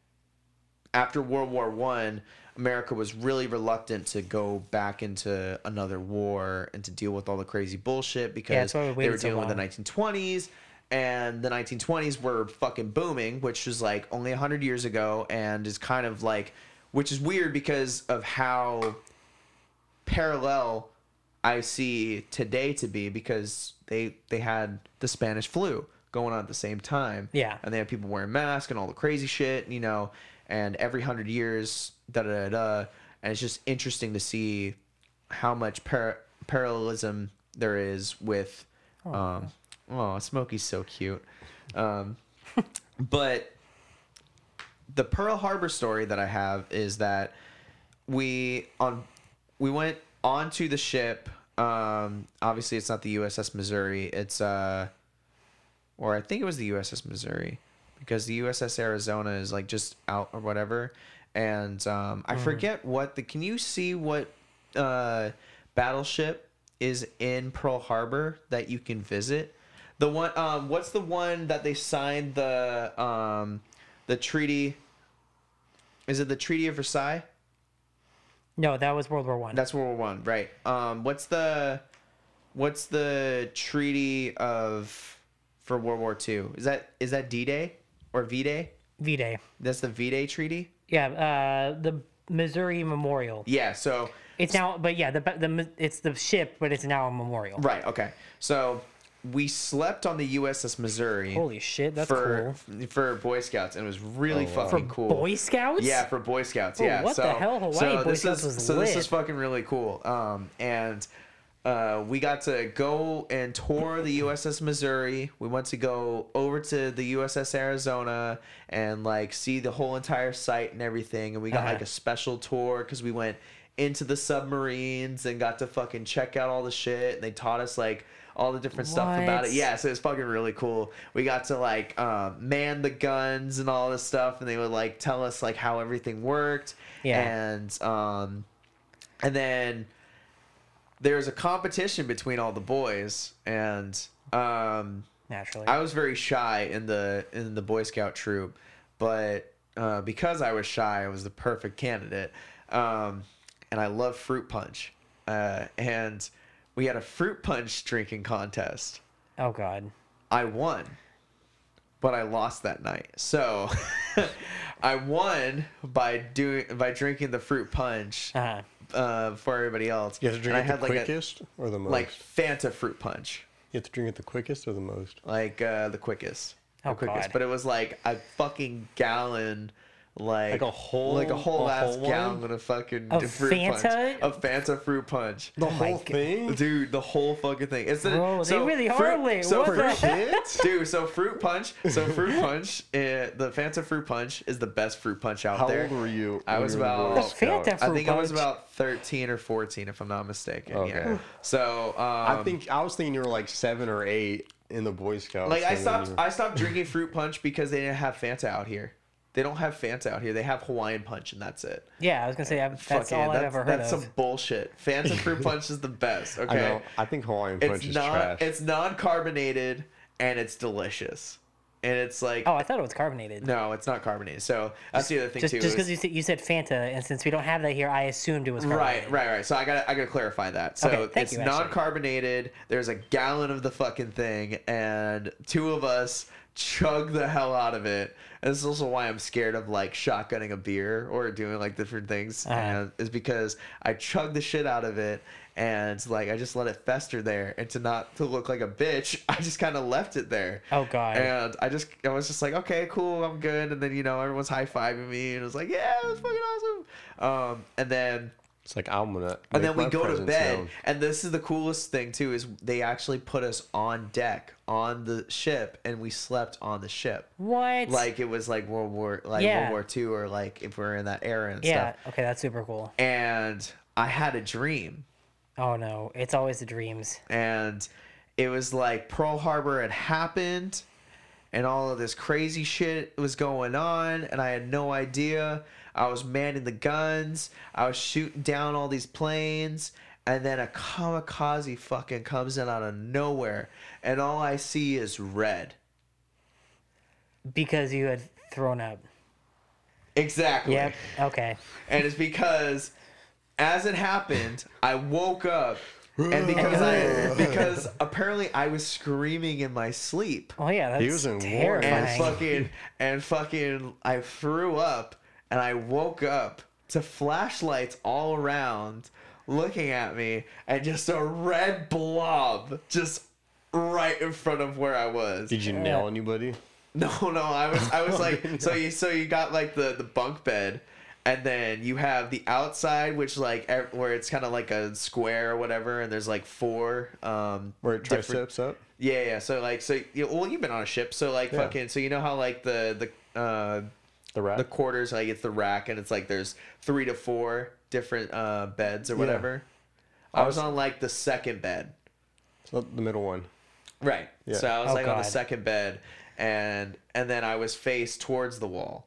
[SPEAKER 1] after World War One, America was really reluctant to go back into another war and to deal with all the crazy bullshit because
[SPEAKER 2] why we
[SPEAKER 1] they were
[SPEAKER 2] waited so
[SPEAKER 1] dealing with the
[SPEAKER 2] long.
[SPEAKER 1] 1920s and the 1920s were fucking booming which was like only 100 years ago and is kind of like which is weird because of how parallel i see today to be because they they had the spanish flu going on at the same time
[SPEAKER 2] Yeah.
[SPEAKER 1] and they had people wearing masks and all the crazy shit you know and every 100 years da da da da and it's just interesting to see how much par- parallelism there is with um oh smokey's so cute um but the pearl harbor story that i have is that we on we went onto the ship um obviously it's not the uss missouri it's uh or i think it was the uss missouri because the uss arizona is like just out or whatever and um i forget what the can you see what uh battleship is in pearl harbor that you can visit the one um what's the one that they signed the um the treaty is it the treaty of versailles
[SPEAKER 2] No, that was World War One.
[SPEAKER 1] that's World War One, right? Um, what's the what's the treaty of for World War Two? Is that is that D Day or V Day?
[SPEAKER 2] V Day.
[SPEAKER 1] That's the V Day treaty.
[SPEAKER 2] Yeah, uh, the Missouri Memorial.
[SPEAKER 1] Yeah. So
[SPEAKER 2] It's now, but yeah, the the it's the ship, but it's now a memorial.
[SPEAKER 1] right. Okay. So we slept on the USS Missouri
[SPEAKER 2] Holy shit, that's
[SPEAKER 1] for
[SPEAKER 2] cool. Oh,
[SPEAKER 1] for Boy Scouts, and it was really fucking cool.
[SPEAKER 2] Boy Scouts.
[SPEAKER 1] Yeah, for Boy Scouts.
[SPEAKER 2] Oh,
[SPEAKER 1] yeah.
[SPEAKER 2] what
[SPEAKER 1] so,
[SPEAKER 2] the hell? Hawaii
[SPEAKER 1] so
[SPEAKER 2] Boy
[SPEAKER 1] this
[SPEAKER 2] Scouts
[SPEAKER 1] is,
[SPEAKER 2] was
[SPEAKER 1] So this is
[SPEAKER 2] lit.
[SPEAKER 1] fucking really cool. Um, and uh, we got to go and tour the USS Missouri. We went to go over to the USS Arizona and like see the whole entire site and everything. And we got
[SPEAKER 2] Uh-huh.
[SPEAKER 1] like a special tour because we went into the submarines and got to fucking check out all the shit. And they taught us like all the different stuff about it.
[SPEAKER 2] What?
[SPEAKER 1] Yeah, yeah, so it's fucking really cool. We got to like um, man the guns and all this stuff, and they would like tell us like how everything worked.
[SPEAKER 2] Yeah.
[SPEAKER 1] And um, and then there was a competition between all the boys, and um,
[SPEAKER 2] naturally.
[SPEAKER 1] I was very shy in the in the Boy Scout troop, but uh, because I was shy, I was the perfect candidate. Um, and I love fruit punch. Uh, and we had a fruit punch drinking contest.
[SPEAKER 2] oh god.
[SPEAKER 1] I won, but I lost that night. So I won by doing by drinking the fruit punch
[SPEAKER 2] Uh-huh.
[SPEAKER 1] uh, for everybody else.
[SPEAKER 3] You have to
[SPEAKER 1] And
[SPEAKER 3] drink
[SPEAKER 1] I
[SPEAKER 3] it the
[SPEAKER 1] had like a-
[SPEAKER 3] quickest or the most.
[SPEAKER 1] like Fanta fruit punch,
[SPEAKER 3] you have to drink it the quickest or the most.
[SPEAKER 1] like uh, the quickest, the
[SPEAKER 2] Oh,
[SPEAKER 1] quickest.
[SPEAKER 2] God.
[SPEAKER 1] But it was like a fucking gallon. Like,
[SPEAKER 3] Like a whole-
[SPEAKER 1] like a whole
[SPEAKER 3] a
[SPEAKER 1] ass
[SPEAKER 3] whole one?
[SPEAKER 1] gallon of fucking
[SPEAKER 2] Of
[SPEAKER 1] fruit punch,
[SPEAKER 2] Fanta?
[SPEAKER 1] of Fanta fruit punch.
[SPEAKER 3] The
[SPEAKER 2] Oh my
[SPEAKER 3] whole
[SPEAKER 2] God.
[SPEAKER 3] thing?
[SPEAKER 1] Dude, the whole fucking thing. It's the,
[SPEAKER 2] Bro, they really are lit.
[SPEAKER 1] So
[SPEAKER 2] What
[SPEAKER 1] fruit,
[SPEAKER 2] the
[SPEAKER 3] Shit.
[SPEAKER 1] Dude, so fruit punch. So fruit punch. Uh, the Fanta fruit punch is the best fruit punch out
[SPEAKER 3] How
[SPEAKER 1] there.
[SPEAKER 3] old were you?
[SPEAKER 1] I
[SPEAKER 3] when
[SPEAKER 1] was
[SPEAKER 3] you were in the Boy
[SPEAKER 1] about-
[SPEAKER 2] The Fanta
[SPEAKER 3] Scout?
[SPEAKER 1] I think I was
[SPEAKER 2] Fruit punch.
[SPEAKER 1] about thirteen or fourteen, if I'm not mistaken. Yeah.
[SPEAKER 3] Okay.
[SPEAKER 1] So um,
[SPEAKER 3] I think I was thinking you were like seven or eight in the Boy Scouts.
[SPEAKER 1] like I
[SPEAKER 3] and when
[SPEAKER 1] stopped.
[SPEAKER 3] you were-
[SPEAKER 1] I stopped drinking fruit punch because they didn't have Fanta out here. They don't have Fanta out here. They have Hawaiian punch, and that's it.
[SPEAKER 2] Yeah, I was gonna say I've, that's
[SPEAKER 1] Fucking-
[SPEAKER 2] all I've
[SPEAKER 1] that's,
[SPEAKER 2] ever heard
[SPEAKER 1] that's
[SPEAKER 2] of.
[SPEAKER 1] some bullshit. Fanta fruit punch is the best. Okay.
[SPEAKER 3] I know. I think Hawaiian
[SPEAKER 1] It's
[SPEAKER 3] Punch is
[SPEAKER 1] non
[SPEAKER 3] trash.
[SPEAKER 1] it's non carbonated and it's delicious. And it's like
[SPEAKER 2] Oh, I thought it was carbonated.
[SPEAKER 1] no, it's not carbonated. So that's the other thing
[SPEAKER 2] just
[SPEAKER 1] too.
[SPEAKER 2] just
[SPEAKER 1] is-
[SPEAKER 2] because you said you said Fanta, and since we don't have that here, I assumed it was carbonated.
[SPEAKER 1] right, right, right. So I gotta I gotta clarify that. So
[SPEAKER 2] Okay, thank
[SPEAKER 1] it's
[SPEAKER 2] you, Ashley.
[SPEAKER 1] non carbonated, there's a gallon of the fucking thing, and two of us chug the hell out of it. And this is also why I'm scared of like shotgunning a beer or doing like different things.
[SPEAKER 2] Uh-huh.
[SPEAKER 1] And is because I chug the shit out of it and like I just let it fester there and to not to look like a bitch, I just kinda left it there.
[SPEAKER 2] Oh, God.
[SPEAKER 1] And I just I was just like, okay, cool, I'm good. And then you know everyone's high fiving me and it was like, yeah, it was fucking awesome. Um, and then
[SPEAKER 3] it's like I'm gonna.
[SPEAKER 1] and
[SPEAKER 3] make
[SPEAKER 1] then we
[SPEAKER 3] my
[SPEAKER 1] go to
[SPEAKER 3] presence
[SPEAKER 1] bed
[SPEAKER 3] known.
[SPEAKER 1] and this is the coolest thing too is they actually put us on deck on the ship and we slept on the ship
[SPEAKER 2] What?
[SPEAKER 1] like it was like world war like
[SPEAKER 2] Yeah.
[SPEAKER 1] world war ii or like if we are in that era and
[SPEAKER 2] yeah.
[SPEAKER 1] stuff
[SPEAKER 2] Okay, that's super cool.
[SPEAKER 1] and i had a dream
[SPEAKER 2] Oh no, it's always the dreams.
[SPEAKER 1] and it was like Pearl Harbor had happened and all of this crazy shit was going on and I had no idea. I was manning the guns, I was shooting down all these planes, and then a kamikaze fucking comes in out of nowhere and all I see is red.
[SPEAKER 2] Because you had thrown up.
[SPEAKER 1] Exactly.
[SPEAKER 2] Yep. Okay.
[SPEAKER 1] And it's because as it happened, I woke up and because I because apparently I was screaming in my sleep.
[SPEAKER 2] Oh yeah, that's
[SPEAKER 3] He was in war.
[SPEAKER 1] and
[SPEAKER 2] terrifying.
[SPEAKER 1] fucking and fucking I threw up and I woke up to flashlights all around looking at me and just a red blob just right in front of where I was.
[SPEAKER 3] Did you Oh, nail anybody?
[SPEAKER 1] No, no, I was I was like so you so you got like the the bunk bed and then you have the outside which like ev- where it's kind of like a square or whatever and there's like four um
[SPEAKER 3] Where it
[SPEAKER 1] different-
[SPEAKER 3] triceps up?
[SPEAKER 1] yeah, yeah. So like, so you, well, you've been on a ship, so like,
[SPEAKER 3] Yeah.
[SPEAKER 1] fucking. So you know how like the the uh,
[SPEAKER 3] The rack?
[SPEAKER 1] the quarters, like it's the rack, and it's like there's three to four different uh, beds or whatever. I was on like the second bed,
[SPEAKER 3] So Oh, the middle one.
[SPEAKER 1] right?
[SPEAKER 3] Yeah.
[SPEAKER 1] So I was
[SPEAKER 2] Oh,
[SPEAKER 1] like on the
[SPEAKER 2] God.
[SPEAKER 1] second bed, and and then I was faced towards the wall.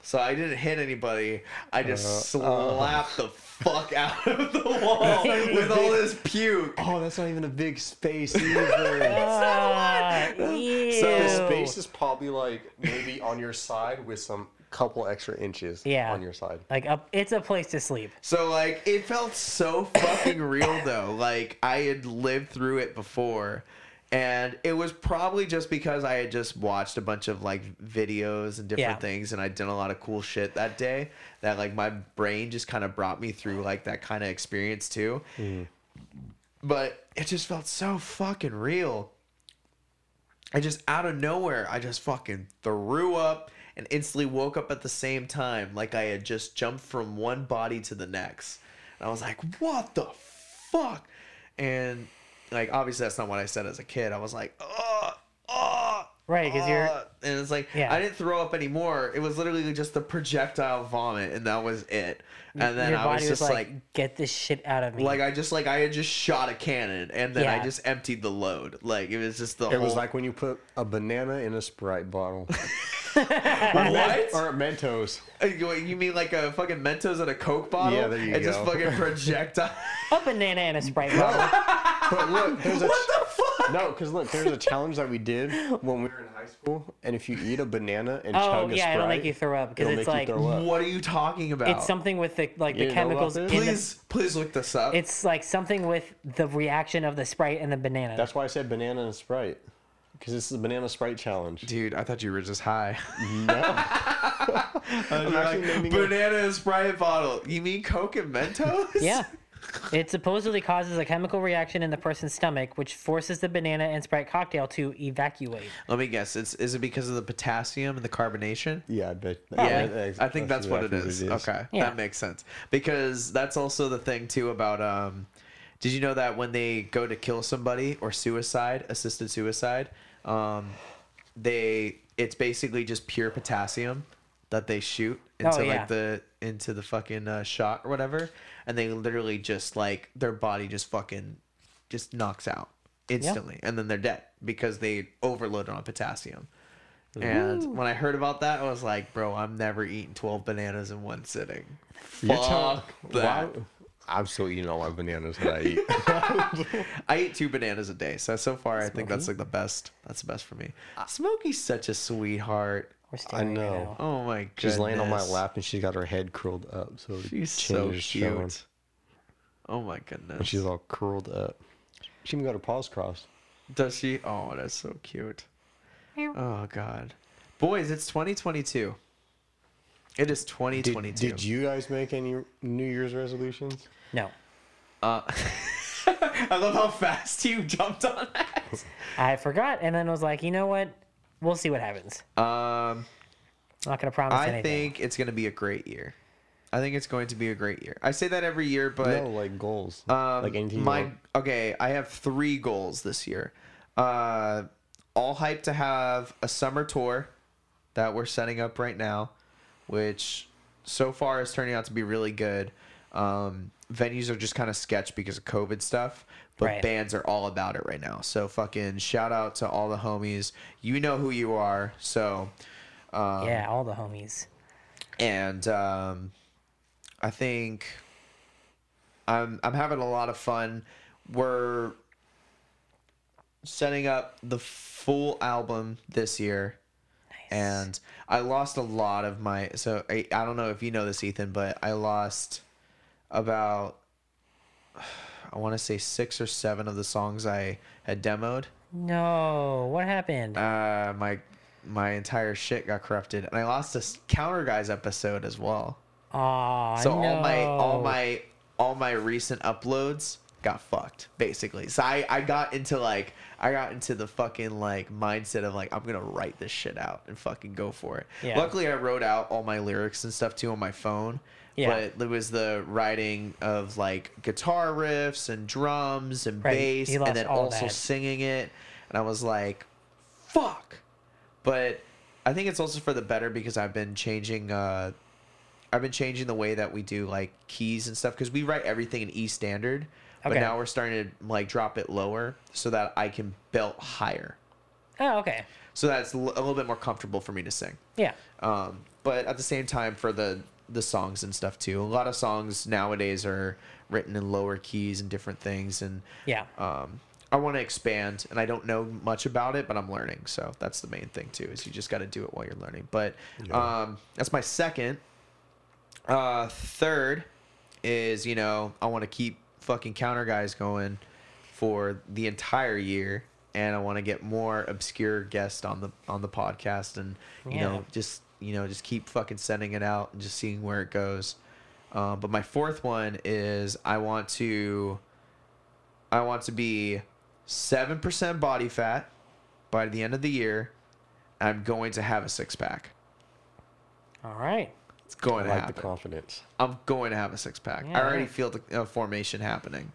[SPEAKER 1] So I didn't hit anybody. I just slapped the fuck out of the wall with all this puke.
[SPEAKER 3] Oh, that's not even a big space either.
[SPEAKER 2] Ah,
[SPEAKER 3] the
[SPEAKER 2] ew.
[SPEAKER 3] space is probably like maybe on your side with some couple extra inches
[SPEAKER 2] Yeah.
[SPEAKER 3] on your side.
[SPEAKER 2] like up. It's a place to sleep.
[SPEAKER 1] So like it felt so fucking real though. Like I had lived through it before. And it was probably just because I had just watched a bunch of like videos and different
[SPEAKER 2] Yeah.
[SPEAKER 1] things and I'd done a lot of cool shit that day that like my brain just kind of brought me through like that kind of experience too. But it just felt so fucking real. I just out of nowhere, I just fucking threw up and instantly woke up at the same time, like I had just jumped from one body to the next. And I was like, what the fuck? And like, obviously, that's not what I said as a kid. I was like, oh, oh.
[SPEAKER 2] Right, 'cause you're-
[SPEAKER 3] Uh,
[SPEAKER 1] and it's like
[SPEAKER 2] Yeah.
[SPEAKER 1] I didn't throw up anymore. It was literally just the projectile vomit, and that was it. And then
[SPEAKER 2] Your
[SPEAKER 1] I
[SPEAKER 2] body
[SPEAKER 1] was just like,
[SPEAKER 2] "Get this shit out of me."
[SPEAKER 1] like I just like I had just shot a cannon, and then I
[SPEAKER 2] Yeah.
[SPEAKER 1] just emptied the load. Like it was just the
[SPEAKER 3] It
[SPEAKER 1] whole
[SPEAKER 3] was like when you put a banana in a Sprite bottle.
[SPEAKER 1] what?
[SPEAKER 3] or a Mentos.
[SPEAKER 1] Uh, You you mean like a fucking Mentos and a Coke bottle?
[SPEAKER 3] Yeah, there you
[SPEAKER 1] and just
[SPEAKER 3] go.
[SPEAKER 1] fucking projectile.
[SPEAKER 2] a banana and a sprite bottle.
[SPEAKER 3] But look, there's a
[SPEAKER 1] what the fuck?
[SPEAKER 3] no, because look, there's a challenge that we did when we were in high school, and if you eat a banana and
[SPEAKER 2] oh
[SPEAKER 3] chug a
[SPEAKER 2] yeah,
[SPEAKER 3] Sprite,
[SPEAKER 2] it'll make you throw up because
[SPEAKER 3] it'll
[SPEAKER 2] it's
[SPEAKER 3] make you
[SPEAKER 2] like
[SPEAKER 3] throw up.
[SPEAKER 1] What are you talking about?
[SPEAKER 2] it's something with the like
[SPEAKER 3] You
[SPEAKER 2] the
[SPEAKER 3] didn't know about
[SPEAKER 2] chemicals in
[SPEAKER 3] this?
[SPEAKER 1] Please,
[SPEAKER 2] the.
[SPEAKER 1] please look this up.
[SPEAKER 2] It's like something with the reaction of the sprite and the banana.
[SPEAKER 3] That's why I said banana and Sprite, because this is a banana Sprite challenge.
[SPEAKER 1] Dude, I thought you were just high.
[SPEAKER 3] No,
[SPEAKER 1] Oh,
[SPEAKER 3] I'm actually naming it-
[SPEAKER 1] Banana and Sprite bottle. You mean Coke and Mentos?
[SPEAKER 2] yeah. It supposedly causes a chemical reaction in the person's stomach, which forces the banana and Sprite cocktail to evacuate.
[SPEAKER 1] Let me guess. It's is it because of the potassium and the carbonation?
[SPEAKER 3] Yeah, I bet.
[SPEAKER 1] Yeah,
[SPEAKER 3] that-
[SPEAKER 1] I think that's, what it
[SPEAKER 3] exactly
[SPEAKER 1] is. Okay,
[SPEAKER 2] Yeah.
[SPEAKER 1] that makes sense because that's also the thing too about. Um, did you know that when they go to kill somebody or suicide, assisted suicide, um, they it's basically just pure potassium that they shoot into
[SPEAKER 2] Oh, yeah.
[SPEAKER 1] like the into the fucking uh, shot or whatever, and they literally just like their body just fucking just knocks out instantly, and then they're dead because they overloaded on potassium. And when I heard about that, I was like, bro, I'm never eating 12 bananas in one sitting.
[SPEAKER 3] You're telling-
[SPEAKER 1] Fuck that.
[SPEAKER 3] Why- I'm still eating all my bananas that I eat.
[SPEAKER 1] I eat two bananas a day. So, so far, I think that's like the best. That's the best for me. Smoky's such a sweetheart.
[SPEAKER 2] We're staring
[SPEAKER 3] know.
[SPEAKER 2] Right now.
[SPEAKER 1] Oh my god.
[SPEAKER 3] She's laying on my lap and she's got her head curled up, so it
[SPEAKER 1] She's so
[SPEAKER 3] changes showing.
[SPEAKER 1] cute. Oh my goodness.
[SPEAKER 3] And she's all curled up. She even got her paws crossed.
[SPEAKER 1] Does she? Oh, that's so cute. Oh god. Boys, it's 2022. It is 2022.
[SPEAKER 3] Did you guys make any New Year's resolutions?
[SPEAKER 2] No,
[SPEAKER 1] I love how fast you jumped on that.
[SPEAKER 2] I forgot, and then was like, you know what? We'll see what happens.
[SPEAKER 1] Um,
[SPEAKER 2] I'm not gonna promise
[SPEAKER 1] I
[SPEAKER 2] anything.
[SPEAKER 1] think it's going to be a great year. I think it's going to be a great year. I say that every year, but
[SPEAKER 3] no, like goals.
[SPEAKER 1] um,
[SPEAKER 3] like anything. you
[SPEAKER 1] my
[SPEAKER 3] want.
[SPEAKER 1] okay, I have three goals this year. Uh, all hyped to have a summer tour that we're setting up right now, which so far is turning out to be really good. Um, venues are just kind of sketch because of COVID stuff, but
[SPEAKER 2] Right.
[SPEAKER 1] bands are all about it right now. So fucking shout out to all the homies. You know who you are. So um,
[SPEAKER 2] yeah, all the homies.
[SPEAKER 1] and um, I think I'm I'm having a lot of fun. We're setting up the full album this year, and I lost a lot of my. So I, I don't know if you know this, Ethan, but I lost about I want to say six or seven of the songs I had demoed.
[SPEAKER 2] No, what happened?
[SPEAKER 1] Uh, my my entire shit got corrupted, and I lost a s- counter guys episode as well.
[SPEAKER 2] Aw,
[SPEAKER 1] So all my all
[SPEAKER 2] no.
[SPEAKER 1] my all my recent uploads got fucked basically. So I I got into like I got into the fucking like mindset of like I'm gonna write this shit out and fucking go for it.
[SPEAKER 2] Yeah.
[SPEAKER 1] Luckily I wrote out all my lyrics and stuff too on my phone.
[SPEAKER 2] Yeah.
[SPEAKER 1] But it was the writing of like guitar riffs and drums and
[SPEAKER 2] Right,
[SPEAKER 1] bass
[SPEAKER 2] you
[SPEAKER 1] and
[SPEAKER 2] lost
[SPEAKER 1] then
[SPEAKER 2] all
[SPEAKER 1] also
[SPEAKER 2] that.
[SPEAKER 1] singing it. And I was like, fuck. But I think it's also for the better because I've been changing uh I've been changing the way that we do like keys and stuff because we write everything in E standard, but
[SPEAKER 2] Okay.
[SPEAKER 1] now we're starting to like drop it lower so that I can belt higher.
[SPEAKER 2] Oh, okay.
[SPEAKER 1] So that's l- a little bit more comfortable for me to sing.
[SPEAKER 2] Yeah.
[SPEAKER 1] Um, but at the same time, for the the songs and stuff too, a lot of songs nowadays are written in lower keys and different things, and
[SPEAKER 2] Yeah.
[SPEAKER 1] um, I want to expand, and I don't know much about it, but I'm learning. So that's the main thing too. Is you just got to do it while you're learning. But um, that's my second. Uh, third is you know I want to keep fucking counter guys going for the entire year, and I want to get more obscure guests on the on the podcast, and you
[SPEAKER 2] Yeah.
[SPEAKER 1] know just you know just keep fucking sending it out and just seeing where it goes. Uh, but my fourth one is I want to. I want to be 7% body fat by the end of the year. I'm going to have a six pack.
[SPEAKER 2] All right.
[SPEAKER 1] It's going
[SPEAKER 3] I
[SPEAKER 1] to
[SPEAKER 3] like the
[SPEAKER 1] happen.
[SPEAKER 3] confidence.
[SPEAKER 1] I'm going to have a six pack. I
[SPEAKER 2] Yeah.
[SPEAKER 1] already feel the uh, formation happening.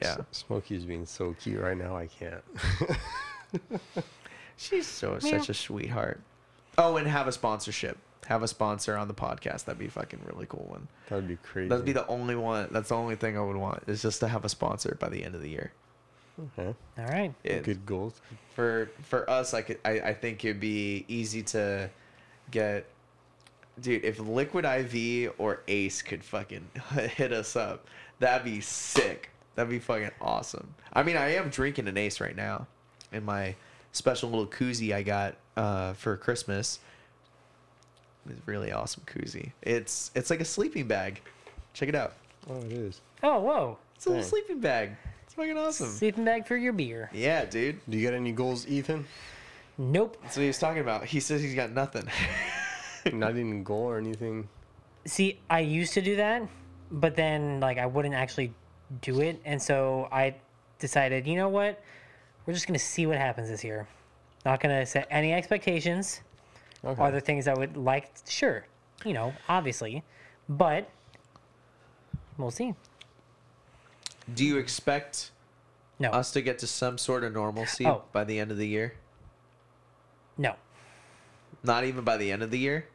[SPEAKER 1] Yeah.
[SPEAKER 3] Smokey's being so cute right now. I can't.
[SPEAKER 1] She's so such a sweetheart. Oh, and have a sponsorship. Have a sponsor on the podcast. That'd be a fucking really cool one.
[SPEAKER 3] That would be crazy.
[SPEAKER 1] That'd be the only one. That's the only thing I would want is just to have a sponsor by the end of the year.
[SPEAKER 3] Okay.
[SPEAKER 2] All right.
[SPEAKER 1] It-
[SPEAKER 3] good goals.
[SPEAKER 1] for for us like I, I think it'd be easy to get dude if liquid iv or ace could fucking hit us up that'd be sick that'd be fucking awesome i mean i am drinking an ace right now in my special little koozie i got uh, for christmas it's really awesome koozie it's it's like a sleeping bag check it out
[SPEAKER 3] Oh, it is.
[SPEAKER 2] Oh, whoa.
[SPEAKER 1] it's a little
[SPEAKER 3] Dang.
[SPEAKER 1] sleeping bag it's fucking awesome
[SPEAKER 2] Sleeping bag for your beer.
[SPEAKER 1] yeah dude
[SPEAKER 3] Do you got any goals, Ethan?
[SPEAKER 2] Nope.
[SPEAKER 1] that's what he was talking about he says he's got nothing
[SPEAKER 3] Not even goal or anything.
[SPEAKER 2] See, I used to do that, but then like I wouldn't actually do it, and so I decided, you know what? We're just gonna see what happens this year. Not gonna set any expectations.
[SPEAKER 3] Okay.
[SPEAKER 2] Are there things I would like? Sure, you know, obviously, but we'll see.
[SPEAKER 1] Do you expect
[SPEAKER 2] No,
[SPEAKER 1] us to get to some sort of normalcy
[SPEAKER 2] Oh.
[SPEAKER 1] by the end of the year?
[SPEAKER 2] no,
[SPEAKER 1] Not even by the end of the year?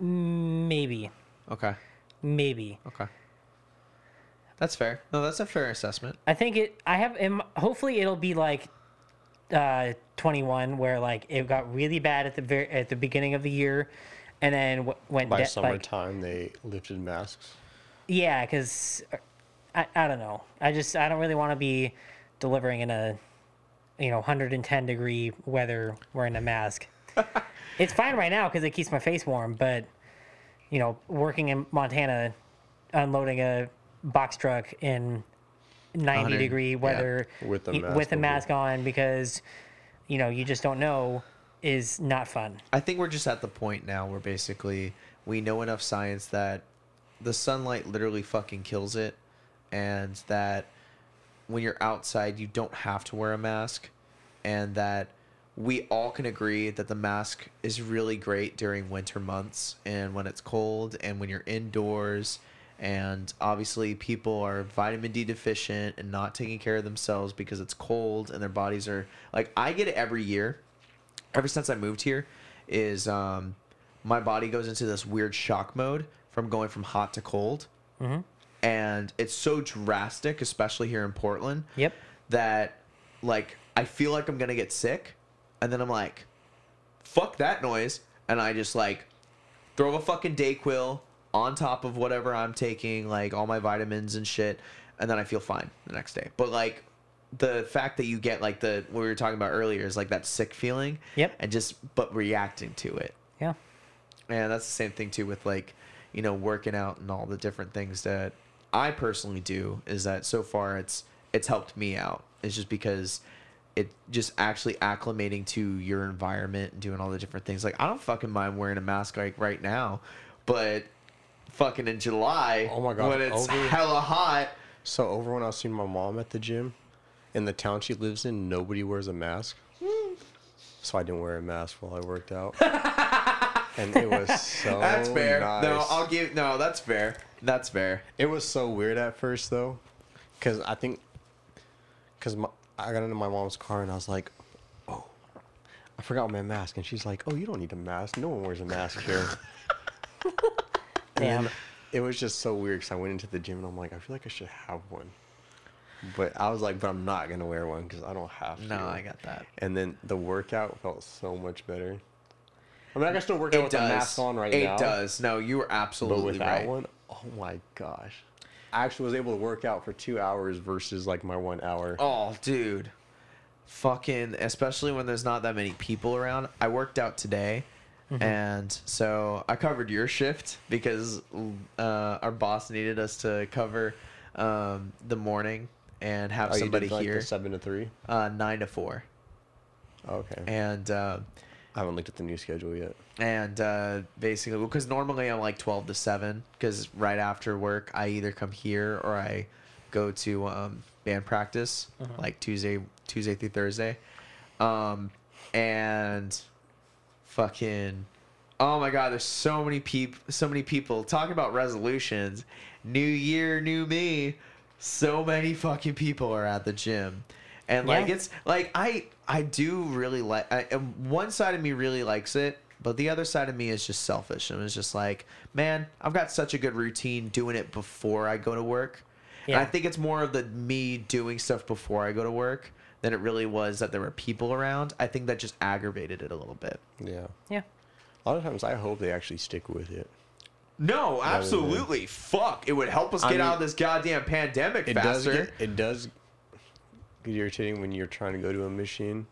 [SPEAKER 2] maybe,
[SPEAKER 1] Okay.
[SPEAKER 2] maybe.
[SPEAKER 1] Okay. That's fair. No, that's a fair assessment.
[SPEAKER 2] I think it. I have. Am, hopefully, it'll be like uh, 21, where like it got really bad at the very at the beginning of the year, and then w- went
[SPEAKER 3] By
[SPEAKER 2] de- like
[SPEAKER 3] summertime, they lifted masks.
[SPEAKER 2] yeah, because I, I don't know. I just I don't really want to be delivering in a you know 110 degree weather wearing a mask. it's fine right now because it keeps my face warm, but you know, working in Montana, unloading a box truck in 90
[SPEAKER 1] 100,
[SPEAKER 2] degree
[SPEAKER 1] yeah,
[SPEAKER 2] weather
[SPEAKER 3] with a
[SPEAKER 2] y-
[SPEAKER 3] mask
[SPEAKER 2] with a
[SPEAKER 3] over.
[SPEAKER 2] mask on because you know you just don't know is not fun.
[SPEAKER 1] I think we're just at the point now where basically we know enough science that the sunlight literally fucking kills it and that when you're outside you don't have to wear a mask and that we all can agree that the mask is really great during winter months and when it's cold and when you're indoors and obviously people are vitamin D deficient and not taking care of themselves because it's cold and their bodies are like I get it every year ever since I moved here is um, my body goes into this weird shock mode from going from hot to cold. And it's so drastic, especially here in Portland,
[SPEAKER 2] Yep.
[SPEAKER 1] that like I feel like I'm going to get sick. And then I'm like, fuck that noise. And I just like throw a fucking Dayquil on top of whatever I'm taking, like all my vitamins and shit. And then I feel fine the next day. But like the fact that you get like the what we were talking about earlier is like that sick feeling.
[SPEAKER 2] Yep.
[SPEAKER 1] And just but reacting to it.
[SPEAKER 2] Yeah.
[SPEAKER 1] And that's the same thing too with like, you know, working out and all the different things that I personally do is that so far it's it's helped me out. It's just because it just actually acclimating to your environment and doing all the different things. Like I don't fucking mind wearing a mask like right now, but fucking in July
[SPEAKER 3] Oh my God,
[SPEAKER 1] when it's
[SPEAKER 3] over-
[SPEAKER 1] hella hot.
[SPEAKER 3] So over when I was seeing my mom at the gym, in the town she lives in, nobody wears a mask. So I didn't wear a mask while I worked out, and it was so.
[SPEAKER 1] That's fair. No,
[SPEAKER 3] Oh, nice.
[SPEAKER 1] I'll give no, that's fair. That's fair.
[SPEAKER 3] It was so weird at first though, because I think, because I got into my mom's car and I was like, oh, I forgot my mask, and she's like, oh, you don't need a mask. No one wears a mask here.
[SPEAKER 2] Damn.
[SPEAKER 3] it was just so weird because I went into the gym and I'm like, I feel like I should have one, but I was like, but I'm not gonna wear one because I don't have to.
[SPEAKER 1] No, I got that.
[SPEAKER 3] And then the workout felt so much better. I mean, I can still work out
[SPEAKER 1] It
[SPEAKER 3] with a
[SPEAKER 1] does.
[SPEAKER 3] mask on right
[SPEAKER 1] it
[SPEAKER 3] now.
[SPEAKER 1] does. No, you were
[SPEAKER 3] But
[SPEAKER 1] absolutely
[SPEAKER 3] without
[SPEAKER 1] right.
[SPEAKER 3] one, oh my gosh. I actually was able to work out for two hours versus like my one hour.
[SPEAKER 1] Oh, dude. Fucking, especially when there's not that many people around. I worked out today,
[SPEAKER 3] Mm-hmm.
[SPEAKER 1] and so I covered your shift because uh, our boss needed us to cover um, the morning and have
[SPEAKER 3] Oh, you did,
[SPEAKER 1] somebody
[SPEAKER 3] like, the
[SPEAKER 1] here
[SPEAKER 3] seven to three.
[SPEAKER 1] uh, nine to four.
[SPEAKER 3] Okay.
[SPEAKER 1] And uh,
[SPEAKER 3] I haven't looked at the new schedule yet.
[SPEAKER 1] and uh, basically because normally i'm like 12 to 7 because right after work i either come here or i go to um, band practice like tuesday tuesday through thursday um, and fucking oh my god there's so many peop so many people talking about resolutions new year new me so many fucking people are at the gym and like
[SPEAKER 2] Yeah.
[SPEAKER 1] it's like i i do really like I, and one side of me really likes it but the other side of me is just selfish and it's just like man i've got such a good routine doing it before i go to work and
[SPEAKER 2] Yeah.
[SPEAKER 1] i think it's more of the me doing stuff before i go to work than it really was that there were people around i think that just aggravated it a little bit
[SPEAKER 3] Yeah.
[SPEAKER 2] Yeah.
[SPEAKER 3] A lot of times I hope they actually stick with it.
[SPEAKER 1] No, absolutely. Fuck. It would help us get
[SPEAKER 3] mean,
[SPEAKER 1] out of this goddamn pandemic
[SPEAKER 3] It
[SPEAKER 1] faster.
[SPEAKER 3] does get, it does get irritating when you're trying to go to a machine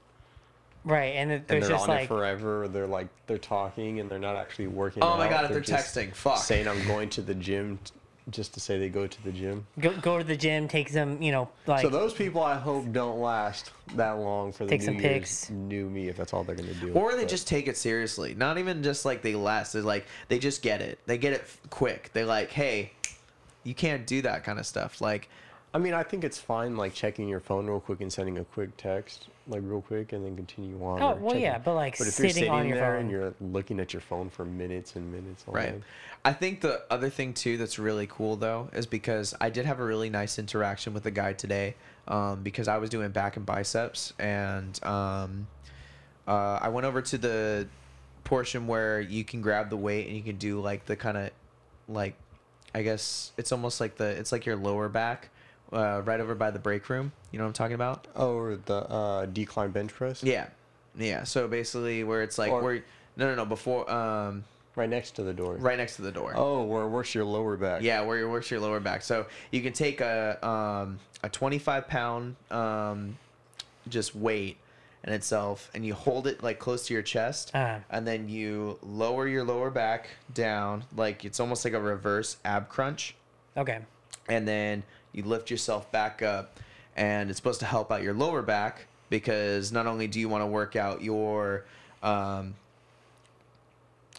[SPEAKER 2] Right. And it-
[SPEAKER 3] and
[SPEAKER 2] there's
[SPEAKER 3] they're
[SPEAKER 2] just
[SPEAKER 3] on it
[SPEAKER 2] like
[SPEAKER 3] forever. They're like they're talking and they're not actually working.
[SPEAKER 1] oh my
[SPEAKER 3] out,
[SPEAKER 1] god, if they're
[SPEAKER 3] just
[SPEAKER 1] texting. Fuck.
[SPEAKER 3] saying I'm going to the gym t- just to say they go to the gym.
[SPEAKER 2] go, go to the gym, take some, you know, like
[SPEAKER 3] So those people, I hope, don't last that long for the
[SPEAKER 2] Take
[SPEAKER 3] new
[SPEAKER 2] some
[SPEAKER 3] Year's
[SPEAKER 2] pics.
[SPEAKER 3] new me if that's all they're gonna do.
[SPEAKER 1] Or they
[SPEAKER 3] But
[SPEAKER 1] just take it seriously. Not even just like they last. They're like they just get it. They get it f- quick. They're like, hey, you can't do that kind of stuff. Like,
[SPEAKER 3] I mean, I think it's fine, like checking your phone real quick and sending a quick text, like real quick, and then continue on.
[SPEAKER 2] Oh,
[SPEAKER 3] or
[SPEAKER 2] well, yeah, but, like,
[SPEAKER 3] but if you're
[SPEAKER 2] sitting
[SPEAKER 3] sitting
[SPEAKER 2] on your
[SPEAKER 3] there
[SPEAKER 2] phone.
[SPEAKER 3] and you're looking at your phone for minutes and minutes, on
[SPEAKER 1] right.
[SPEAKER 3] end,
[SPEAKER 1] I think the other thing too that's really cool though is because I did have a really nice interaction with a guy today um, because I was doing back and biceps and um, uh, I went over to the portion where you can grab the weight and you can do like the kind of like I guess it's almost like the it's like your lower back uh, right over by the break room. You know what I'm talking about?
[SPEAKER 3] or the uh, decline bench press,
[SPEAKER 1] Yeah, yeah. So basically, where it's like
[SPEAKER 3] Or-
[SPEAKER 1] where no no no before um,
[SPEAKER 3] right next to the door.
[SPEAKER 1] right next to the door.
[SPEAKER 3] Oh, where it works your lower back.
[SPEAKER 1] Yeah, where it works your lower back. So you can take a um, a 25 pound um, just weight in itself, and you hold it like close to your chest,
[SPEAKER 2] Uh-huh.
[SPEAKER 1] and then you lower your lower back down, like it's almost like a reverse ab crunch,
[SPEAKER 2] okay,
[SPEAKER 1] and then you lift yourself back up, and it's supposed to help out your lower back because not only do you want to work out your um,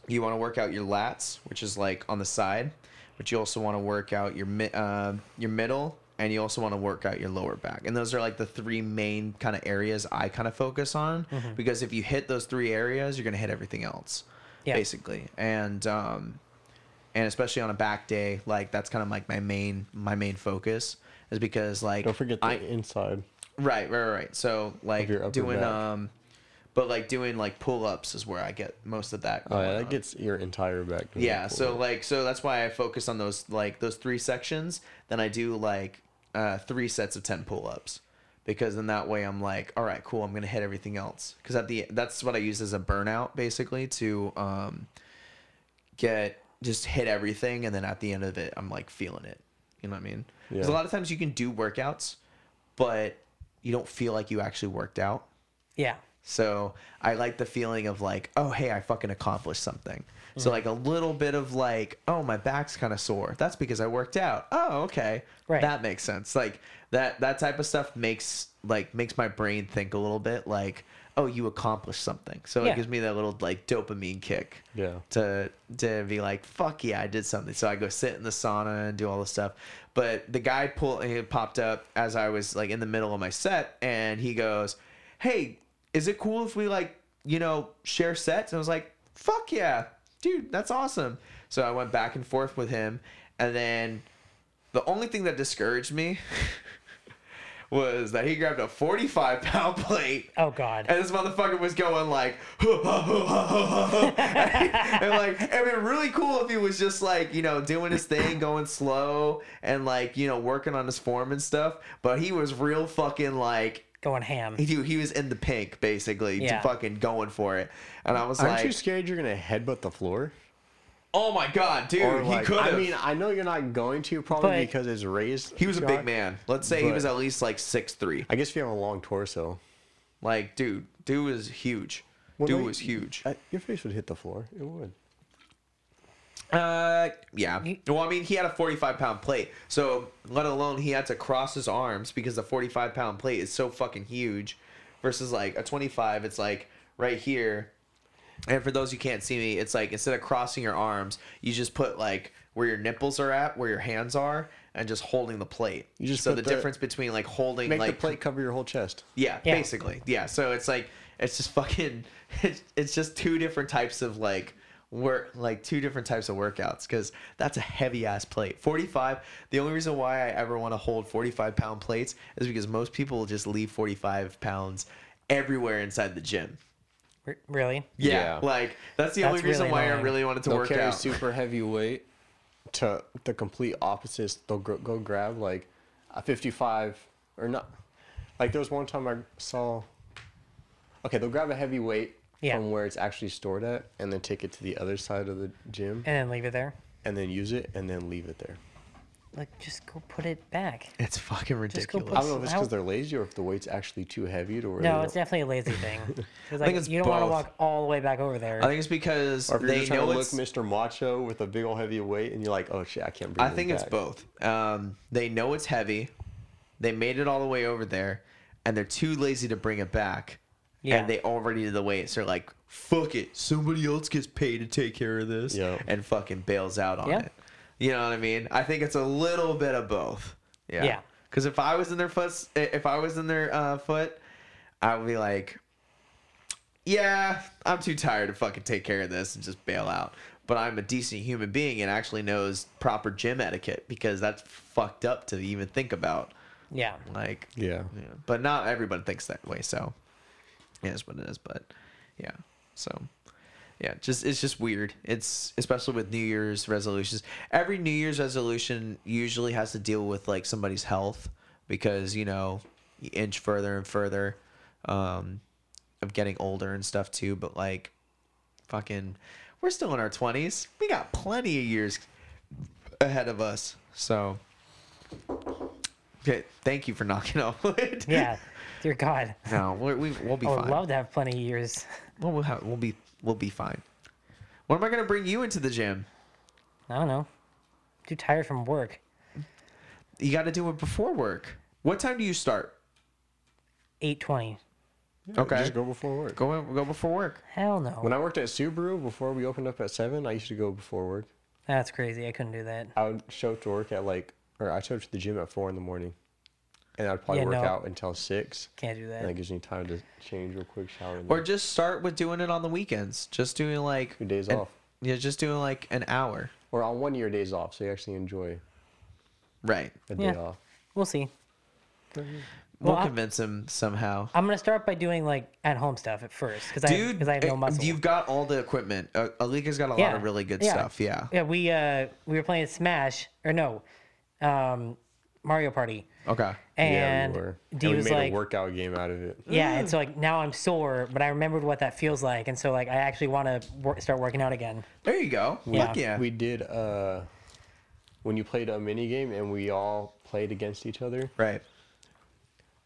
[SPEAKER 1] you want to work out your lats, which is like on the side, but you also want to work out your mi- uh, your middle, and you also want to work out your lower back. And those are like the three main kind of areas I kind of focus on because if you hit those three areas, you're gonna hit everything else,
[SPEAKER 2] Yeah.
[SPEAKER 1] basically. And um, and especially on a back day, like that's kind of like my main my main focus is because like
[SPEAKER 3] Don't forget the
[SPEAKER 1] I-
[SPEAKER 3] inside.
[SPEAKER 1] Right, right, right, right. So like
[SPEAKER 3] your upper
[SPEAKER 1] doing
[SPEAKER 3] back.
[SPEAKER 1] um, but like doing like pull ups is where I get most of that.
[SPEAKER 3] Oh, yeah,
[SPEAKER 1] going
[SPEAKER 3] that
[SPEAKER 1] on.
[SPEAKER 3] gets your entire back. doing
[SPEAKER 1] Yeah,
[SPEAKER 3] that for
[SPEAKER 1] so
[SPEAKER 3] you.
[SPEAKER 1] like so that's why I focus on those like those three sections. Then I do like uh, three sets of ten pull ups because then that way I'm like, all right, cool, I'm gonna hit everything else because at the that's what I use as a burnout basically to um, get just hit everything and then at the end of it I'm like feeling it. You know what I mean? Because
[SPEAKER 3] Yeah.
[SPEAKER 1] a lot of times you can do workouts, but you don't feel like you actually worked out.
[SPEAKER 2] Yeah.
[SPEAKER 1] So I like the feeling of like, oh hey, I fucking accomplished something.
[SPEAKER 2] Mm-hmm.
[SPEAKER 1] So like a little bit of like, oh my back's kind of sore. That's because I worked out. Oh okay,
[SPEAKER 2] Right.
[SPEAKER 1] That makes sense. Like that that type of stuff makes like makes my brain think a little bit like, oh you accomplished something. So
[SPEAKER 2] Yeah.
[SPEAKER 1] it gives me that little like dopamine kick.
[SPEAKER 3] Yeah.
[SPEAKER 1] To to be like, fuck yeah, I did something. So I go sit in the sauna and do all this stuff. But the guy pull he popped up as I was like in the middle of my set, and he goes, hey is it cool if we like you know share sets and i was like fuck yeah dude that's awesome so i went back and forth with him and then the only thing that discouraged me was that he grabbed a 45 pound plate
[SPEAKER 2] Oh God.
[SPEAKER 1] and this motherfucker was going like, and like, it'd be really cool if he was just like, you know, doing his thing, going slow, and like, you know, working on his form and stuff. But he was real fucking like,
[SPEAKER 2] Going ham.
[SPEAKER 1] he he was in the pink basically,
[SPEAKER 2] Yeah.
[SPEAKER 1] fucking going for it, and I was
[SPEAKER 3] Aren't
[SPEAKER 1] like,
[SPEAKER 3] you scared you're gonna headbutt the floor?
[SPEAKER 1] oh my god, dude,
[SPEAKER 3] Or,
[SPEAKER 1] he
[SPEAKER 3] like-
[SPEAKER 1] could.
[SPEAKER 3] I
[SPEAKER 1] have.
[SPEAKER 3] mean, I know you're not going to probably
[SPEAKER 2] But-
[SPEAKER 3] because it's raised.
[SPEAKER 1] he was a
[SPEAKER 3] shot.
[SPEAKER 1] big man. Let's say he was
[SPEAKER 3] but-
[SPEAKER 1] at least like six three.
[SPEAKER 3] I guess if you have a long torso,
[SPEAKER 1] Like, dude, dude was huge.
[SPEAKER 3] Well,
[SPEAKER 1] dude
[SPEAKER 3] no,
[SPEAKER 1] was huge.
[SPEAKER 3] I, uh, your face would hit the floor. It would.
[SPEAKER 1] Uh, yeah. Well, I mean, he had a 45 pound plate, so let alone he had to cross his arms because the 45 pound plate is so fucking huge versus like a 25, it's like right here. And for those who can't see me, it's like instead of crossing your arms, you just put like where your nipples are at, where your hands are, and just holding the plate.
[SPEAKER 3] You just
[SPEAKER 1] so the,
[SPEAKER 3] put the-
[SPEAKER 1] difference between like holding
[SPEAKER 3] Make
[SPEAKER 1] like
[SPEAKER 3] the plate cover your whole chest.
[SPEAKER 1] yeah,
[SPEAKER 2] Yeah.
[SPEAKER 1] basically. Yeah. So it's like it's just fucking it's, it's just two different types of like work like two different types of workouts because that's a heavy ass plate 45 the only reason why i ever want to hold 45 pound plates is because most people just leave 45 pounds everywhere inside the gym
[SPEAKER 2] R- really?
[SPEAKER 1] yeah,
[SPEAKER 3] Yeah.
[SPEAKER 1] like that's the only
[SPEAKER 2] That's
[SPEAKER 1] reason
[SPEAKER 2] really
[SPEAKER 1] why i
[SPEAKER 2] annoying.
[SPEAKER 1] really wanted to
[SPEAKER 3] They'll
[SPEAKER 1] work
[SPEAKER 3] carry
[SPEAKER 1] out
[SPEAKER 3] super heavy weight to the complete opposites. They'll gr- go grab like a 55 or not. Like there was one time I saw. Okay, they'll grab a heavy weight
[SPEAKER 2] Yeah.
[SPEAKER 3] from where it's actually stored at, and then take it to the other side of the gym,
[SPEAKER 2] And then leave it there.
[SPEAKER 3] and then use it, and then leave it there.
[SPEAKER 2] Like just go put it back.
[SPEAKER 1] it's fucking
[SPEAKER 2] Just go
[SPEAKER 1] ridiculous
[SPEAKER 3] I don't know if it's
[SPEAKER 2] How-
[SPEAKER 3] because they're lazy or if the weight's actually too heavy to where. they
[SPEAKER 2] No,
[SPEAKER 3] don't-
[SPEAKER 2] it's definitely a lazy thing. 'Cause,
[SPEAKER 1] think
[SPEAKER 2] like,
[SPEAKER 1] it's
[SPEAKER 2] you don't want to
[SPEAKER 1] both.
[SPEAKER 2] walk all the way back over there.
[SPEAKER 1] i think it's because
[SPEAKER 3] Or if you're
[SPEAKER 1] they
[SPEAKER 3] just trying
[SPEAKER 1] know
[SPEAKER 3] to look
[SPEAKER 1] it's
[SPEAKER 3] Mr. Macho with a big old heavy weight, and you're like, oh shit, I can't bring
[SPEAKER 1] I
[SPEAKER 3] it
[SPEAKER 1] think it's
[SPEAKER 3] back."
[SPEAKER 1] both. Um, they know it's heavy. They made it all the way over there, and they're too lazy to bring it back.
[SPEAKER 2] Yeah.
[SPEAKER 1] And they already did the weight, so they're like, "Fuck it, somebody else gets paid to take care of this,"
[SPEAKER 3] Yeah.
[SPEAKER 1] and fucking bails out on
[SPEAKER 2] Yeah.
[SPEAKER 1] it. You know what I mean? I think it's a little bit of both. Yeah.
[SPEAKER 2] Yeah.
[SPEAKER 1] Because if I was in their foot, if I was in their uh, foot, I would be like, yeah, I'm too tired to fucking take care of this and just bail out. But I'm a decent human being and actually knows proper gym etiquette because that's fucked up to even think about.
[SPEAKER 2] yeah.
[SPEAKER 1] Like,
[SPEAKER 3] Yeah.
[SPEAKER 1] yeah. but not everyone thinks that way. So, it is what it is. But yeah, so yeah, just it's just weird. It's especially with New Year's resolutions. Every New Year's resolution usually has to deal with like somebody's health because you know you inch further and further um, of getting older and stuff too. But like, fucking, we're still in our twenties. We got plenty of years ahead of us. So. Okay, thank you for knocking off wood.
[SPEAKER 2] Yeah. Dear God.
[SPEAKER 1] No, we're, we, we'll be
[SPEAKER 2] I would
[SPEAKER 1] fine.
[SPEAKER 2] love to have plenty of years.
[SPEAKER 1] Well, we'll, have, we'll be we'll be fine. When am I gonna bring you into the gym?
[SPEAKER 2] I don't know. Too tired from work.
[SPEAKER 1] You got to do it before work. What time do you start?
[SPEAKER 2] Eight twenty.
[SPEAKER 3] Yeah,
[SPEAKER 1] Okay.
[SPEAKER 3] Just go before work.
[SPEAKER 1] Go go before work.
[SPEAKER 2] Hell no.
[SPEAKER 3] When I worked at Subaru before we opened up at seven, I used to go before work.
[SPEAKER 2] That's crazy. I couldn't do that.
[SPEAKER 3] I would show up to work at like, or I show up to the gym at four in the morning, and I'd probably
[SPEAKER 2] Yeah,
[SPEAKER 3] work
[SPEAKER 2] no.
[SPEAKER 3] out until six.
[SPEAKER 2] Can't do
[SPEAKER 3] And that
[SPEAKER 2] that.
[SPEAKER 3] gives me time to change real quick, shower. And
[SPEAKER 1] Or
[SPEAKER 3] then
[SPEAKER 1] just start with doing it on the weekends. Just doing like
[SPEAKER 3] two days
[SPEAKER 1] an-
[SPEAKER 3] off,
[SPEAKER 1] Yeah, just doing like an hour.
[SPEAKER 3] or on one of your days off, so you actually enjoy
[SPEAKER 1] Right.
[SPEAKER 3] a
[SPEAKER 2] Yeah.
[SPEAKER 3] day off.
[SPEAKER 2] We'll see.
[SPEAKER 1] We'll,
[SPEAKER 2] Well, I-
[SPEAKER 1] convince him somehow.
[SPEAKER 2] I'm gonna start by doing like at home stuff at first because I
[SPEAKER 1] Dude,
[SPEAKER 2] because I have no
[SPEAKER 1] eh,
[SPEAKER 2] muscle.
[SPEAKER 1] you've got all the equipment. Uh, Alika's got a lot of really good stuff. Yeah.
[SPEAKER 2] Yeah. We uh we were playing Smash or no, um, Mario Party,
[SPEAKER 1] Okay.
[SPEAKER 2] and
[SPEAKER 3] yeah, we were.
[SPEAKER 2] D
[SPEAKER 3] and we
[SPEAKER 2] was
[SPEAKER 3] made Mm.
[SPEAKER 2] like,
[SPEAKER 3] a workout game out of it.
[SPEAKER 2] yeah, and so like now I'm sore, but I remembered what that feels like, and so like I actually want to wor- start working out again.
[SPEAKER 1] There you go. Fuck yeah.
[SPEAKER 3] We did uh, when you played a mini game and we all played against each other.
[SPEAKER 1] right.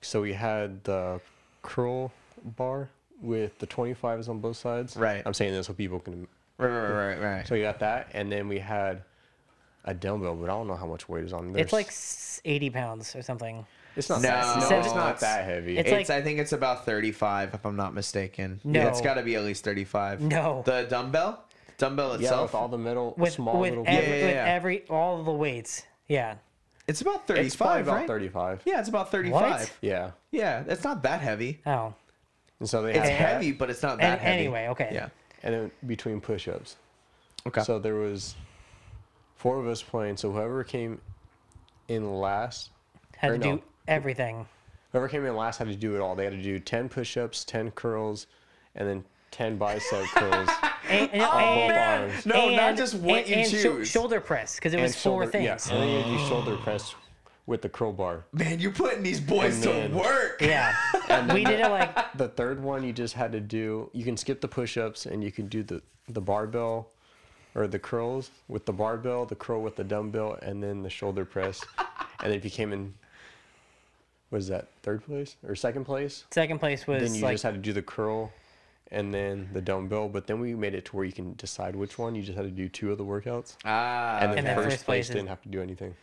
[SPEAKER 3] So we had the curl bar with the 25s on both sides.
[SPEAKER 1] Right.
[SPEAKER 3] I'm saying this so people can.
[SPEAKER 1] Right, right, right, right, right.
[SPEAKER 3] So we got that, and then we had a dumbbell, but I don't know how much weight is on there.
[SPEAKER 2] It's like s- 80 pounds or something.
[SPEAKER 3] it's not
[SPEAKER 1] No,
[SPEAKER 3] that,
[SPEAKER 1] so-
[SPEAKER 3] no, it's not that heavy.
[SPEAKER 2] it's
[SPEAKER 1] it's,
[SPEAKER 2] like-
[SPEAKER 1] I think it's about 35, if I'm not mistaken.
[SPEAKER 2] No.
[SPEAKER 1] it's got to be at least 35.
[SPEAKER 2] No.
[SPEAKER 1] The dumbbell? Dumbbell
[SPEAKER 3] yeah,
[SPEAKER 1] itself?
[SPEAKER 3] with all the metal
[SPEAKER 2] With
[SPEAKER 3] small
[SPEAKER 2] with
[SPEAKER 3] little.
[SPEAKER 2] every,
[SPEAKER 1] Yeah, yeah,
[SPEAKER 2] with
[SPEAKER 1] yeah.
[SPEAKER 2] every all the weights. Yeah.
[SPEAKER 1] it's about
[SPEAKER 3] it's probably
[SPEAKER 1] 35,
[SPEAKER 3] about
[SPEAKER 1] right?
[SPEAKER 3] 35.
[SPEAKER 1] Yeah, it's about 35.
[SPEAKER 2] What?
[SPEAKER 3] Yeah.
[SPEAKER 1] Yeah, it's not that heavy.
[SPEAKER 2] Oh.
[SPEAKER 3] And so they
[SPEAKER 1] It's
[SPEAKER 3] had that,
[SPEAKER 1] heavy, but it's not that
[SPEAKER 2] An-
[SPEAKER 1] heavy.
[SPEAKER 2] anyway, okay.
[SPEAKER 1] Yeah.
[SPEAKER 3] and then between push-ups.
[SPEAKER 1] Okay.
[SPEAKER 3] So there was four of us playing. So whoever came in last,
[SPEAKER 2] Had
[SPEAKER 3] Or
[SPEAKER 2] to
[SPEAKER 3] no.
[SPEAKER 2] do everything.
[SPEAKER 3] whoever came in last had to do it all. They had to do ten push-ups, ten curls, and then ten bicep curls.
[SPEAKER 2] And, and,
[SPEAKER 3] man.
[SPEAKER 2] and-
[SPEAKER 1] No, not
[SPEAKER 2] and-
[SPEAKER 1] just what
[SPEAKER 2] and,
[SPEAKER 1] you
[SPEAKER 2] and shou-
[SPEAKER 1] choose.
[SPEAKER 2] shoulder press because it was four
[SPEAKER 3] shoulder,
[SPEAKER 2] things.
[SPEAKER 3] Yeah, and then you had to do shoulder press with the curl bar.
[SPEAKER 1] Man, you're putting these boys
[SPEAKER 3] And
[SPEAKER 1] to
[SPEAKER 3] then-
[SPEAKER 1] work.
[SPEAKER 2] Yeah. we did it like
[SPEAKER 3] The third one you just had to do. You can skip the push-ups and you can do the the barbell. Or the curls with the barbell, the curl with the dumbbell, and then the shoulder press. and then if you came in, was that third place or second place?
[SPEAKER 2] second place
[SPEAKER 3] then
[SPEAKER 2] was
[SPEAKER 3] you
[SPEAKER 2] like
[SPEAKER 3] just had to do the curl and then the dumbbell but then we made it to where you can decide which one you just had to do two of the workouts
[SPEAKER 1] Ah.
[SPEAKER 3] and then
[SPEAKER 2] then
[SPEAKER 3] first, place
[SPEAKER 2] first place is-
[SPEAKER 3] didn't have to do anything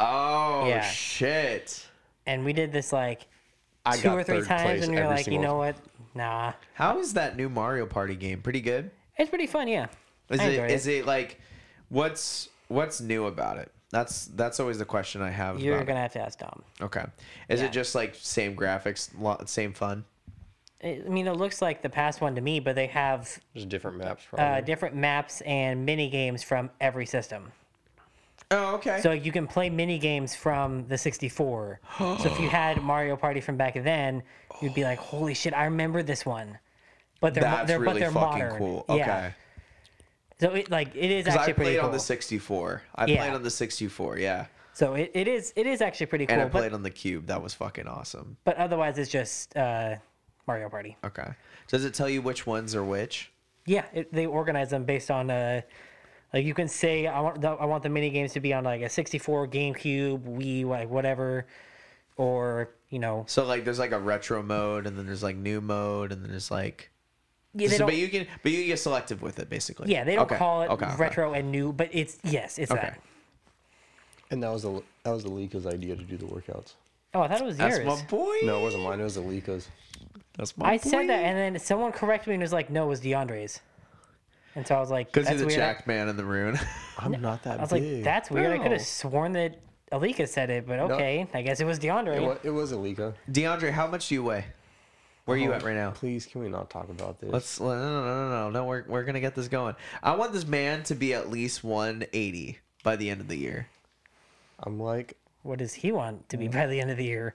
[SPEAKER 1] oh,
[SPEAKER 2] Yeah.
[SPEAKER 1] shit.
[SPEAKER 2] and we did this like
[SPEAKER 3] I
[SPEAKER 2] two
[SPEAKER 3] got
[SPEAKER 2] or three
[SPEAKER 3] third
[SPEAKER 2] times
[SPEAKER 3] place
[SPEAKER 2] and we were
[SPEAKER 3] every
[SPEAKER 2] like, you
[SPEAKER 3] single
[SPEAKER 2] know what? Nah.
[SPEAKER 1] How is that new Mario Party game? Pretty good?
[SPEAKER 2] It's pretty fun, yeah.
[SPEAKER 1] Is
[SPEAKER 2] I
[SPEAKER 1] it is
[SPEAKER 2] enjoyed it.
[SPEAKER 1] it like what's what's new about it? That's that's always the question I have.
[SPEAKER 2] You're
[SPEAKER 1] about it.
[SPEAKER 2] gonna have to ask Dom.
[SPEAKER 1] Okay. Is
[SPEAKER 2] Yeah.
[SPEAKER 1] it just like same graphics, lo- same fun?
[SPEAKER 2] I mean, it looks like the past one to me, but they have
[SPEAKER 3] there's different maps probably
[SPEAKER 1] Mm-hmm.
[SPEAKER 2] uh, different maps and mini games from every system.
[SPEAKER 1] Oh, okay.
[SPEAKER 2] So you can play mini games from the 64. so if you had Mario Party from back then, you'd be like, "Holy shit, I remember this one." But they're, mo-
[SPEAKER 1] That's
[SPEAKER 2] they're
[SPEAKER 1] really
[SPEAKER 2] but they're
[SPEAKER 1] fucking
[SPEAKER 2] modern.
[SPEAKER 1] cool. Okay.
[SPEAKER 2] Yeah. So it like it is
[SPEAKER 1] 'Cause I
[SPEAKER 2] actually pretty
[SPEAKER 1] played
[SPEAKER 2] cool.
[SPEAKER 1] on the 64. I
[SPEAKER 2] Yeah.
[SPEAKER 1] played on the 64, yeah.
[SPEAKER 2] so it, it is it is actually pretty cool.
[SPEAKER 1] And I
[SPEAKER 2] but,
[SPEAKER 1] played on the Cube. That was fucking awesome.
[SPEAKER 2] but otherwise, it's just uh, Mario Party.
[SPEAKER 1] Okay. Does it tell you which ones are which?
[SPEAKER 2] Yeah, it, they organize them based on uh, like you can say I want the, I want the mini games to be on like a 64 GameCube, Wii, like whatever, or you know,
[SPEAKER 1] So like there's like a retro mode and then there's like new mode and then there's like
[SPEAKER 2] yeah,
[SPEAKER 1] So-
[SPEAKER 2] they
[SPEAKER 1] but
[SPEAKER 2] don't,
[SPEAKER 1] you can but you can get selective with it basically.
[SPEAKER 2] yeah, they don't
[SPEAKER 1] Okay.
[SPEAKER 2] call it
[SPEAKER 1] Okay, okay.
[SPEAKER 2] retro and new, but it's yes, it's
[SPEAKER 1] Okay.
[SPEAKER 2] that.
[SPEAKER 3] and that was the that was the Lika's idea to do the workouts
[SPEAKER 2] Oh, I thought it was
[SPEAKER 1] That's
[SPEAKER 2] yours.
[SPEAKER 1] my boy.
[SPEAKER 3] no it wasn't mine it was the Lika's
[SPEAKER 1] That's my
[SPEAKER 2] I said
[SPEAKER 1] boy.
[SPEAKER 2] that, and then someone corrected me and was like, "No, it was DeAndre's," and so I was like,
[SPEAKER 1] Because
[SPEAKER 2] "That's
[SPEAKER 1] you're the
[SPEAKER 2] weird."
[SPEAKER 1] jacked man in the room.
[SPEAKER 3] I'm not that
[SPEAKER 2] I was
[SPEAKER 3] big
[SPEAKER 2] like, "That's weird." I could
[SPEAKER 1] No.
[SPEAKER 2] have sworn that Alika said it, but okay, I guess it was DeAndre.
[SPEAKER 3] it was, it was a Lika
[SPEAKER 1] DeAndre, how much do you weigh? Where are
[SPEAKER 2] Oh.
[SPEAKER 1] you at right now?
[SPEAKER 3] please can we not talk about this
[SPEAKER 1] Let's no no no no no no. We're we're gonna get this going. I want this man to be at least 180 by the end of the year.
[SPEAKER 3] I'm like
[SPEAKER 2] What does he want to be
[SPEAKER 1] Mm.
[SPEAKER 2] by the end of the year?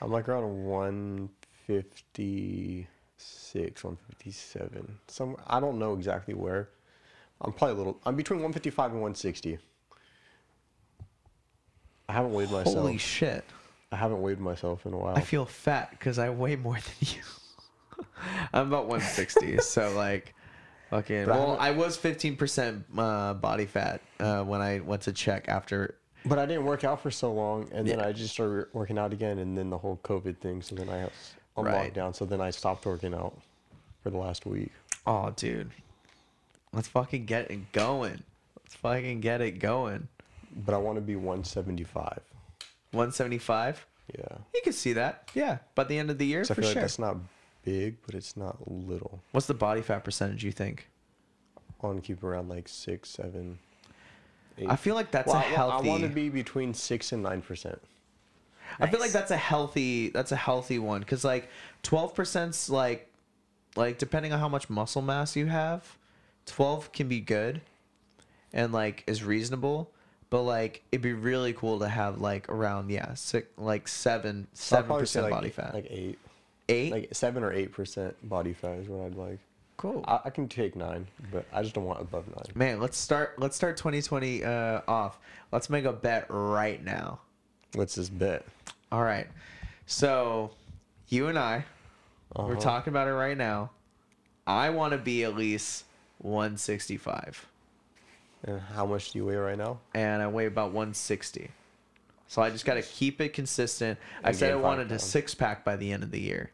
[SPEAKER 3] I'm like around 156, 157. Some I don't know exactly where. I'm probably a little. I'm between 155 and 160. I haven't weighed myself.
[SPEAKER 1] Holy shit!
[SPEAKER 3] I haven't weighed myself in a while.
[SPEAKER 1] I feel fat because I weigh more than you. I'm about 160, so like, okay.
[SPEAKER 3] I
[SPEAKER 1] Well, I was 15% uh, body fat uh, when I went to check after.
[SPEAKER 3] but I didn't work out for so long, and then I just started working out again, and then the whole COVID thing. So then I was on
[SPEAKER 1] Right.
[SPEAKER 3] lockdown. So then I stopped working out for the last week.
[SPEAKER 1] Oh, dude, let's fucking get it going. Let's fucking get it going.
[SPEAKER 3] But I want to be 175.
[SPEAKER 1] 175.
[SPEAKER 3] Yeah.
[SPEAKER 1] You can see that. Yeah, by the end of the year
[SPEAKER 3] So I
[SPEAKER 1] for
[SPEAKER 3] feel like
[SPEAKER 1] sure.
[SPEAKER 3] that's not big, but it's not little.
[SPEAKER 1] What's the body fat percentage you think?
[SPEAKER 3] I want to keep around like six, seven, eight.
[SPEAKER 1] I feel like that's
[SPEAKER 3] Well,
[SPEAKER 1] a
[SPEAKER 3] I wa-
[SPEAKER 1] healthy.
[SPEAKER 3] I want to be between six and nine percent.
[SPEAKER 1] I feel like
[SPEAKER 2] Nice.
[SPEAKER 1] that's a healthy. That's a healthy one because like twelve percent's like, like depending on how much muscle mass you have, twelve can be good, and like is reasonable. But like it'd be really cool to have like around yeah six like seven seven percent
[SPEAKER 3] like,
[SPEAKER 1] body fat
[SPEAKER 3] like eight,
[SPEAKER 1] eight
[SPEAKER 3] like seven or eight percent body fat is what I'd like.
[SPEAKER 1] cool
[SPEAKER 3] I, I can take nine, but I just don't want above nine.
[SPEAKER 1] man let's start let's start 2020 uh, off let's make a bet right now
[SPEAKER 3] Let's just bet.
[SPEAKER 1] All right. So you and I, we're
[SPEAKER 3] Uh-huh.
[SPEAKER 1] talking about it right now. I want to be at least 165,
[SPEAKER 3] And how much do you weigh right now?
[SPEAKER 1] and I weigh about 160. So I just got to keep it consistent. I
[SPEAKER 3] And
[SPEAKER 1] said I
[SPEAKER 3] gain five
[SPEAKER 1] wanted a
[SPEAKER 3] pounds.
[SPEAKER 1] six pack by the end of the year.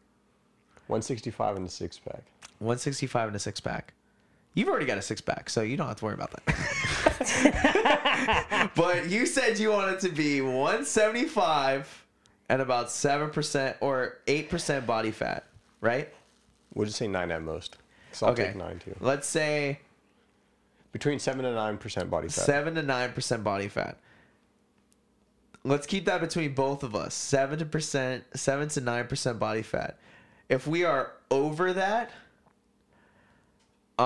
[SPEAKER 3] 165 in the six pack.
[SPEAKER 1] 165 and a six pack. You've already got a six pack, so you don't have to worry about that. but you said you wanted to be 175 and about 7% or 8% body fat, right?
[SPEAKER 3] We'll just say nine at most. So I'll take nine too.
[SPEAKER 1] Let's say
[SPEAKER 3] Between seven and nine percent body fat.
[SPEAKER 1] seven to nine percent body fat. Let's keep that between both of us. Seven to percent, seven to nine percent body fat. If we are over that, um,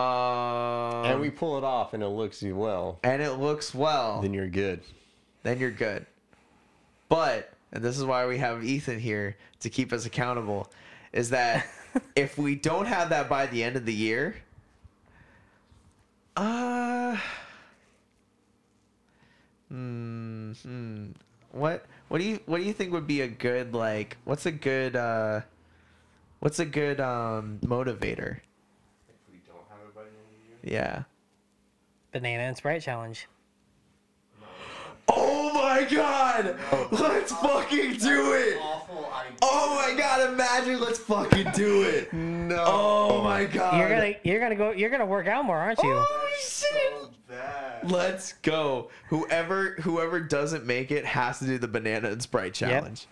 [SPEAKER 3] and we pull it off and it looks you well,
[SPEAKER 1] and it looks well,
[SPEAKER 3] then you're good.
[SPEAKER 1] then you're good. But and this is why we have Ethan here to keep us accountable, is that if we don't have that by the end of the year, uh, hmm, hmm, what what do you what do you think would be a good like what's a good uh, what's a good um motivator?
[SPEAKER 4] If we don't have it by the end of the year,
[SPEAKER 1] Yeah.
[SPEAKER 2] Banana and Sprite challenge.
[SPEAKER 1] Oh my god! Let's fucking do it!
[SPEAKER 4] awful idea.
[SPEAKER 1] Oh my god, imagine let's fucking do it.
[SPEAKER 3] No.
[SPEAKER 1] Oh my god.
[SPEAKER 2] You're gonna you're gonna go you're gonna work out more, aren't you?
[SPEAKER 1] Holy Oh, shit.
[SPEAKER 4] So bad.
[SPEAKER 1] Let's go. Whoever whoever doesn't make it has to do the banana and sprite challenge.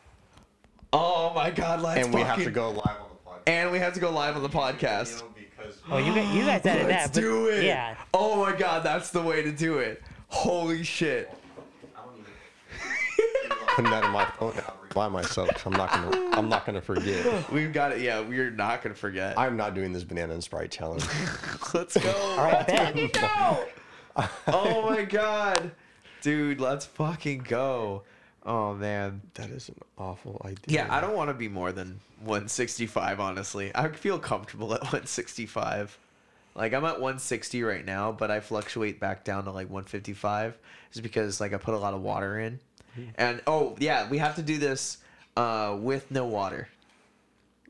[SPEAKER 1] Oh my god, let's
[SPEAKER 3] and we have to
[SPEAKER 1] fucking-
[SPEAKER 3] go
[SPEAKER 4] live
[SPEAKER 3] live.
[SPEAKER 4] on the podcast.
[SPEAKER 1] And we have to go live on the podcast.
[SPEAKER 4] Video Because
[SPEAKER 1] Oh,
[SPEAKER 2] Well, you gu- you guys added
[SPEAKER 1] Let's
[SPEAKER 2] that. but-
[SPEAKER 1] do it.
[SPEAKER 2] Yeah.
[SPEAKER 1] Oh my god, that's the way to do it. Holy shit.
[SPEAKER 4] I don't even.
[SPEAKER 3] Putting that in my phone by myself. 'cause I'm not gonna. I'm not gonna forget.
[SPEAKER 1] We've got it. Yeah, we're not gonna forget.
[SPEAKER 3] I'm not doing this banana and sprite challenge.
[SPEAKER 1] Let's go.
[SPEAKER 2] All right, Ben.
[SPEAKER 1] Oh my god. Dude, let's fucking go. Oh man.
[SPEAKER 3] that is an awful idea.
[SPEAKER 1] Yeah, I don't want to be more than 165, honestly. I feel comfortable at 165. Like, I'm at 160 right now, but I fluctuate back down to like 155 just because, like, I put a lot of water in. And, oh, yeah, we have to do this uh, with no water.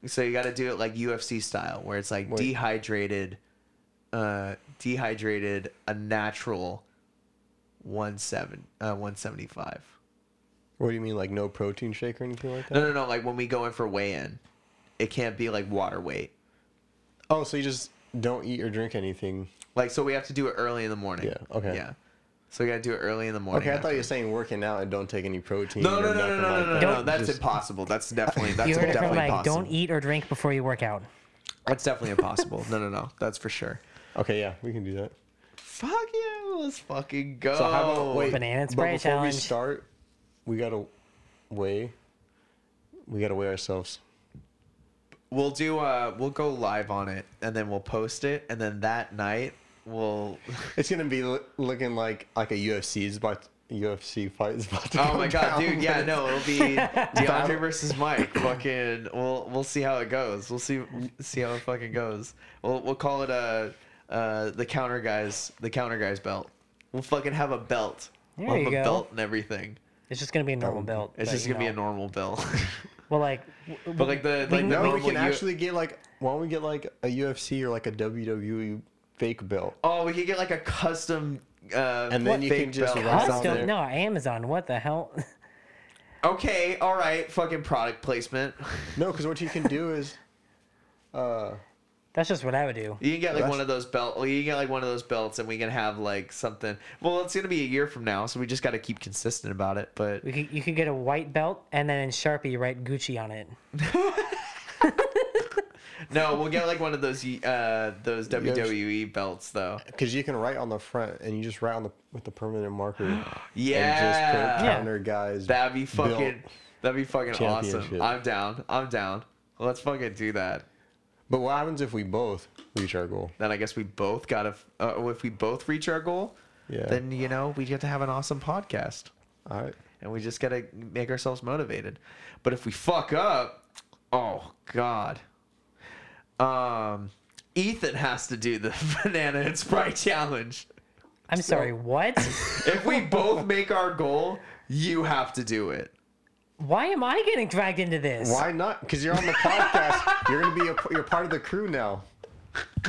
[SPEAKER 1] So you got to do it like UFC style, where it's like
[SPEAKER 3] Wait.
[SPEAKER 1] dehydrated, uh, dehydrated, a natural 17, uh, 175.
[SPEAKER 3] What do you mean, like no protein shake or anything like that?
[SPEAKER 1] No, no, no. Like when we go in for weigh in, it can't be like water weight.
[SPEAKER 3] Oh, so you just don't eat or drink anything.
[SPEAKER 1] Like, so we have to do it early in the morning.
[SPEAKER 3] Yeah, okay.
[SPEAKER 1] Yeah. So we got to do it early in the morning.
[SPEAKER 3] Okay, I thought you were
[SPEAKER 1] after.
[SPEAKER 3] saying working out and don't take any protein.
[SPEAKER 1] No, no, no,
[SPEAKER 3] or
[SPEAKER 1] no,
[SPEAKER 3] nothing
[SPEAKER 1] no,
[SPEAKER 3] like
[SPEAKER 1] no, no,
[SPEAKER 3] that.
[SPEAKER 1] no. That's
[SPEAKER 3] Just-
[SPEAKER 1] impossible. That's definitely, that's
[SPEAKER 2] You heard it from
[SPEAKER 1] definitely
[SPEAKER 2] like
[SPEAKER 1] possible.
[SPEAKER 2] don't eat or drink before you work out.
[SPEAKER 1] That's definitely impossible. No, no, no. That's for sure.
[SPEAKER 3] Okay, yeah, we can do that.
[SPEAKER 1] Fuck yeah. Let's fucking go.
[SPEAKER 3] So how about wait?
[SPEAKER 2] Banana and
[SPEAKER 3] but
[SPEAKER 2] spray
[SPEAKER 3] before
[SPEAKER 2] challenge.
[SPEAKER 3] we start, we gotta weigh. We gotta weigh ourselves.
[SPEAKER 1] We'll do, uh, we'll go live on it and then we'll post it. And then that night, we'll.
[SPEAKER 3] It's gonna be loo- looking like like a UFC is about UFC fight is about to.
[SPEAKER 1] Oh
[SPEAKER 3] go
[SPEAKER 1] my god,
[SPEAKER 3] down,
[SPEAKER 1] dude! Yeah,
[SPEAKER 3] but-
[SPEAKER 1] no, it'll be DeAndre versus Mike. Fucking, we'll we'll see how it goes. We'll see see how it fucking goes. We'll we'll call it uh uh the counter guys the counter guys belt. We'll fucking have a belt.
[SPEAKER 2] There
[SPEAKER 1] we'll have
[SPEAKER 2] you
[SPEAKER 1] a
[SPEAKER 2] go.
[SPEAKER 1] belt and everything.
[SPEAKER 2] It's just gonna be a normal belt.
[SPEAKER 1] It's
[SPEAKER 2] but,
[SPEAKER 1] just
[SPEAKER 2] you
[SPEAKER 1] gonna be a
[SPEAKER 2] know.
[SPEAKER 1] normal belt.
[SPEAKER 2] Well, like, w- w-
[SPEAKER 1] but like the
[SPEAKER 2] We
[SPEAKER 1] like
[SPEAKER 2] can-
[SPEAKER 1] the
[SPEAKER 3] No, we
[SPEAKER 1] normal
[SPEAKER 3] can
[SPEAKER 1] U-
[SPEAKER 3] actually get like. Why don't we get like a UFC or like a WWE fake belt?
[SPEAKER 1] Oh, we could get like a custom. Uh,
[SPEAKER 3] And then you
[SPEAKER 1] fake
[SPEAKER 3] can just
[SPEAKER 1] belt.
[SPEAKER 3] run- Amazon
[SPEAKER 2] Costco,
[SPEAKER 3] there.
[SPEAKER 2] no, Amazon. What the hell?
[SPEAKER 1] Okay, all right, fucking product placement.
[SPEAKER 3] No, because what you can do is, uh,
[SPEAKER 2] That's just what I would do.
[SPEAKER 1] You can get like
[SPEAKER 3] That's-
[SPEAKER 1] one of those belt. You can get like one of those belts, and we can have like something. Well, it's gonna be a year from now, so we just got to keep consistent about it. But
[SPEAKER 2] We could, you could get a white belt and then in Sharpie write Gucci on it.
[SPEAKER 1] no, we'll get like one of those uh those WWE belts though.
[SPEAKER 3] because you can write on the front and you just write on the with the permanent marker. And just
[SPEAKER 1] Yeah,
[SPEAKER 3] put
[SPEAKER 2] Yeah.
[SPEAKER 3] counter guys.
[SPEAKER 1] that'd be fucking
[SPEAKER 3] built.
[SPEAKER 1] that'd be fucking awesome.
[SPEAKER 3] Championship.
[SPEAKER 1] I'm down. I'm down. Let's fucking do that.
[SPEAKER 3] But what happens if we both reach our goal?
[SPEAKER 1] Then I guess we both gotta. Uh, if we both reach our goal,
[SPEAKER 3] Yeah.
[SPEAKER 1] then you know we get to have an awesome podcast.
[SPEAKER 3] All right.
[SPEAKER 1] and we just gotta make ourselves motivated. But if we fuck up, oh god. Um, Ethan has to do the banana and sprite challenge.
[SPEAKER 2] I'm sorry, what?
[SPEAKER 1] If we both make our goal, you have to do it.
[SPEAKER 2] Why am I getting dragged into this?
[SPEAKER 3] Why not? Because you're on the podcast. You're gonna be a, you're part of the crew now.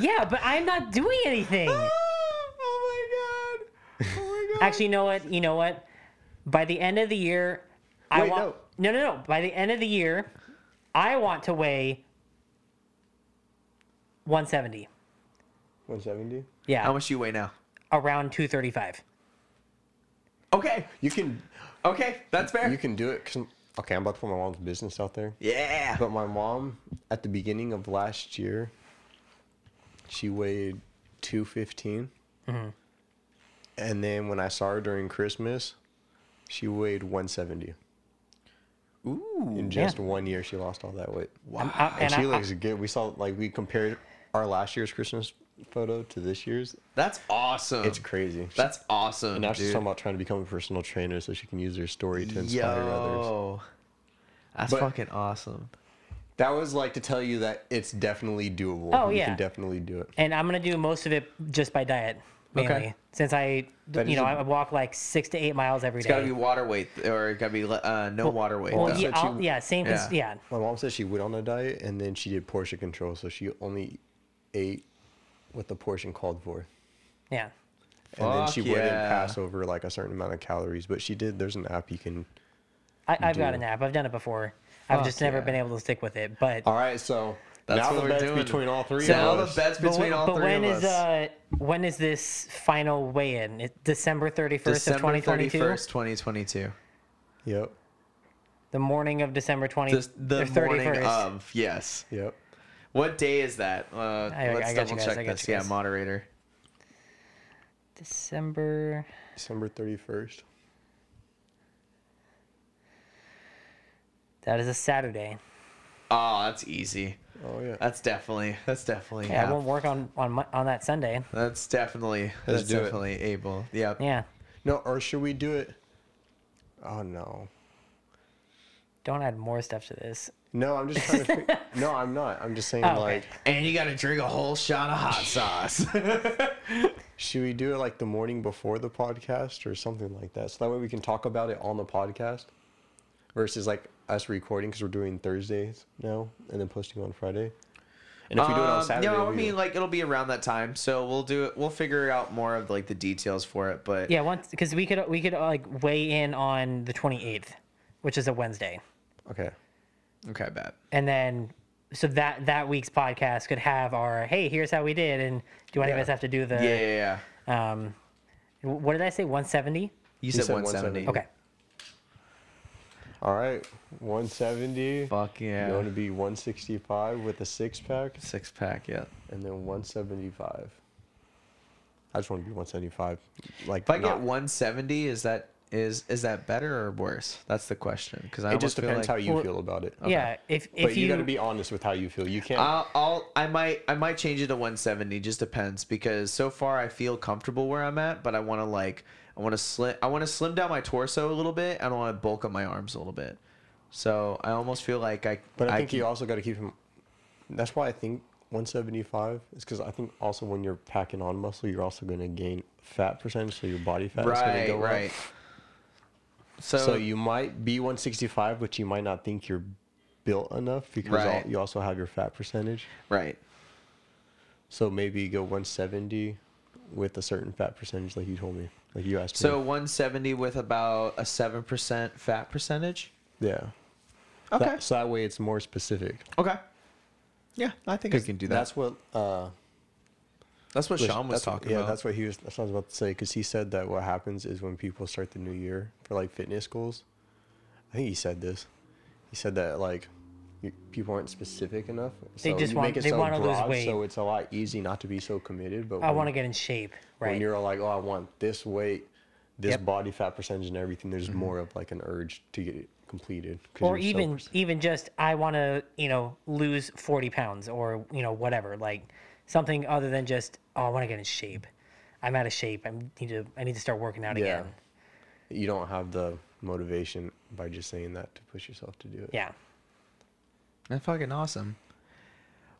[SPEAKER 2] Yeah, but I'm not doing anything.
[SPEAKER 1] Oh my god! Oh my god!
[SPEAKER 2] Actually, you know what? You know what? By the end of the year, I
[SPEAKER 3] Wait,
[SPEAKER 2] want no. no, no, By the end of the year, I want to weigh 170.
[SPEAKER 3] 170.
[SPEAKER 2] Yeah,
[SPEAKER 1] How much do you weigh now?
[SPEAKER 2] around 235.
[SPEAKER 1] Okay.
[SPEAKER 3] You can
[SPEAKER 1] Okay, that's fair.
[SPEAKER 3] you can do it. 'cause- okay, I'm about to put my mom's business out there.
[SPEAKER 1] yeah.
[SPEAKER 3] But my mom, at the beginning of last year, she weighed 215. And then when I saw her during Christmas, she weighed 170.
[SPEAKER 1] Ooh.
[SPEAKER 3] In just one year, she lost all that weight.
[SPEAKER 2] I'm- I-
[SPEAKER 3] And, she
[SPEAKER 2] Uh, I-
[SPEAKER 3] looks good. We saw, like, we compared our last year's Christmas photo to this year's.
[SPEAKER 1] That's awesome.
[SPEAKER 3] It's crazy.
[SPEAKER 1] That's awesome.
[SPEAKER 3] and now she's
[SPEAKER 1] dude.
[SPEAKER 3] talking about trying to become a personal trainer so she can use her story to inspire others.
[SPEAKER 1] Yo. That's
[SPEAKER 3] But-
[SPEAKER 1] fucking awesome.
[SPEAKER 3] That was like to tell you that it's definitely doable.
[SPEAKER 2] Oh,
[SPEAKER 3] You
[SPEAKER 2] yeah.
[SPEAKER 3] can definitely do it.
[SPEAKER 2] and I'm gonna do most of it just by diet mainly,
[SPEAKER 1] Okay.
[SPEAKER 2] since I,
[SPEAKER 3] That
[SPEAKER 2] you
[SPEAKER 3] is
[SPEAKER 2] know,
[SPEAKER 3] a-
[SPEAKER 2] I walk like six to eight miles every
[SPEAKER 1] It's got to
[SPEAKER 2] day.
[SPEAKER 1] be water weight, or it got to be uh, no water weight.
[SPEAKER 2] well,
[SPEAKER 1] though.
[SPEAKER 3] that's
[SPEAKER 2] yeah,
[SPEAKER 3] what you-
[SPEAKER 2] I'll- yeah, same. cons-
[SPEAKER 1] Yeah.
[SPEAKER 2] Yeah.
[SPEAKER 3] My mom said she went on a diet and then she did portion control, so she only ate what the portion called for.
[SPEAKER 2] yeah,
[SPEAKER 3] And then
[SPEAKER 1] Fuck
[SPEAKER 3] she wouldn't
[SPEAKER 1] yeah.
[SPEAKER 3] pass over like a certain amount of calories, but she did. There's an app you can.
[SPEAKER 2] I, I've got
[SPEAKER 3] do.
[SPEAKER 2] an app. I've done it before. I've
[SPEAKER 1] Fuck
[SPEAKER 2] just never
[SPEAKER 1] yeah.
[SPEAKER 2] been able to stick with it. But
[SPEAKER 3] All right, so
[SPEAKER 1] That's
[SPEAKER 3] now
[SPEAKER 1] what
[SPEAKER 3] the
[SPEAKER 1] we're
[SPEAKER 3] bet's
[SPEAKER 1] doing.
[SPEAKER 3] between all three
[SPEAKER 1] So
[SPEAKER 3] of
[SPEAKER 1] now the
[SPEAKER 3] us.
[SPEAKER 1] bets
[SPEAKER 2] but,
[SPEAKER 1] between
[SPEAKER 2] when-
[SPEAKER 1] all
[SPEAKER 2] but
[SPEAKER 1] three
[SPEAKER 2] when
[SPEAKER 1] of
[SPEAKER 2] is
[SPEAKER 1] us.
[SPEAKER 2] uh when is this final weigh-in? It, December 31st of
[SPEAKER 1] December
[SPEAKER 2] 2022.
[SPEAKER 1] 31st, 2022.
[SPEAKER 3] Yep,
[SPEAKER 2] The morning of December 20
[SPEAKER 1] This, the
[SPEAKER 2] or
[SPEAKER 1] morning of, yes.
[SPEAKER 3] yep.
[SPEAKER 1] What day is that? Uh,
[SPEAKER 2] I
[SPEAKER 1] let's
[SPEAKER 2] got you
[SPEAKER 1] double
[SPEAKER 2] guys,
[SPEAKER 1] check
[SPEAKER 2] I got
[SPEAKER 1] this.
[SPEAKER 2] you
[SPEAKER 1] Yeah,
[SPEAKER 2] guys.
[SPEAKER 1] moderator.
[SPEAKER 2] December
[SPEAKER 3] December thirty first.
[SPEAKER 2] that is a Saturday.
[SPEAKER 1] Oh, that's easy.
[SPEAKER 3] Oh yeah.
[SPEAKER 1] That's definitely. That's definitely.
[SPEAKER 2] Yeah, I
[SPEAKER 1] hap-
[SPEAKER 2] won't work on on Mon- on that Sunday.
[SPEAKER 1] That's definitely.
[SPEAKER 3] Let's
[SPEAKER 1] That's
[SPEAKER 3] do it.
[SPEAKER 1] definitely able. Yeah.
[SPEAKER 2] Yeah.
[SPEAKER 3] no, or should we do it? Oh no.
[SPEAKER 2] Don't add more stuff to this.
[SPEAKER 3] No, I'm just trying to. Fig- no, I'm not. I'm just saying
[SPEAKER 2] Oh, okay.
[SPEAKER 3] like,
[SPEAKER 1] And you got to drink a whole shot of hot sauce.
[SPEAKER 3] should we do it like the morning before the podcast or something like that? So that way we can talk about it on the podcast versus like us recording because we're doing Thursdays now and then posting on Friday. And if we do it on
[SPEAKER 1] Um,
[SPEAKER 3] Saturday,
[SPEAKER 1] no, I
[SPEAKER 3] we-
[SPEAKER 1] mean like it'll be around that time, so we'll do it. We'll figure out more of like the details for it, but
[SPEAKER 2] Yeah, once because we could we could uh, like weigh in on the 28th, which is a Wednesday,
[SPEAKER 3] okay,
[SPEAKER 1] okay, bad.
[SPEAKER 2] and then so that that week's podcast could have our hey here's how we did and do any of
[SPEAKER 3] Yeah.
[SPEAKER 2] us have to do the
[SPEAKER 1] Yeah, yeah, yeah.
[SPEAKER 2] um w- what did I say 170?
[SPEAKER 1] You said,
[SPEAKER 3] said
[SPEAKER 1] 170.
[SPEAKER 3] 170.
[SPEAKER 2] Okay,
[SPEAKER 3] all right, 170.
[SPEAKER 1] Fuck yeah.
[SPEAKER 3] You want to be 165 with a six pack
[SPEAKER 1] Six pack, yeah.
[SPEAKER 3] and then 175. I just want to be 175. Like,
[SPEAKER 1] If I get
[SPEAKER 3] not-
[SPEAKER 1] 170, is that is is that better or worse? That's the question. Because I
[SPEAKER 3] it
[SPEAKER 1] almost
[SPEAKER 3] just
[SPEAKER 1] feel
[SPEAKER 3] depends how
[SPEAKER 1] like-
[SPEAKER 3] you
[SPEAKER 2] Well,
[SPEAKER 3] feel about it.
[SPEAKER 2] yeah. If if
[SPEAKER 3] But you, got to be honest with how you feel. You can't.
[SPEAKER 1] I'll, I'll I might I might change it to 170. Just depends because so far I feel comfortable where I'm at, but I want to like I want to slim I want to slim down my torso a little bit. and I want to bulk up my arms a little bit. So I almost feel like I.
[SPEAKER 3] But I, think
[SPEAKER 1] can-
[SPEAKER 3] you also got to keep him. That's why I think 175 is because I think also when you're packing on muscle, you're also going to gain fat percentage, so your body fat is going
[SPEAKER 1] right
[SPEAKER 3] to go
[SPEAKER 1] right.
[SPEAKER 3] up.
[SPEAKER 1] So,
[SPEAKER 3] So you might be 165, but you might not think you're built enough because al-
[SPEAKER 1] Right.
[SPEAKER 3] you also have your fat percentage.
[SPEAKER 1] right.
[SPEAKER 3] So maybe go 170 with a certain fat percentage, like you told me, like you asked
[SPEAKER 1] So
[SPEAKER 3] me.
[SPEAKER 1] 170 with about a seven percent fat percentage.
[SPEAKER 3] yeah.
[SPEAKER 1] Okay.
[SPEAKER 3] That- so that way it's more specific.
[SPEAKER 1] okay. Yeah, I think I can do that. That's,
[SPEAKER 3] That's what. uh
[SPEAKER 1] what
[SPEAKER 3] Which-
[SPEAKER 1] Sean was
[SPEAKER 3] that's what-
[SPEAKER 1] talking
[SPEAKER 3] yeah,
[SPEAKER 1] about.
[SPEAKER 3] that's what he was. That's what I was about to say because he said that what happens is when people start the new year for like fitness goals. I think he said this. He said that like you, people aren't specific enough.
[SPEAKER 2] They just want- they wanna lose weight.
[SPEAKER 3] so it's a lot easy not to be so committed. But
[SPEAKER 2] I
[SPEAKER 3] when-
[SPEAKER 2] want to get in shape,
[SPEAKER 3] when
[SPEAKER 2] right?
[SPEAKER 3] you're like, oh, I want this weight, this
[SPEAKER 2] Yep. Mm-hmm.
[SPEAKER 3] body fat percentage, and everything. There's more of like an urge to get it completed. 'cause
[SPEAKER 2] Or
[SPEAKER 3] you're so
[SPEAKER 2] even
[SPEAKER 3] pers-
[SPEAKER 2] even just I want to you know lose 40 pounds or you know whatever like something other than just oh I want to get in shape. I'm out of shape. I need to I need to start working out
[SPEAKER 3] yeah,
[SPEAKER 2] again.
[SPEAKER 3] you don't have the motivation by just saying that to push yourself to do it.
[SPEAKER 2] Yeah.
[SPEAKER 1] That's fucking awesome.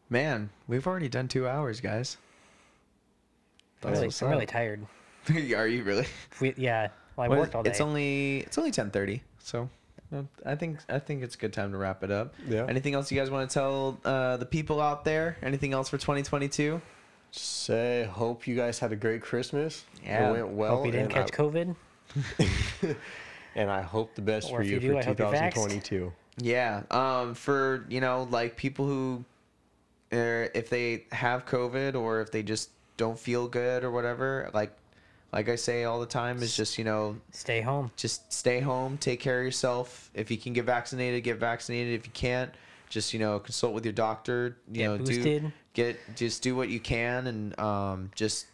[SPEAKER 1] Man, we've already done two hours, guys.
[SPEAKER 2] I'm
[SPEAKER 1] That's
[SPEAKER 2] really,
[SPEAKER 1] what's
[SPEAKER 2] I'm really
[SPEAKER 1] up.
[SPEAKER 2] tired.
[SPEAKER 1] Are you really?
[SPEAKER 2] We, yeah. Well, I
[SPEAKER 1] Well,
[SPEAKER 2] worked all day.
[SPEAKER 1] It's only it's only ten thirty, so uh, I think I think it's a good time to wrap it up.
[SPEAKER 3] Yeah.
[SPEAKER 1] Anything else you guys want to tell uh, the people out there? Anything else for twenty twenty two?
[SPEAKER 3] say hope you guys had a great christmas
[SPEAKER 1] Yeah.
[SPEAKER 3] it went well
[SPEAKER 2] Hope you didn't
[SPEAKER 3] and I-
[SPEAKER 2] catch COVID.
[SPEAKER 3] And I hope the best
[SPEAKER 2] Or
[SPEAKER 3] for
[SPEAKER 2] if
[SPEAKER 3] you,
[SPEAKER 2] you do,
[SPEAKER 3] for
[SPEAKER 2] I hope you're vaxxed.
[SPEAKER 3] 2022.
[SPEAKER 1] Yeah. Um, for you know, like people who, er, if they have COVID or if they just don't feel good or whatever, like, like I say all the time, is just you know,
[SPEAKER 2] Stay home.
[SPEAKER 1] just stay home, take care of yourself. If you can get vaccinated, get vaccinated. If you can't, just you know, consult with your doctor. You
[SPEAKER 2] Get
[SPEAKER 1] know, do
[SPEAKER 2] boosted.
[SPEAKER 1] get just do what you can and um, just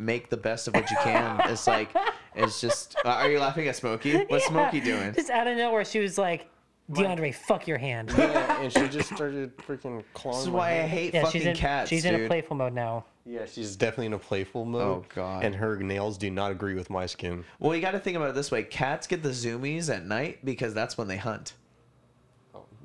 [SPEAKER 1] make the best of what you can. it's like. It's just. Uh, are you laughing at Smokey? What's
[SPEAKER 2] Yeah.
[SPEAKER 1] Smokey doing?
[SPEAKER 2] Just out of nowhere, she was like, DeAndre, fuck your hand.
[SPEAKER 3] Yeah, and she just started freaking clawing.
[SPEAKER 1] This is
[SPEAKER 3] my
[SPEAKER 1] why I
[SPEAKER 3] hand.
[SPEAKER 1] hate
[SPEAKER 2] Yeah,
[SPEAKER 1] fucking
[SPEAKER 2] she's in,
[SPEAKER 1] cats,
[SPEAKER 2] she's
[SPEAKER 1] dude.
[SPEAKER 2] in a playful mode now.
[SPEAKER 3] Yeah, she's definitely in a playful mode.
[SPEAKER 1] Oh, God.
[SPEAKER 3] And her nails do not agree with my skin.
[SPEAKER 1] Well, you got to think about it this way: cats get the zoomies at night because that's when they hunt.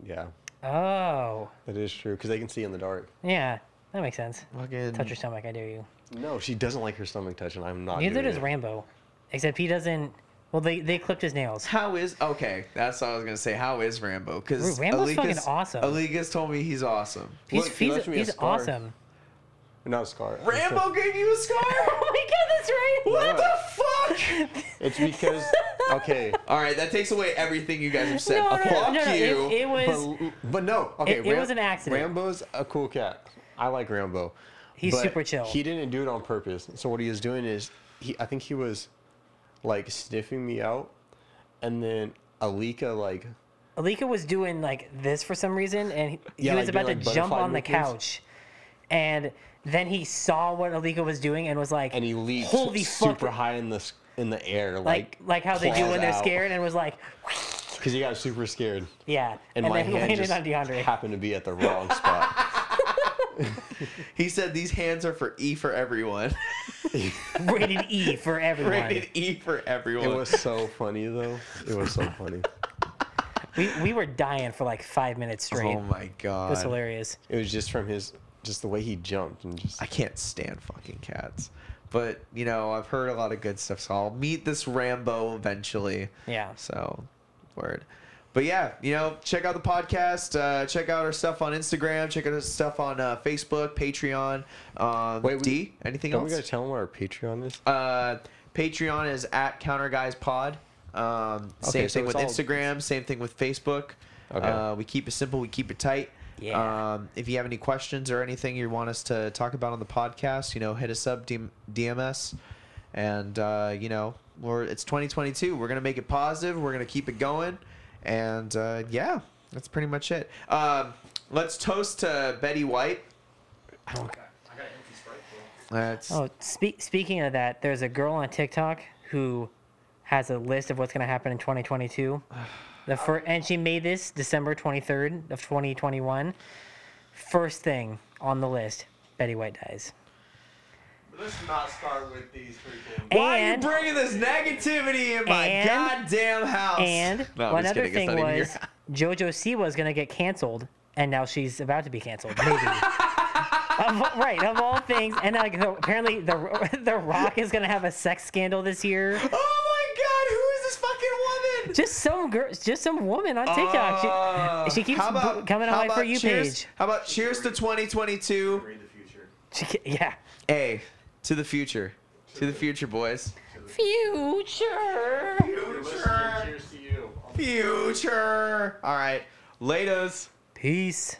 [SPEAKER 3] Yeah,
[SPEAKER 2] Oh,
[SPEAKER 3] that is true because they can see in the dark.
[SPEAKER 2] yeah, that makes sense.
[SPEAKER 1] Fucking
[SPEAKER 2] Touch your stomach, I dare you.
[SPEAKER 3] No, she doesn't like her stomach touching. I'm not.
[SPEAKER 2] Neither
[SPEAKER 3] doing
[SPEAKER 2] does
[SPEAKER 3] it.
[SPEAKER 2] Rambo, except he doesn't. Well, they, they clipped his nails.
[SPEAKER 1] How is okay? That's what I was gonna say. How is Rambo? Because
[SPEAKER 2] Dude, Rambo's fucking awesome.
[SPEAKER 1] Aligas told me he's awesome.
[SPEAKER 2] He's,
[SPEAKER 3] Look, he
[SPEAKER 2] he's,
[SPEAKER 3] left me a
[SPEAKER 2] he's
[SPEAKER 3] scar.
[SPEAKER 2] awesome.
[SPEAKER 3] Not scar.
[SPEAKER 1] Rambo gave you a scar.
[SPEAKER 2] Oh my god, that's right.
[SPEAKER 1] What
[SPEAKER 3] Yeah.
[SPEAKER 1] the fuck?
[SPEAKER 3] It's because okay,
[SPEAKER 1] All right, that takes away everything you guys have said.
[SPEAKER 2] No, no,
[SPEAKER 1] Fuck
[SPEAKER 2] no, no,
[SPEAKER 1] you.
[SPEAKER 2] It, it was.
[SPEAKER 3] but, but no. Okay,
[SPEAKER 2] It- it was an accident.
[SPEAKER 3] Rambo's a cool cat. I like Rambo.
[SPEAKER 2] He's
[SPEAKER 3] but
[SPEAKER 2] super chill.
[SPEAKER 3] He didn't do it on purpose. So what he was doing is he. I think he was like sniffing me out, and then Alika like
[SPEAKER 2] Alika was doing like this for some reason, and he, he
[SPEAKER 3] Yeah,
[SPEAKER 2] was
[SPEAKER 3] like
[SPEAKER 2] about
[SPEAKER 3] doing,
[SPEAKER 2] to
[SPEAKER 3] like,
[SPEAKER 2] jump
[SPEAKER 3] butterfly
[SPEAKER 2] on the
[SPEAKER 3] movements.
[SPEAKER 2] couch, and then he saw what Alika was doing and was like,
[SPEAKER 3] and he leaped
[SPEAKER 2] "Holy fuck!"
[SPEAKER 3] super high in the s- in the air
[SPEAKER 2] like
[SPEAKER 3] like
[SPEAKER 2] like how they do when they're scared, and was like,
[SPEAKER 3] because he got super scared
[SPEAKER 2] "Yeah,"
[SPEAKER 3] and, my
[SPEAKER 2] then he
[SPEAKER 3] hand
[SPEAKER 2] landed
[SPEAKER 3] just
[SPEAKER 2] on DeAndre.
[SPEAKER 3] happened to be at the wrong spot.
[SPEAKER 1] He said these hands are for E for everyone.
[SPEAKER 2] Rated E for everyone.
[SPEAKER 1] Rated E for
[SPEAKER 3] it
[SPEAKER 1] everyone.
[SPEAKER 3] was so funny though. It was so funny.
[SPEAKER 2] We we were dying for like five minutes straight.
[SPEAKER 1] oh my
[SPEAKER 2] it was
[SPEAKER 1] god.
[SPEAKER 2] hilarious.
[SPEAKER 3] It was just from his just the way he jumped and just
[SPEAKER 1] I can't stand fucking cats. But you know, I've heard a lot of good stuff, so I'll meet this Rambo eventually.
[SPEAKER 2] Yeah.
[SPEAKER 1] So, word. But yeah, you know, check out the podcast. Uh, check out our stuff on Instagram. Check out our stuff on uh, Facebook, Patreon. Um,
[SPEAKER 3] Wait, we-
[SPEAKER 1] D, anything
[SPEAKER 3] Don't
[SPEAKER 1] else?
[SPEAKER 3] we gotta tell him what our Patreon is?
[SPEAKER 1] uh, Patreon is at Counter Guys Pod. Um, same
[SPEAKER 3] Okay, so
[SPEAKER 1] thing with
[SPEAKER 3] it's all-
[SPEAKER 1] Instagram. Same thing with Facebook.
[SPEAKER 3] Okay.
[SPEAKER 1] Uh, we keep it simple. We keep it tight.
[SPEAKER 2] Yeah.
[SPEAKER 1] Um, if you have any questions or anything you want us to talk about on the podcast, you know, hit us up DM- DMS, and uh, you know, we're it's 2022. We're gonna make it positive. We're gonna keep it going, and uh, yeah, that's pretty much it. Um, let's toast to Betty White.
[SPEAKER 4] I got an empty sprite though.
[SPEAKER 1] That's
[SPEAKER 2] Oh, spe- speaking of that, there's a girl on TikTok who has a list of what's going to happen in 2022. The fir- and she made this December 23rd of 2021. First thing on the list, Betty White dies.
[SPEAKER 4] Let's not start with these freaking.
[SPEAKER 1] Why
[SPEAKER 2] and
[SPEAKER 1] are you bringing this negativity in my
[SPEAKER 2] and-
[SPEAKER 1] goddamn house?
[SPEAKER 2] and
[SPEAKER 1] No, I'm
[SPEAKER 2] one
[SPEAKER 1] just
[SPEAKER 2] other
[SPEAKER 1] kidding, it's
[SPEAKER 2] thing
[SPEAKER 1] not even
[SPEAKER 2] was JoJo C was going to get canceled and now she's about to be canceled. Maybe. Of all- right, of all things, and like the, apparently the the Rock is gonna have a sex scandal this year.
[SPEAKER 1] your- Oh my god, who is this
[SPEAKER 2] Just some girl, just some woman on
[SPEAKER 1] fucking woman?
[SPEAKER 2] TikTok.
[SPEAKER 1] Uh,
[SPEAKER 2] she, she keeps
[SPEAKER 1] how about-
[SPEAKER 2] bo- coming on
[SPEAKER 1] how
[SPEAKER 2] my for
[SPEAKER 1] about
[SPEAKER 2] you
[SPEAKER 1] cheers,
[SPEAKER 2] page.
[SPEAKER 1] How about cheers to 2022?
[SPEAKER 4] Read the future.
[SPEAKER 2] She, ke- yeah.
[SPEAKER 1] Hey, to the future. To the future, boys.
[SPEAKER 2] Future.
[SPEAKER 4] You're listening. Cheers to you.
[SPEAKER 1] Future. All right, laters.
[SPEAKER 2] Peace.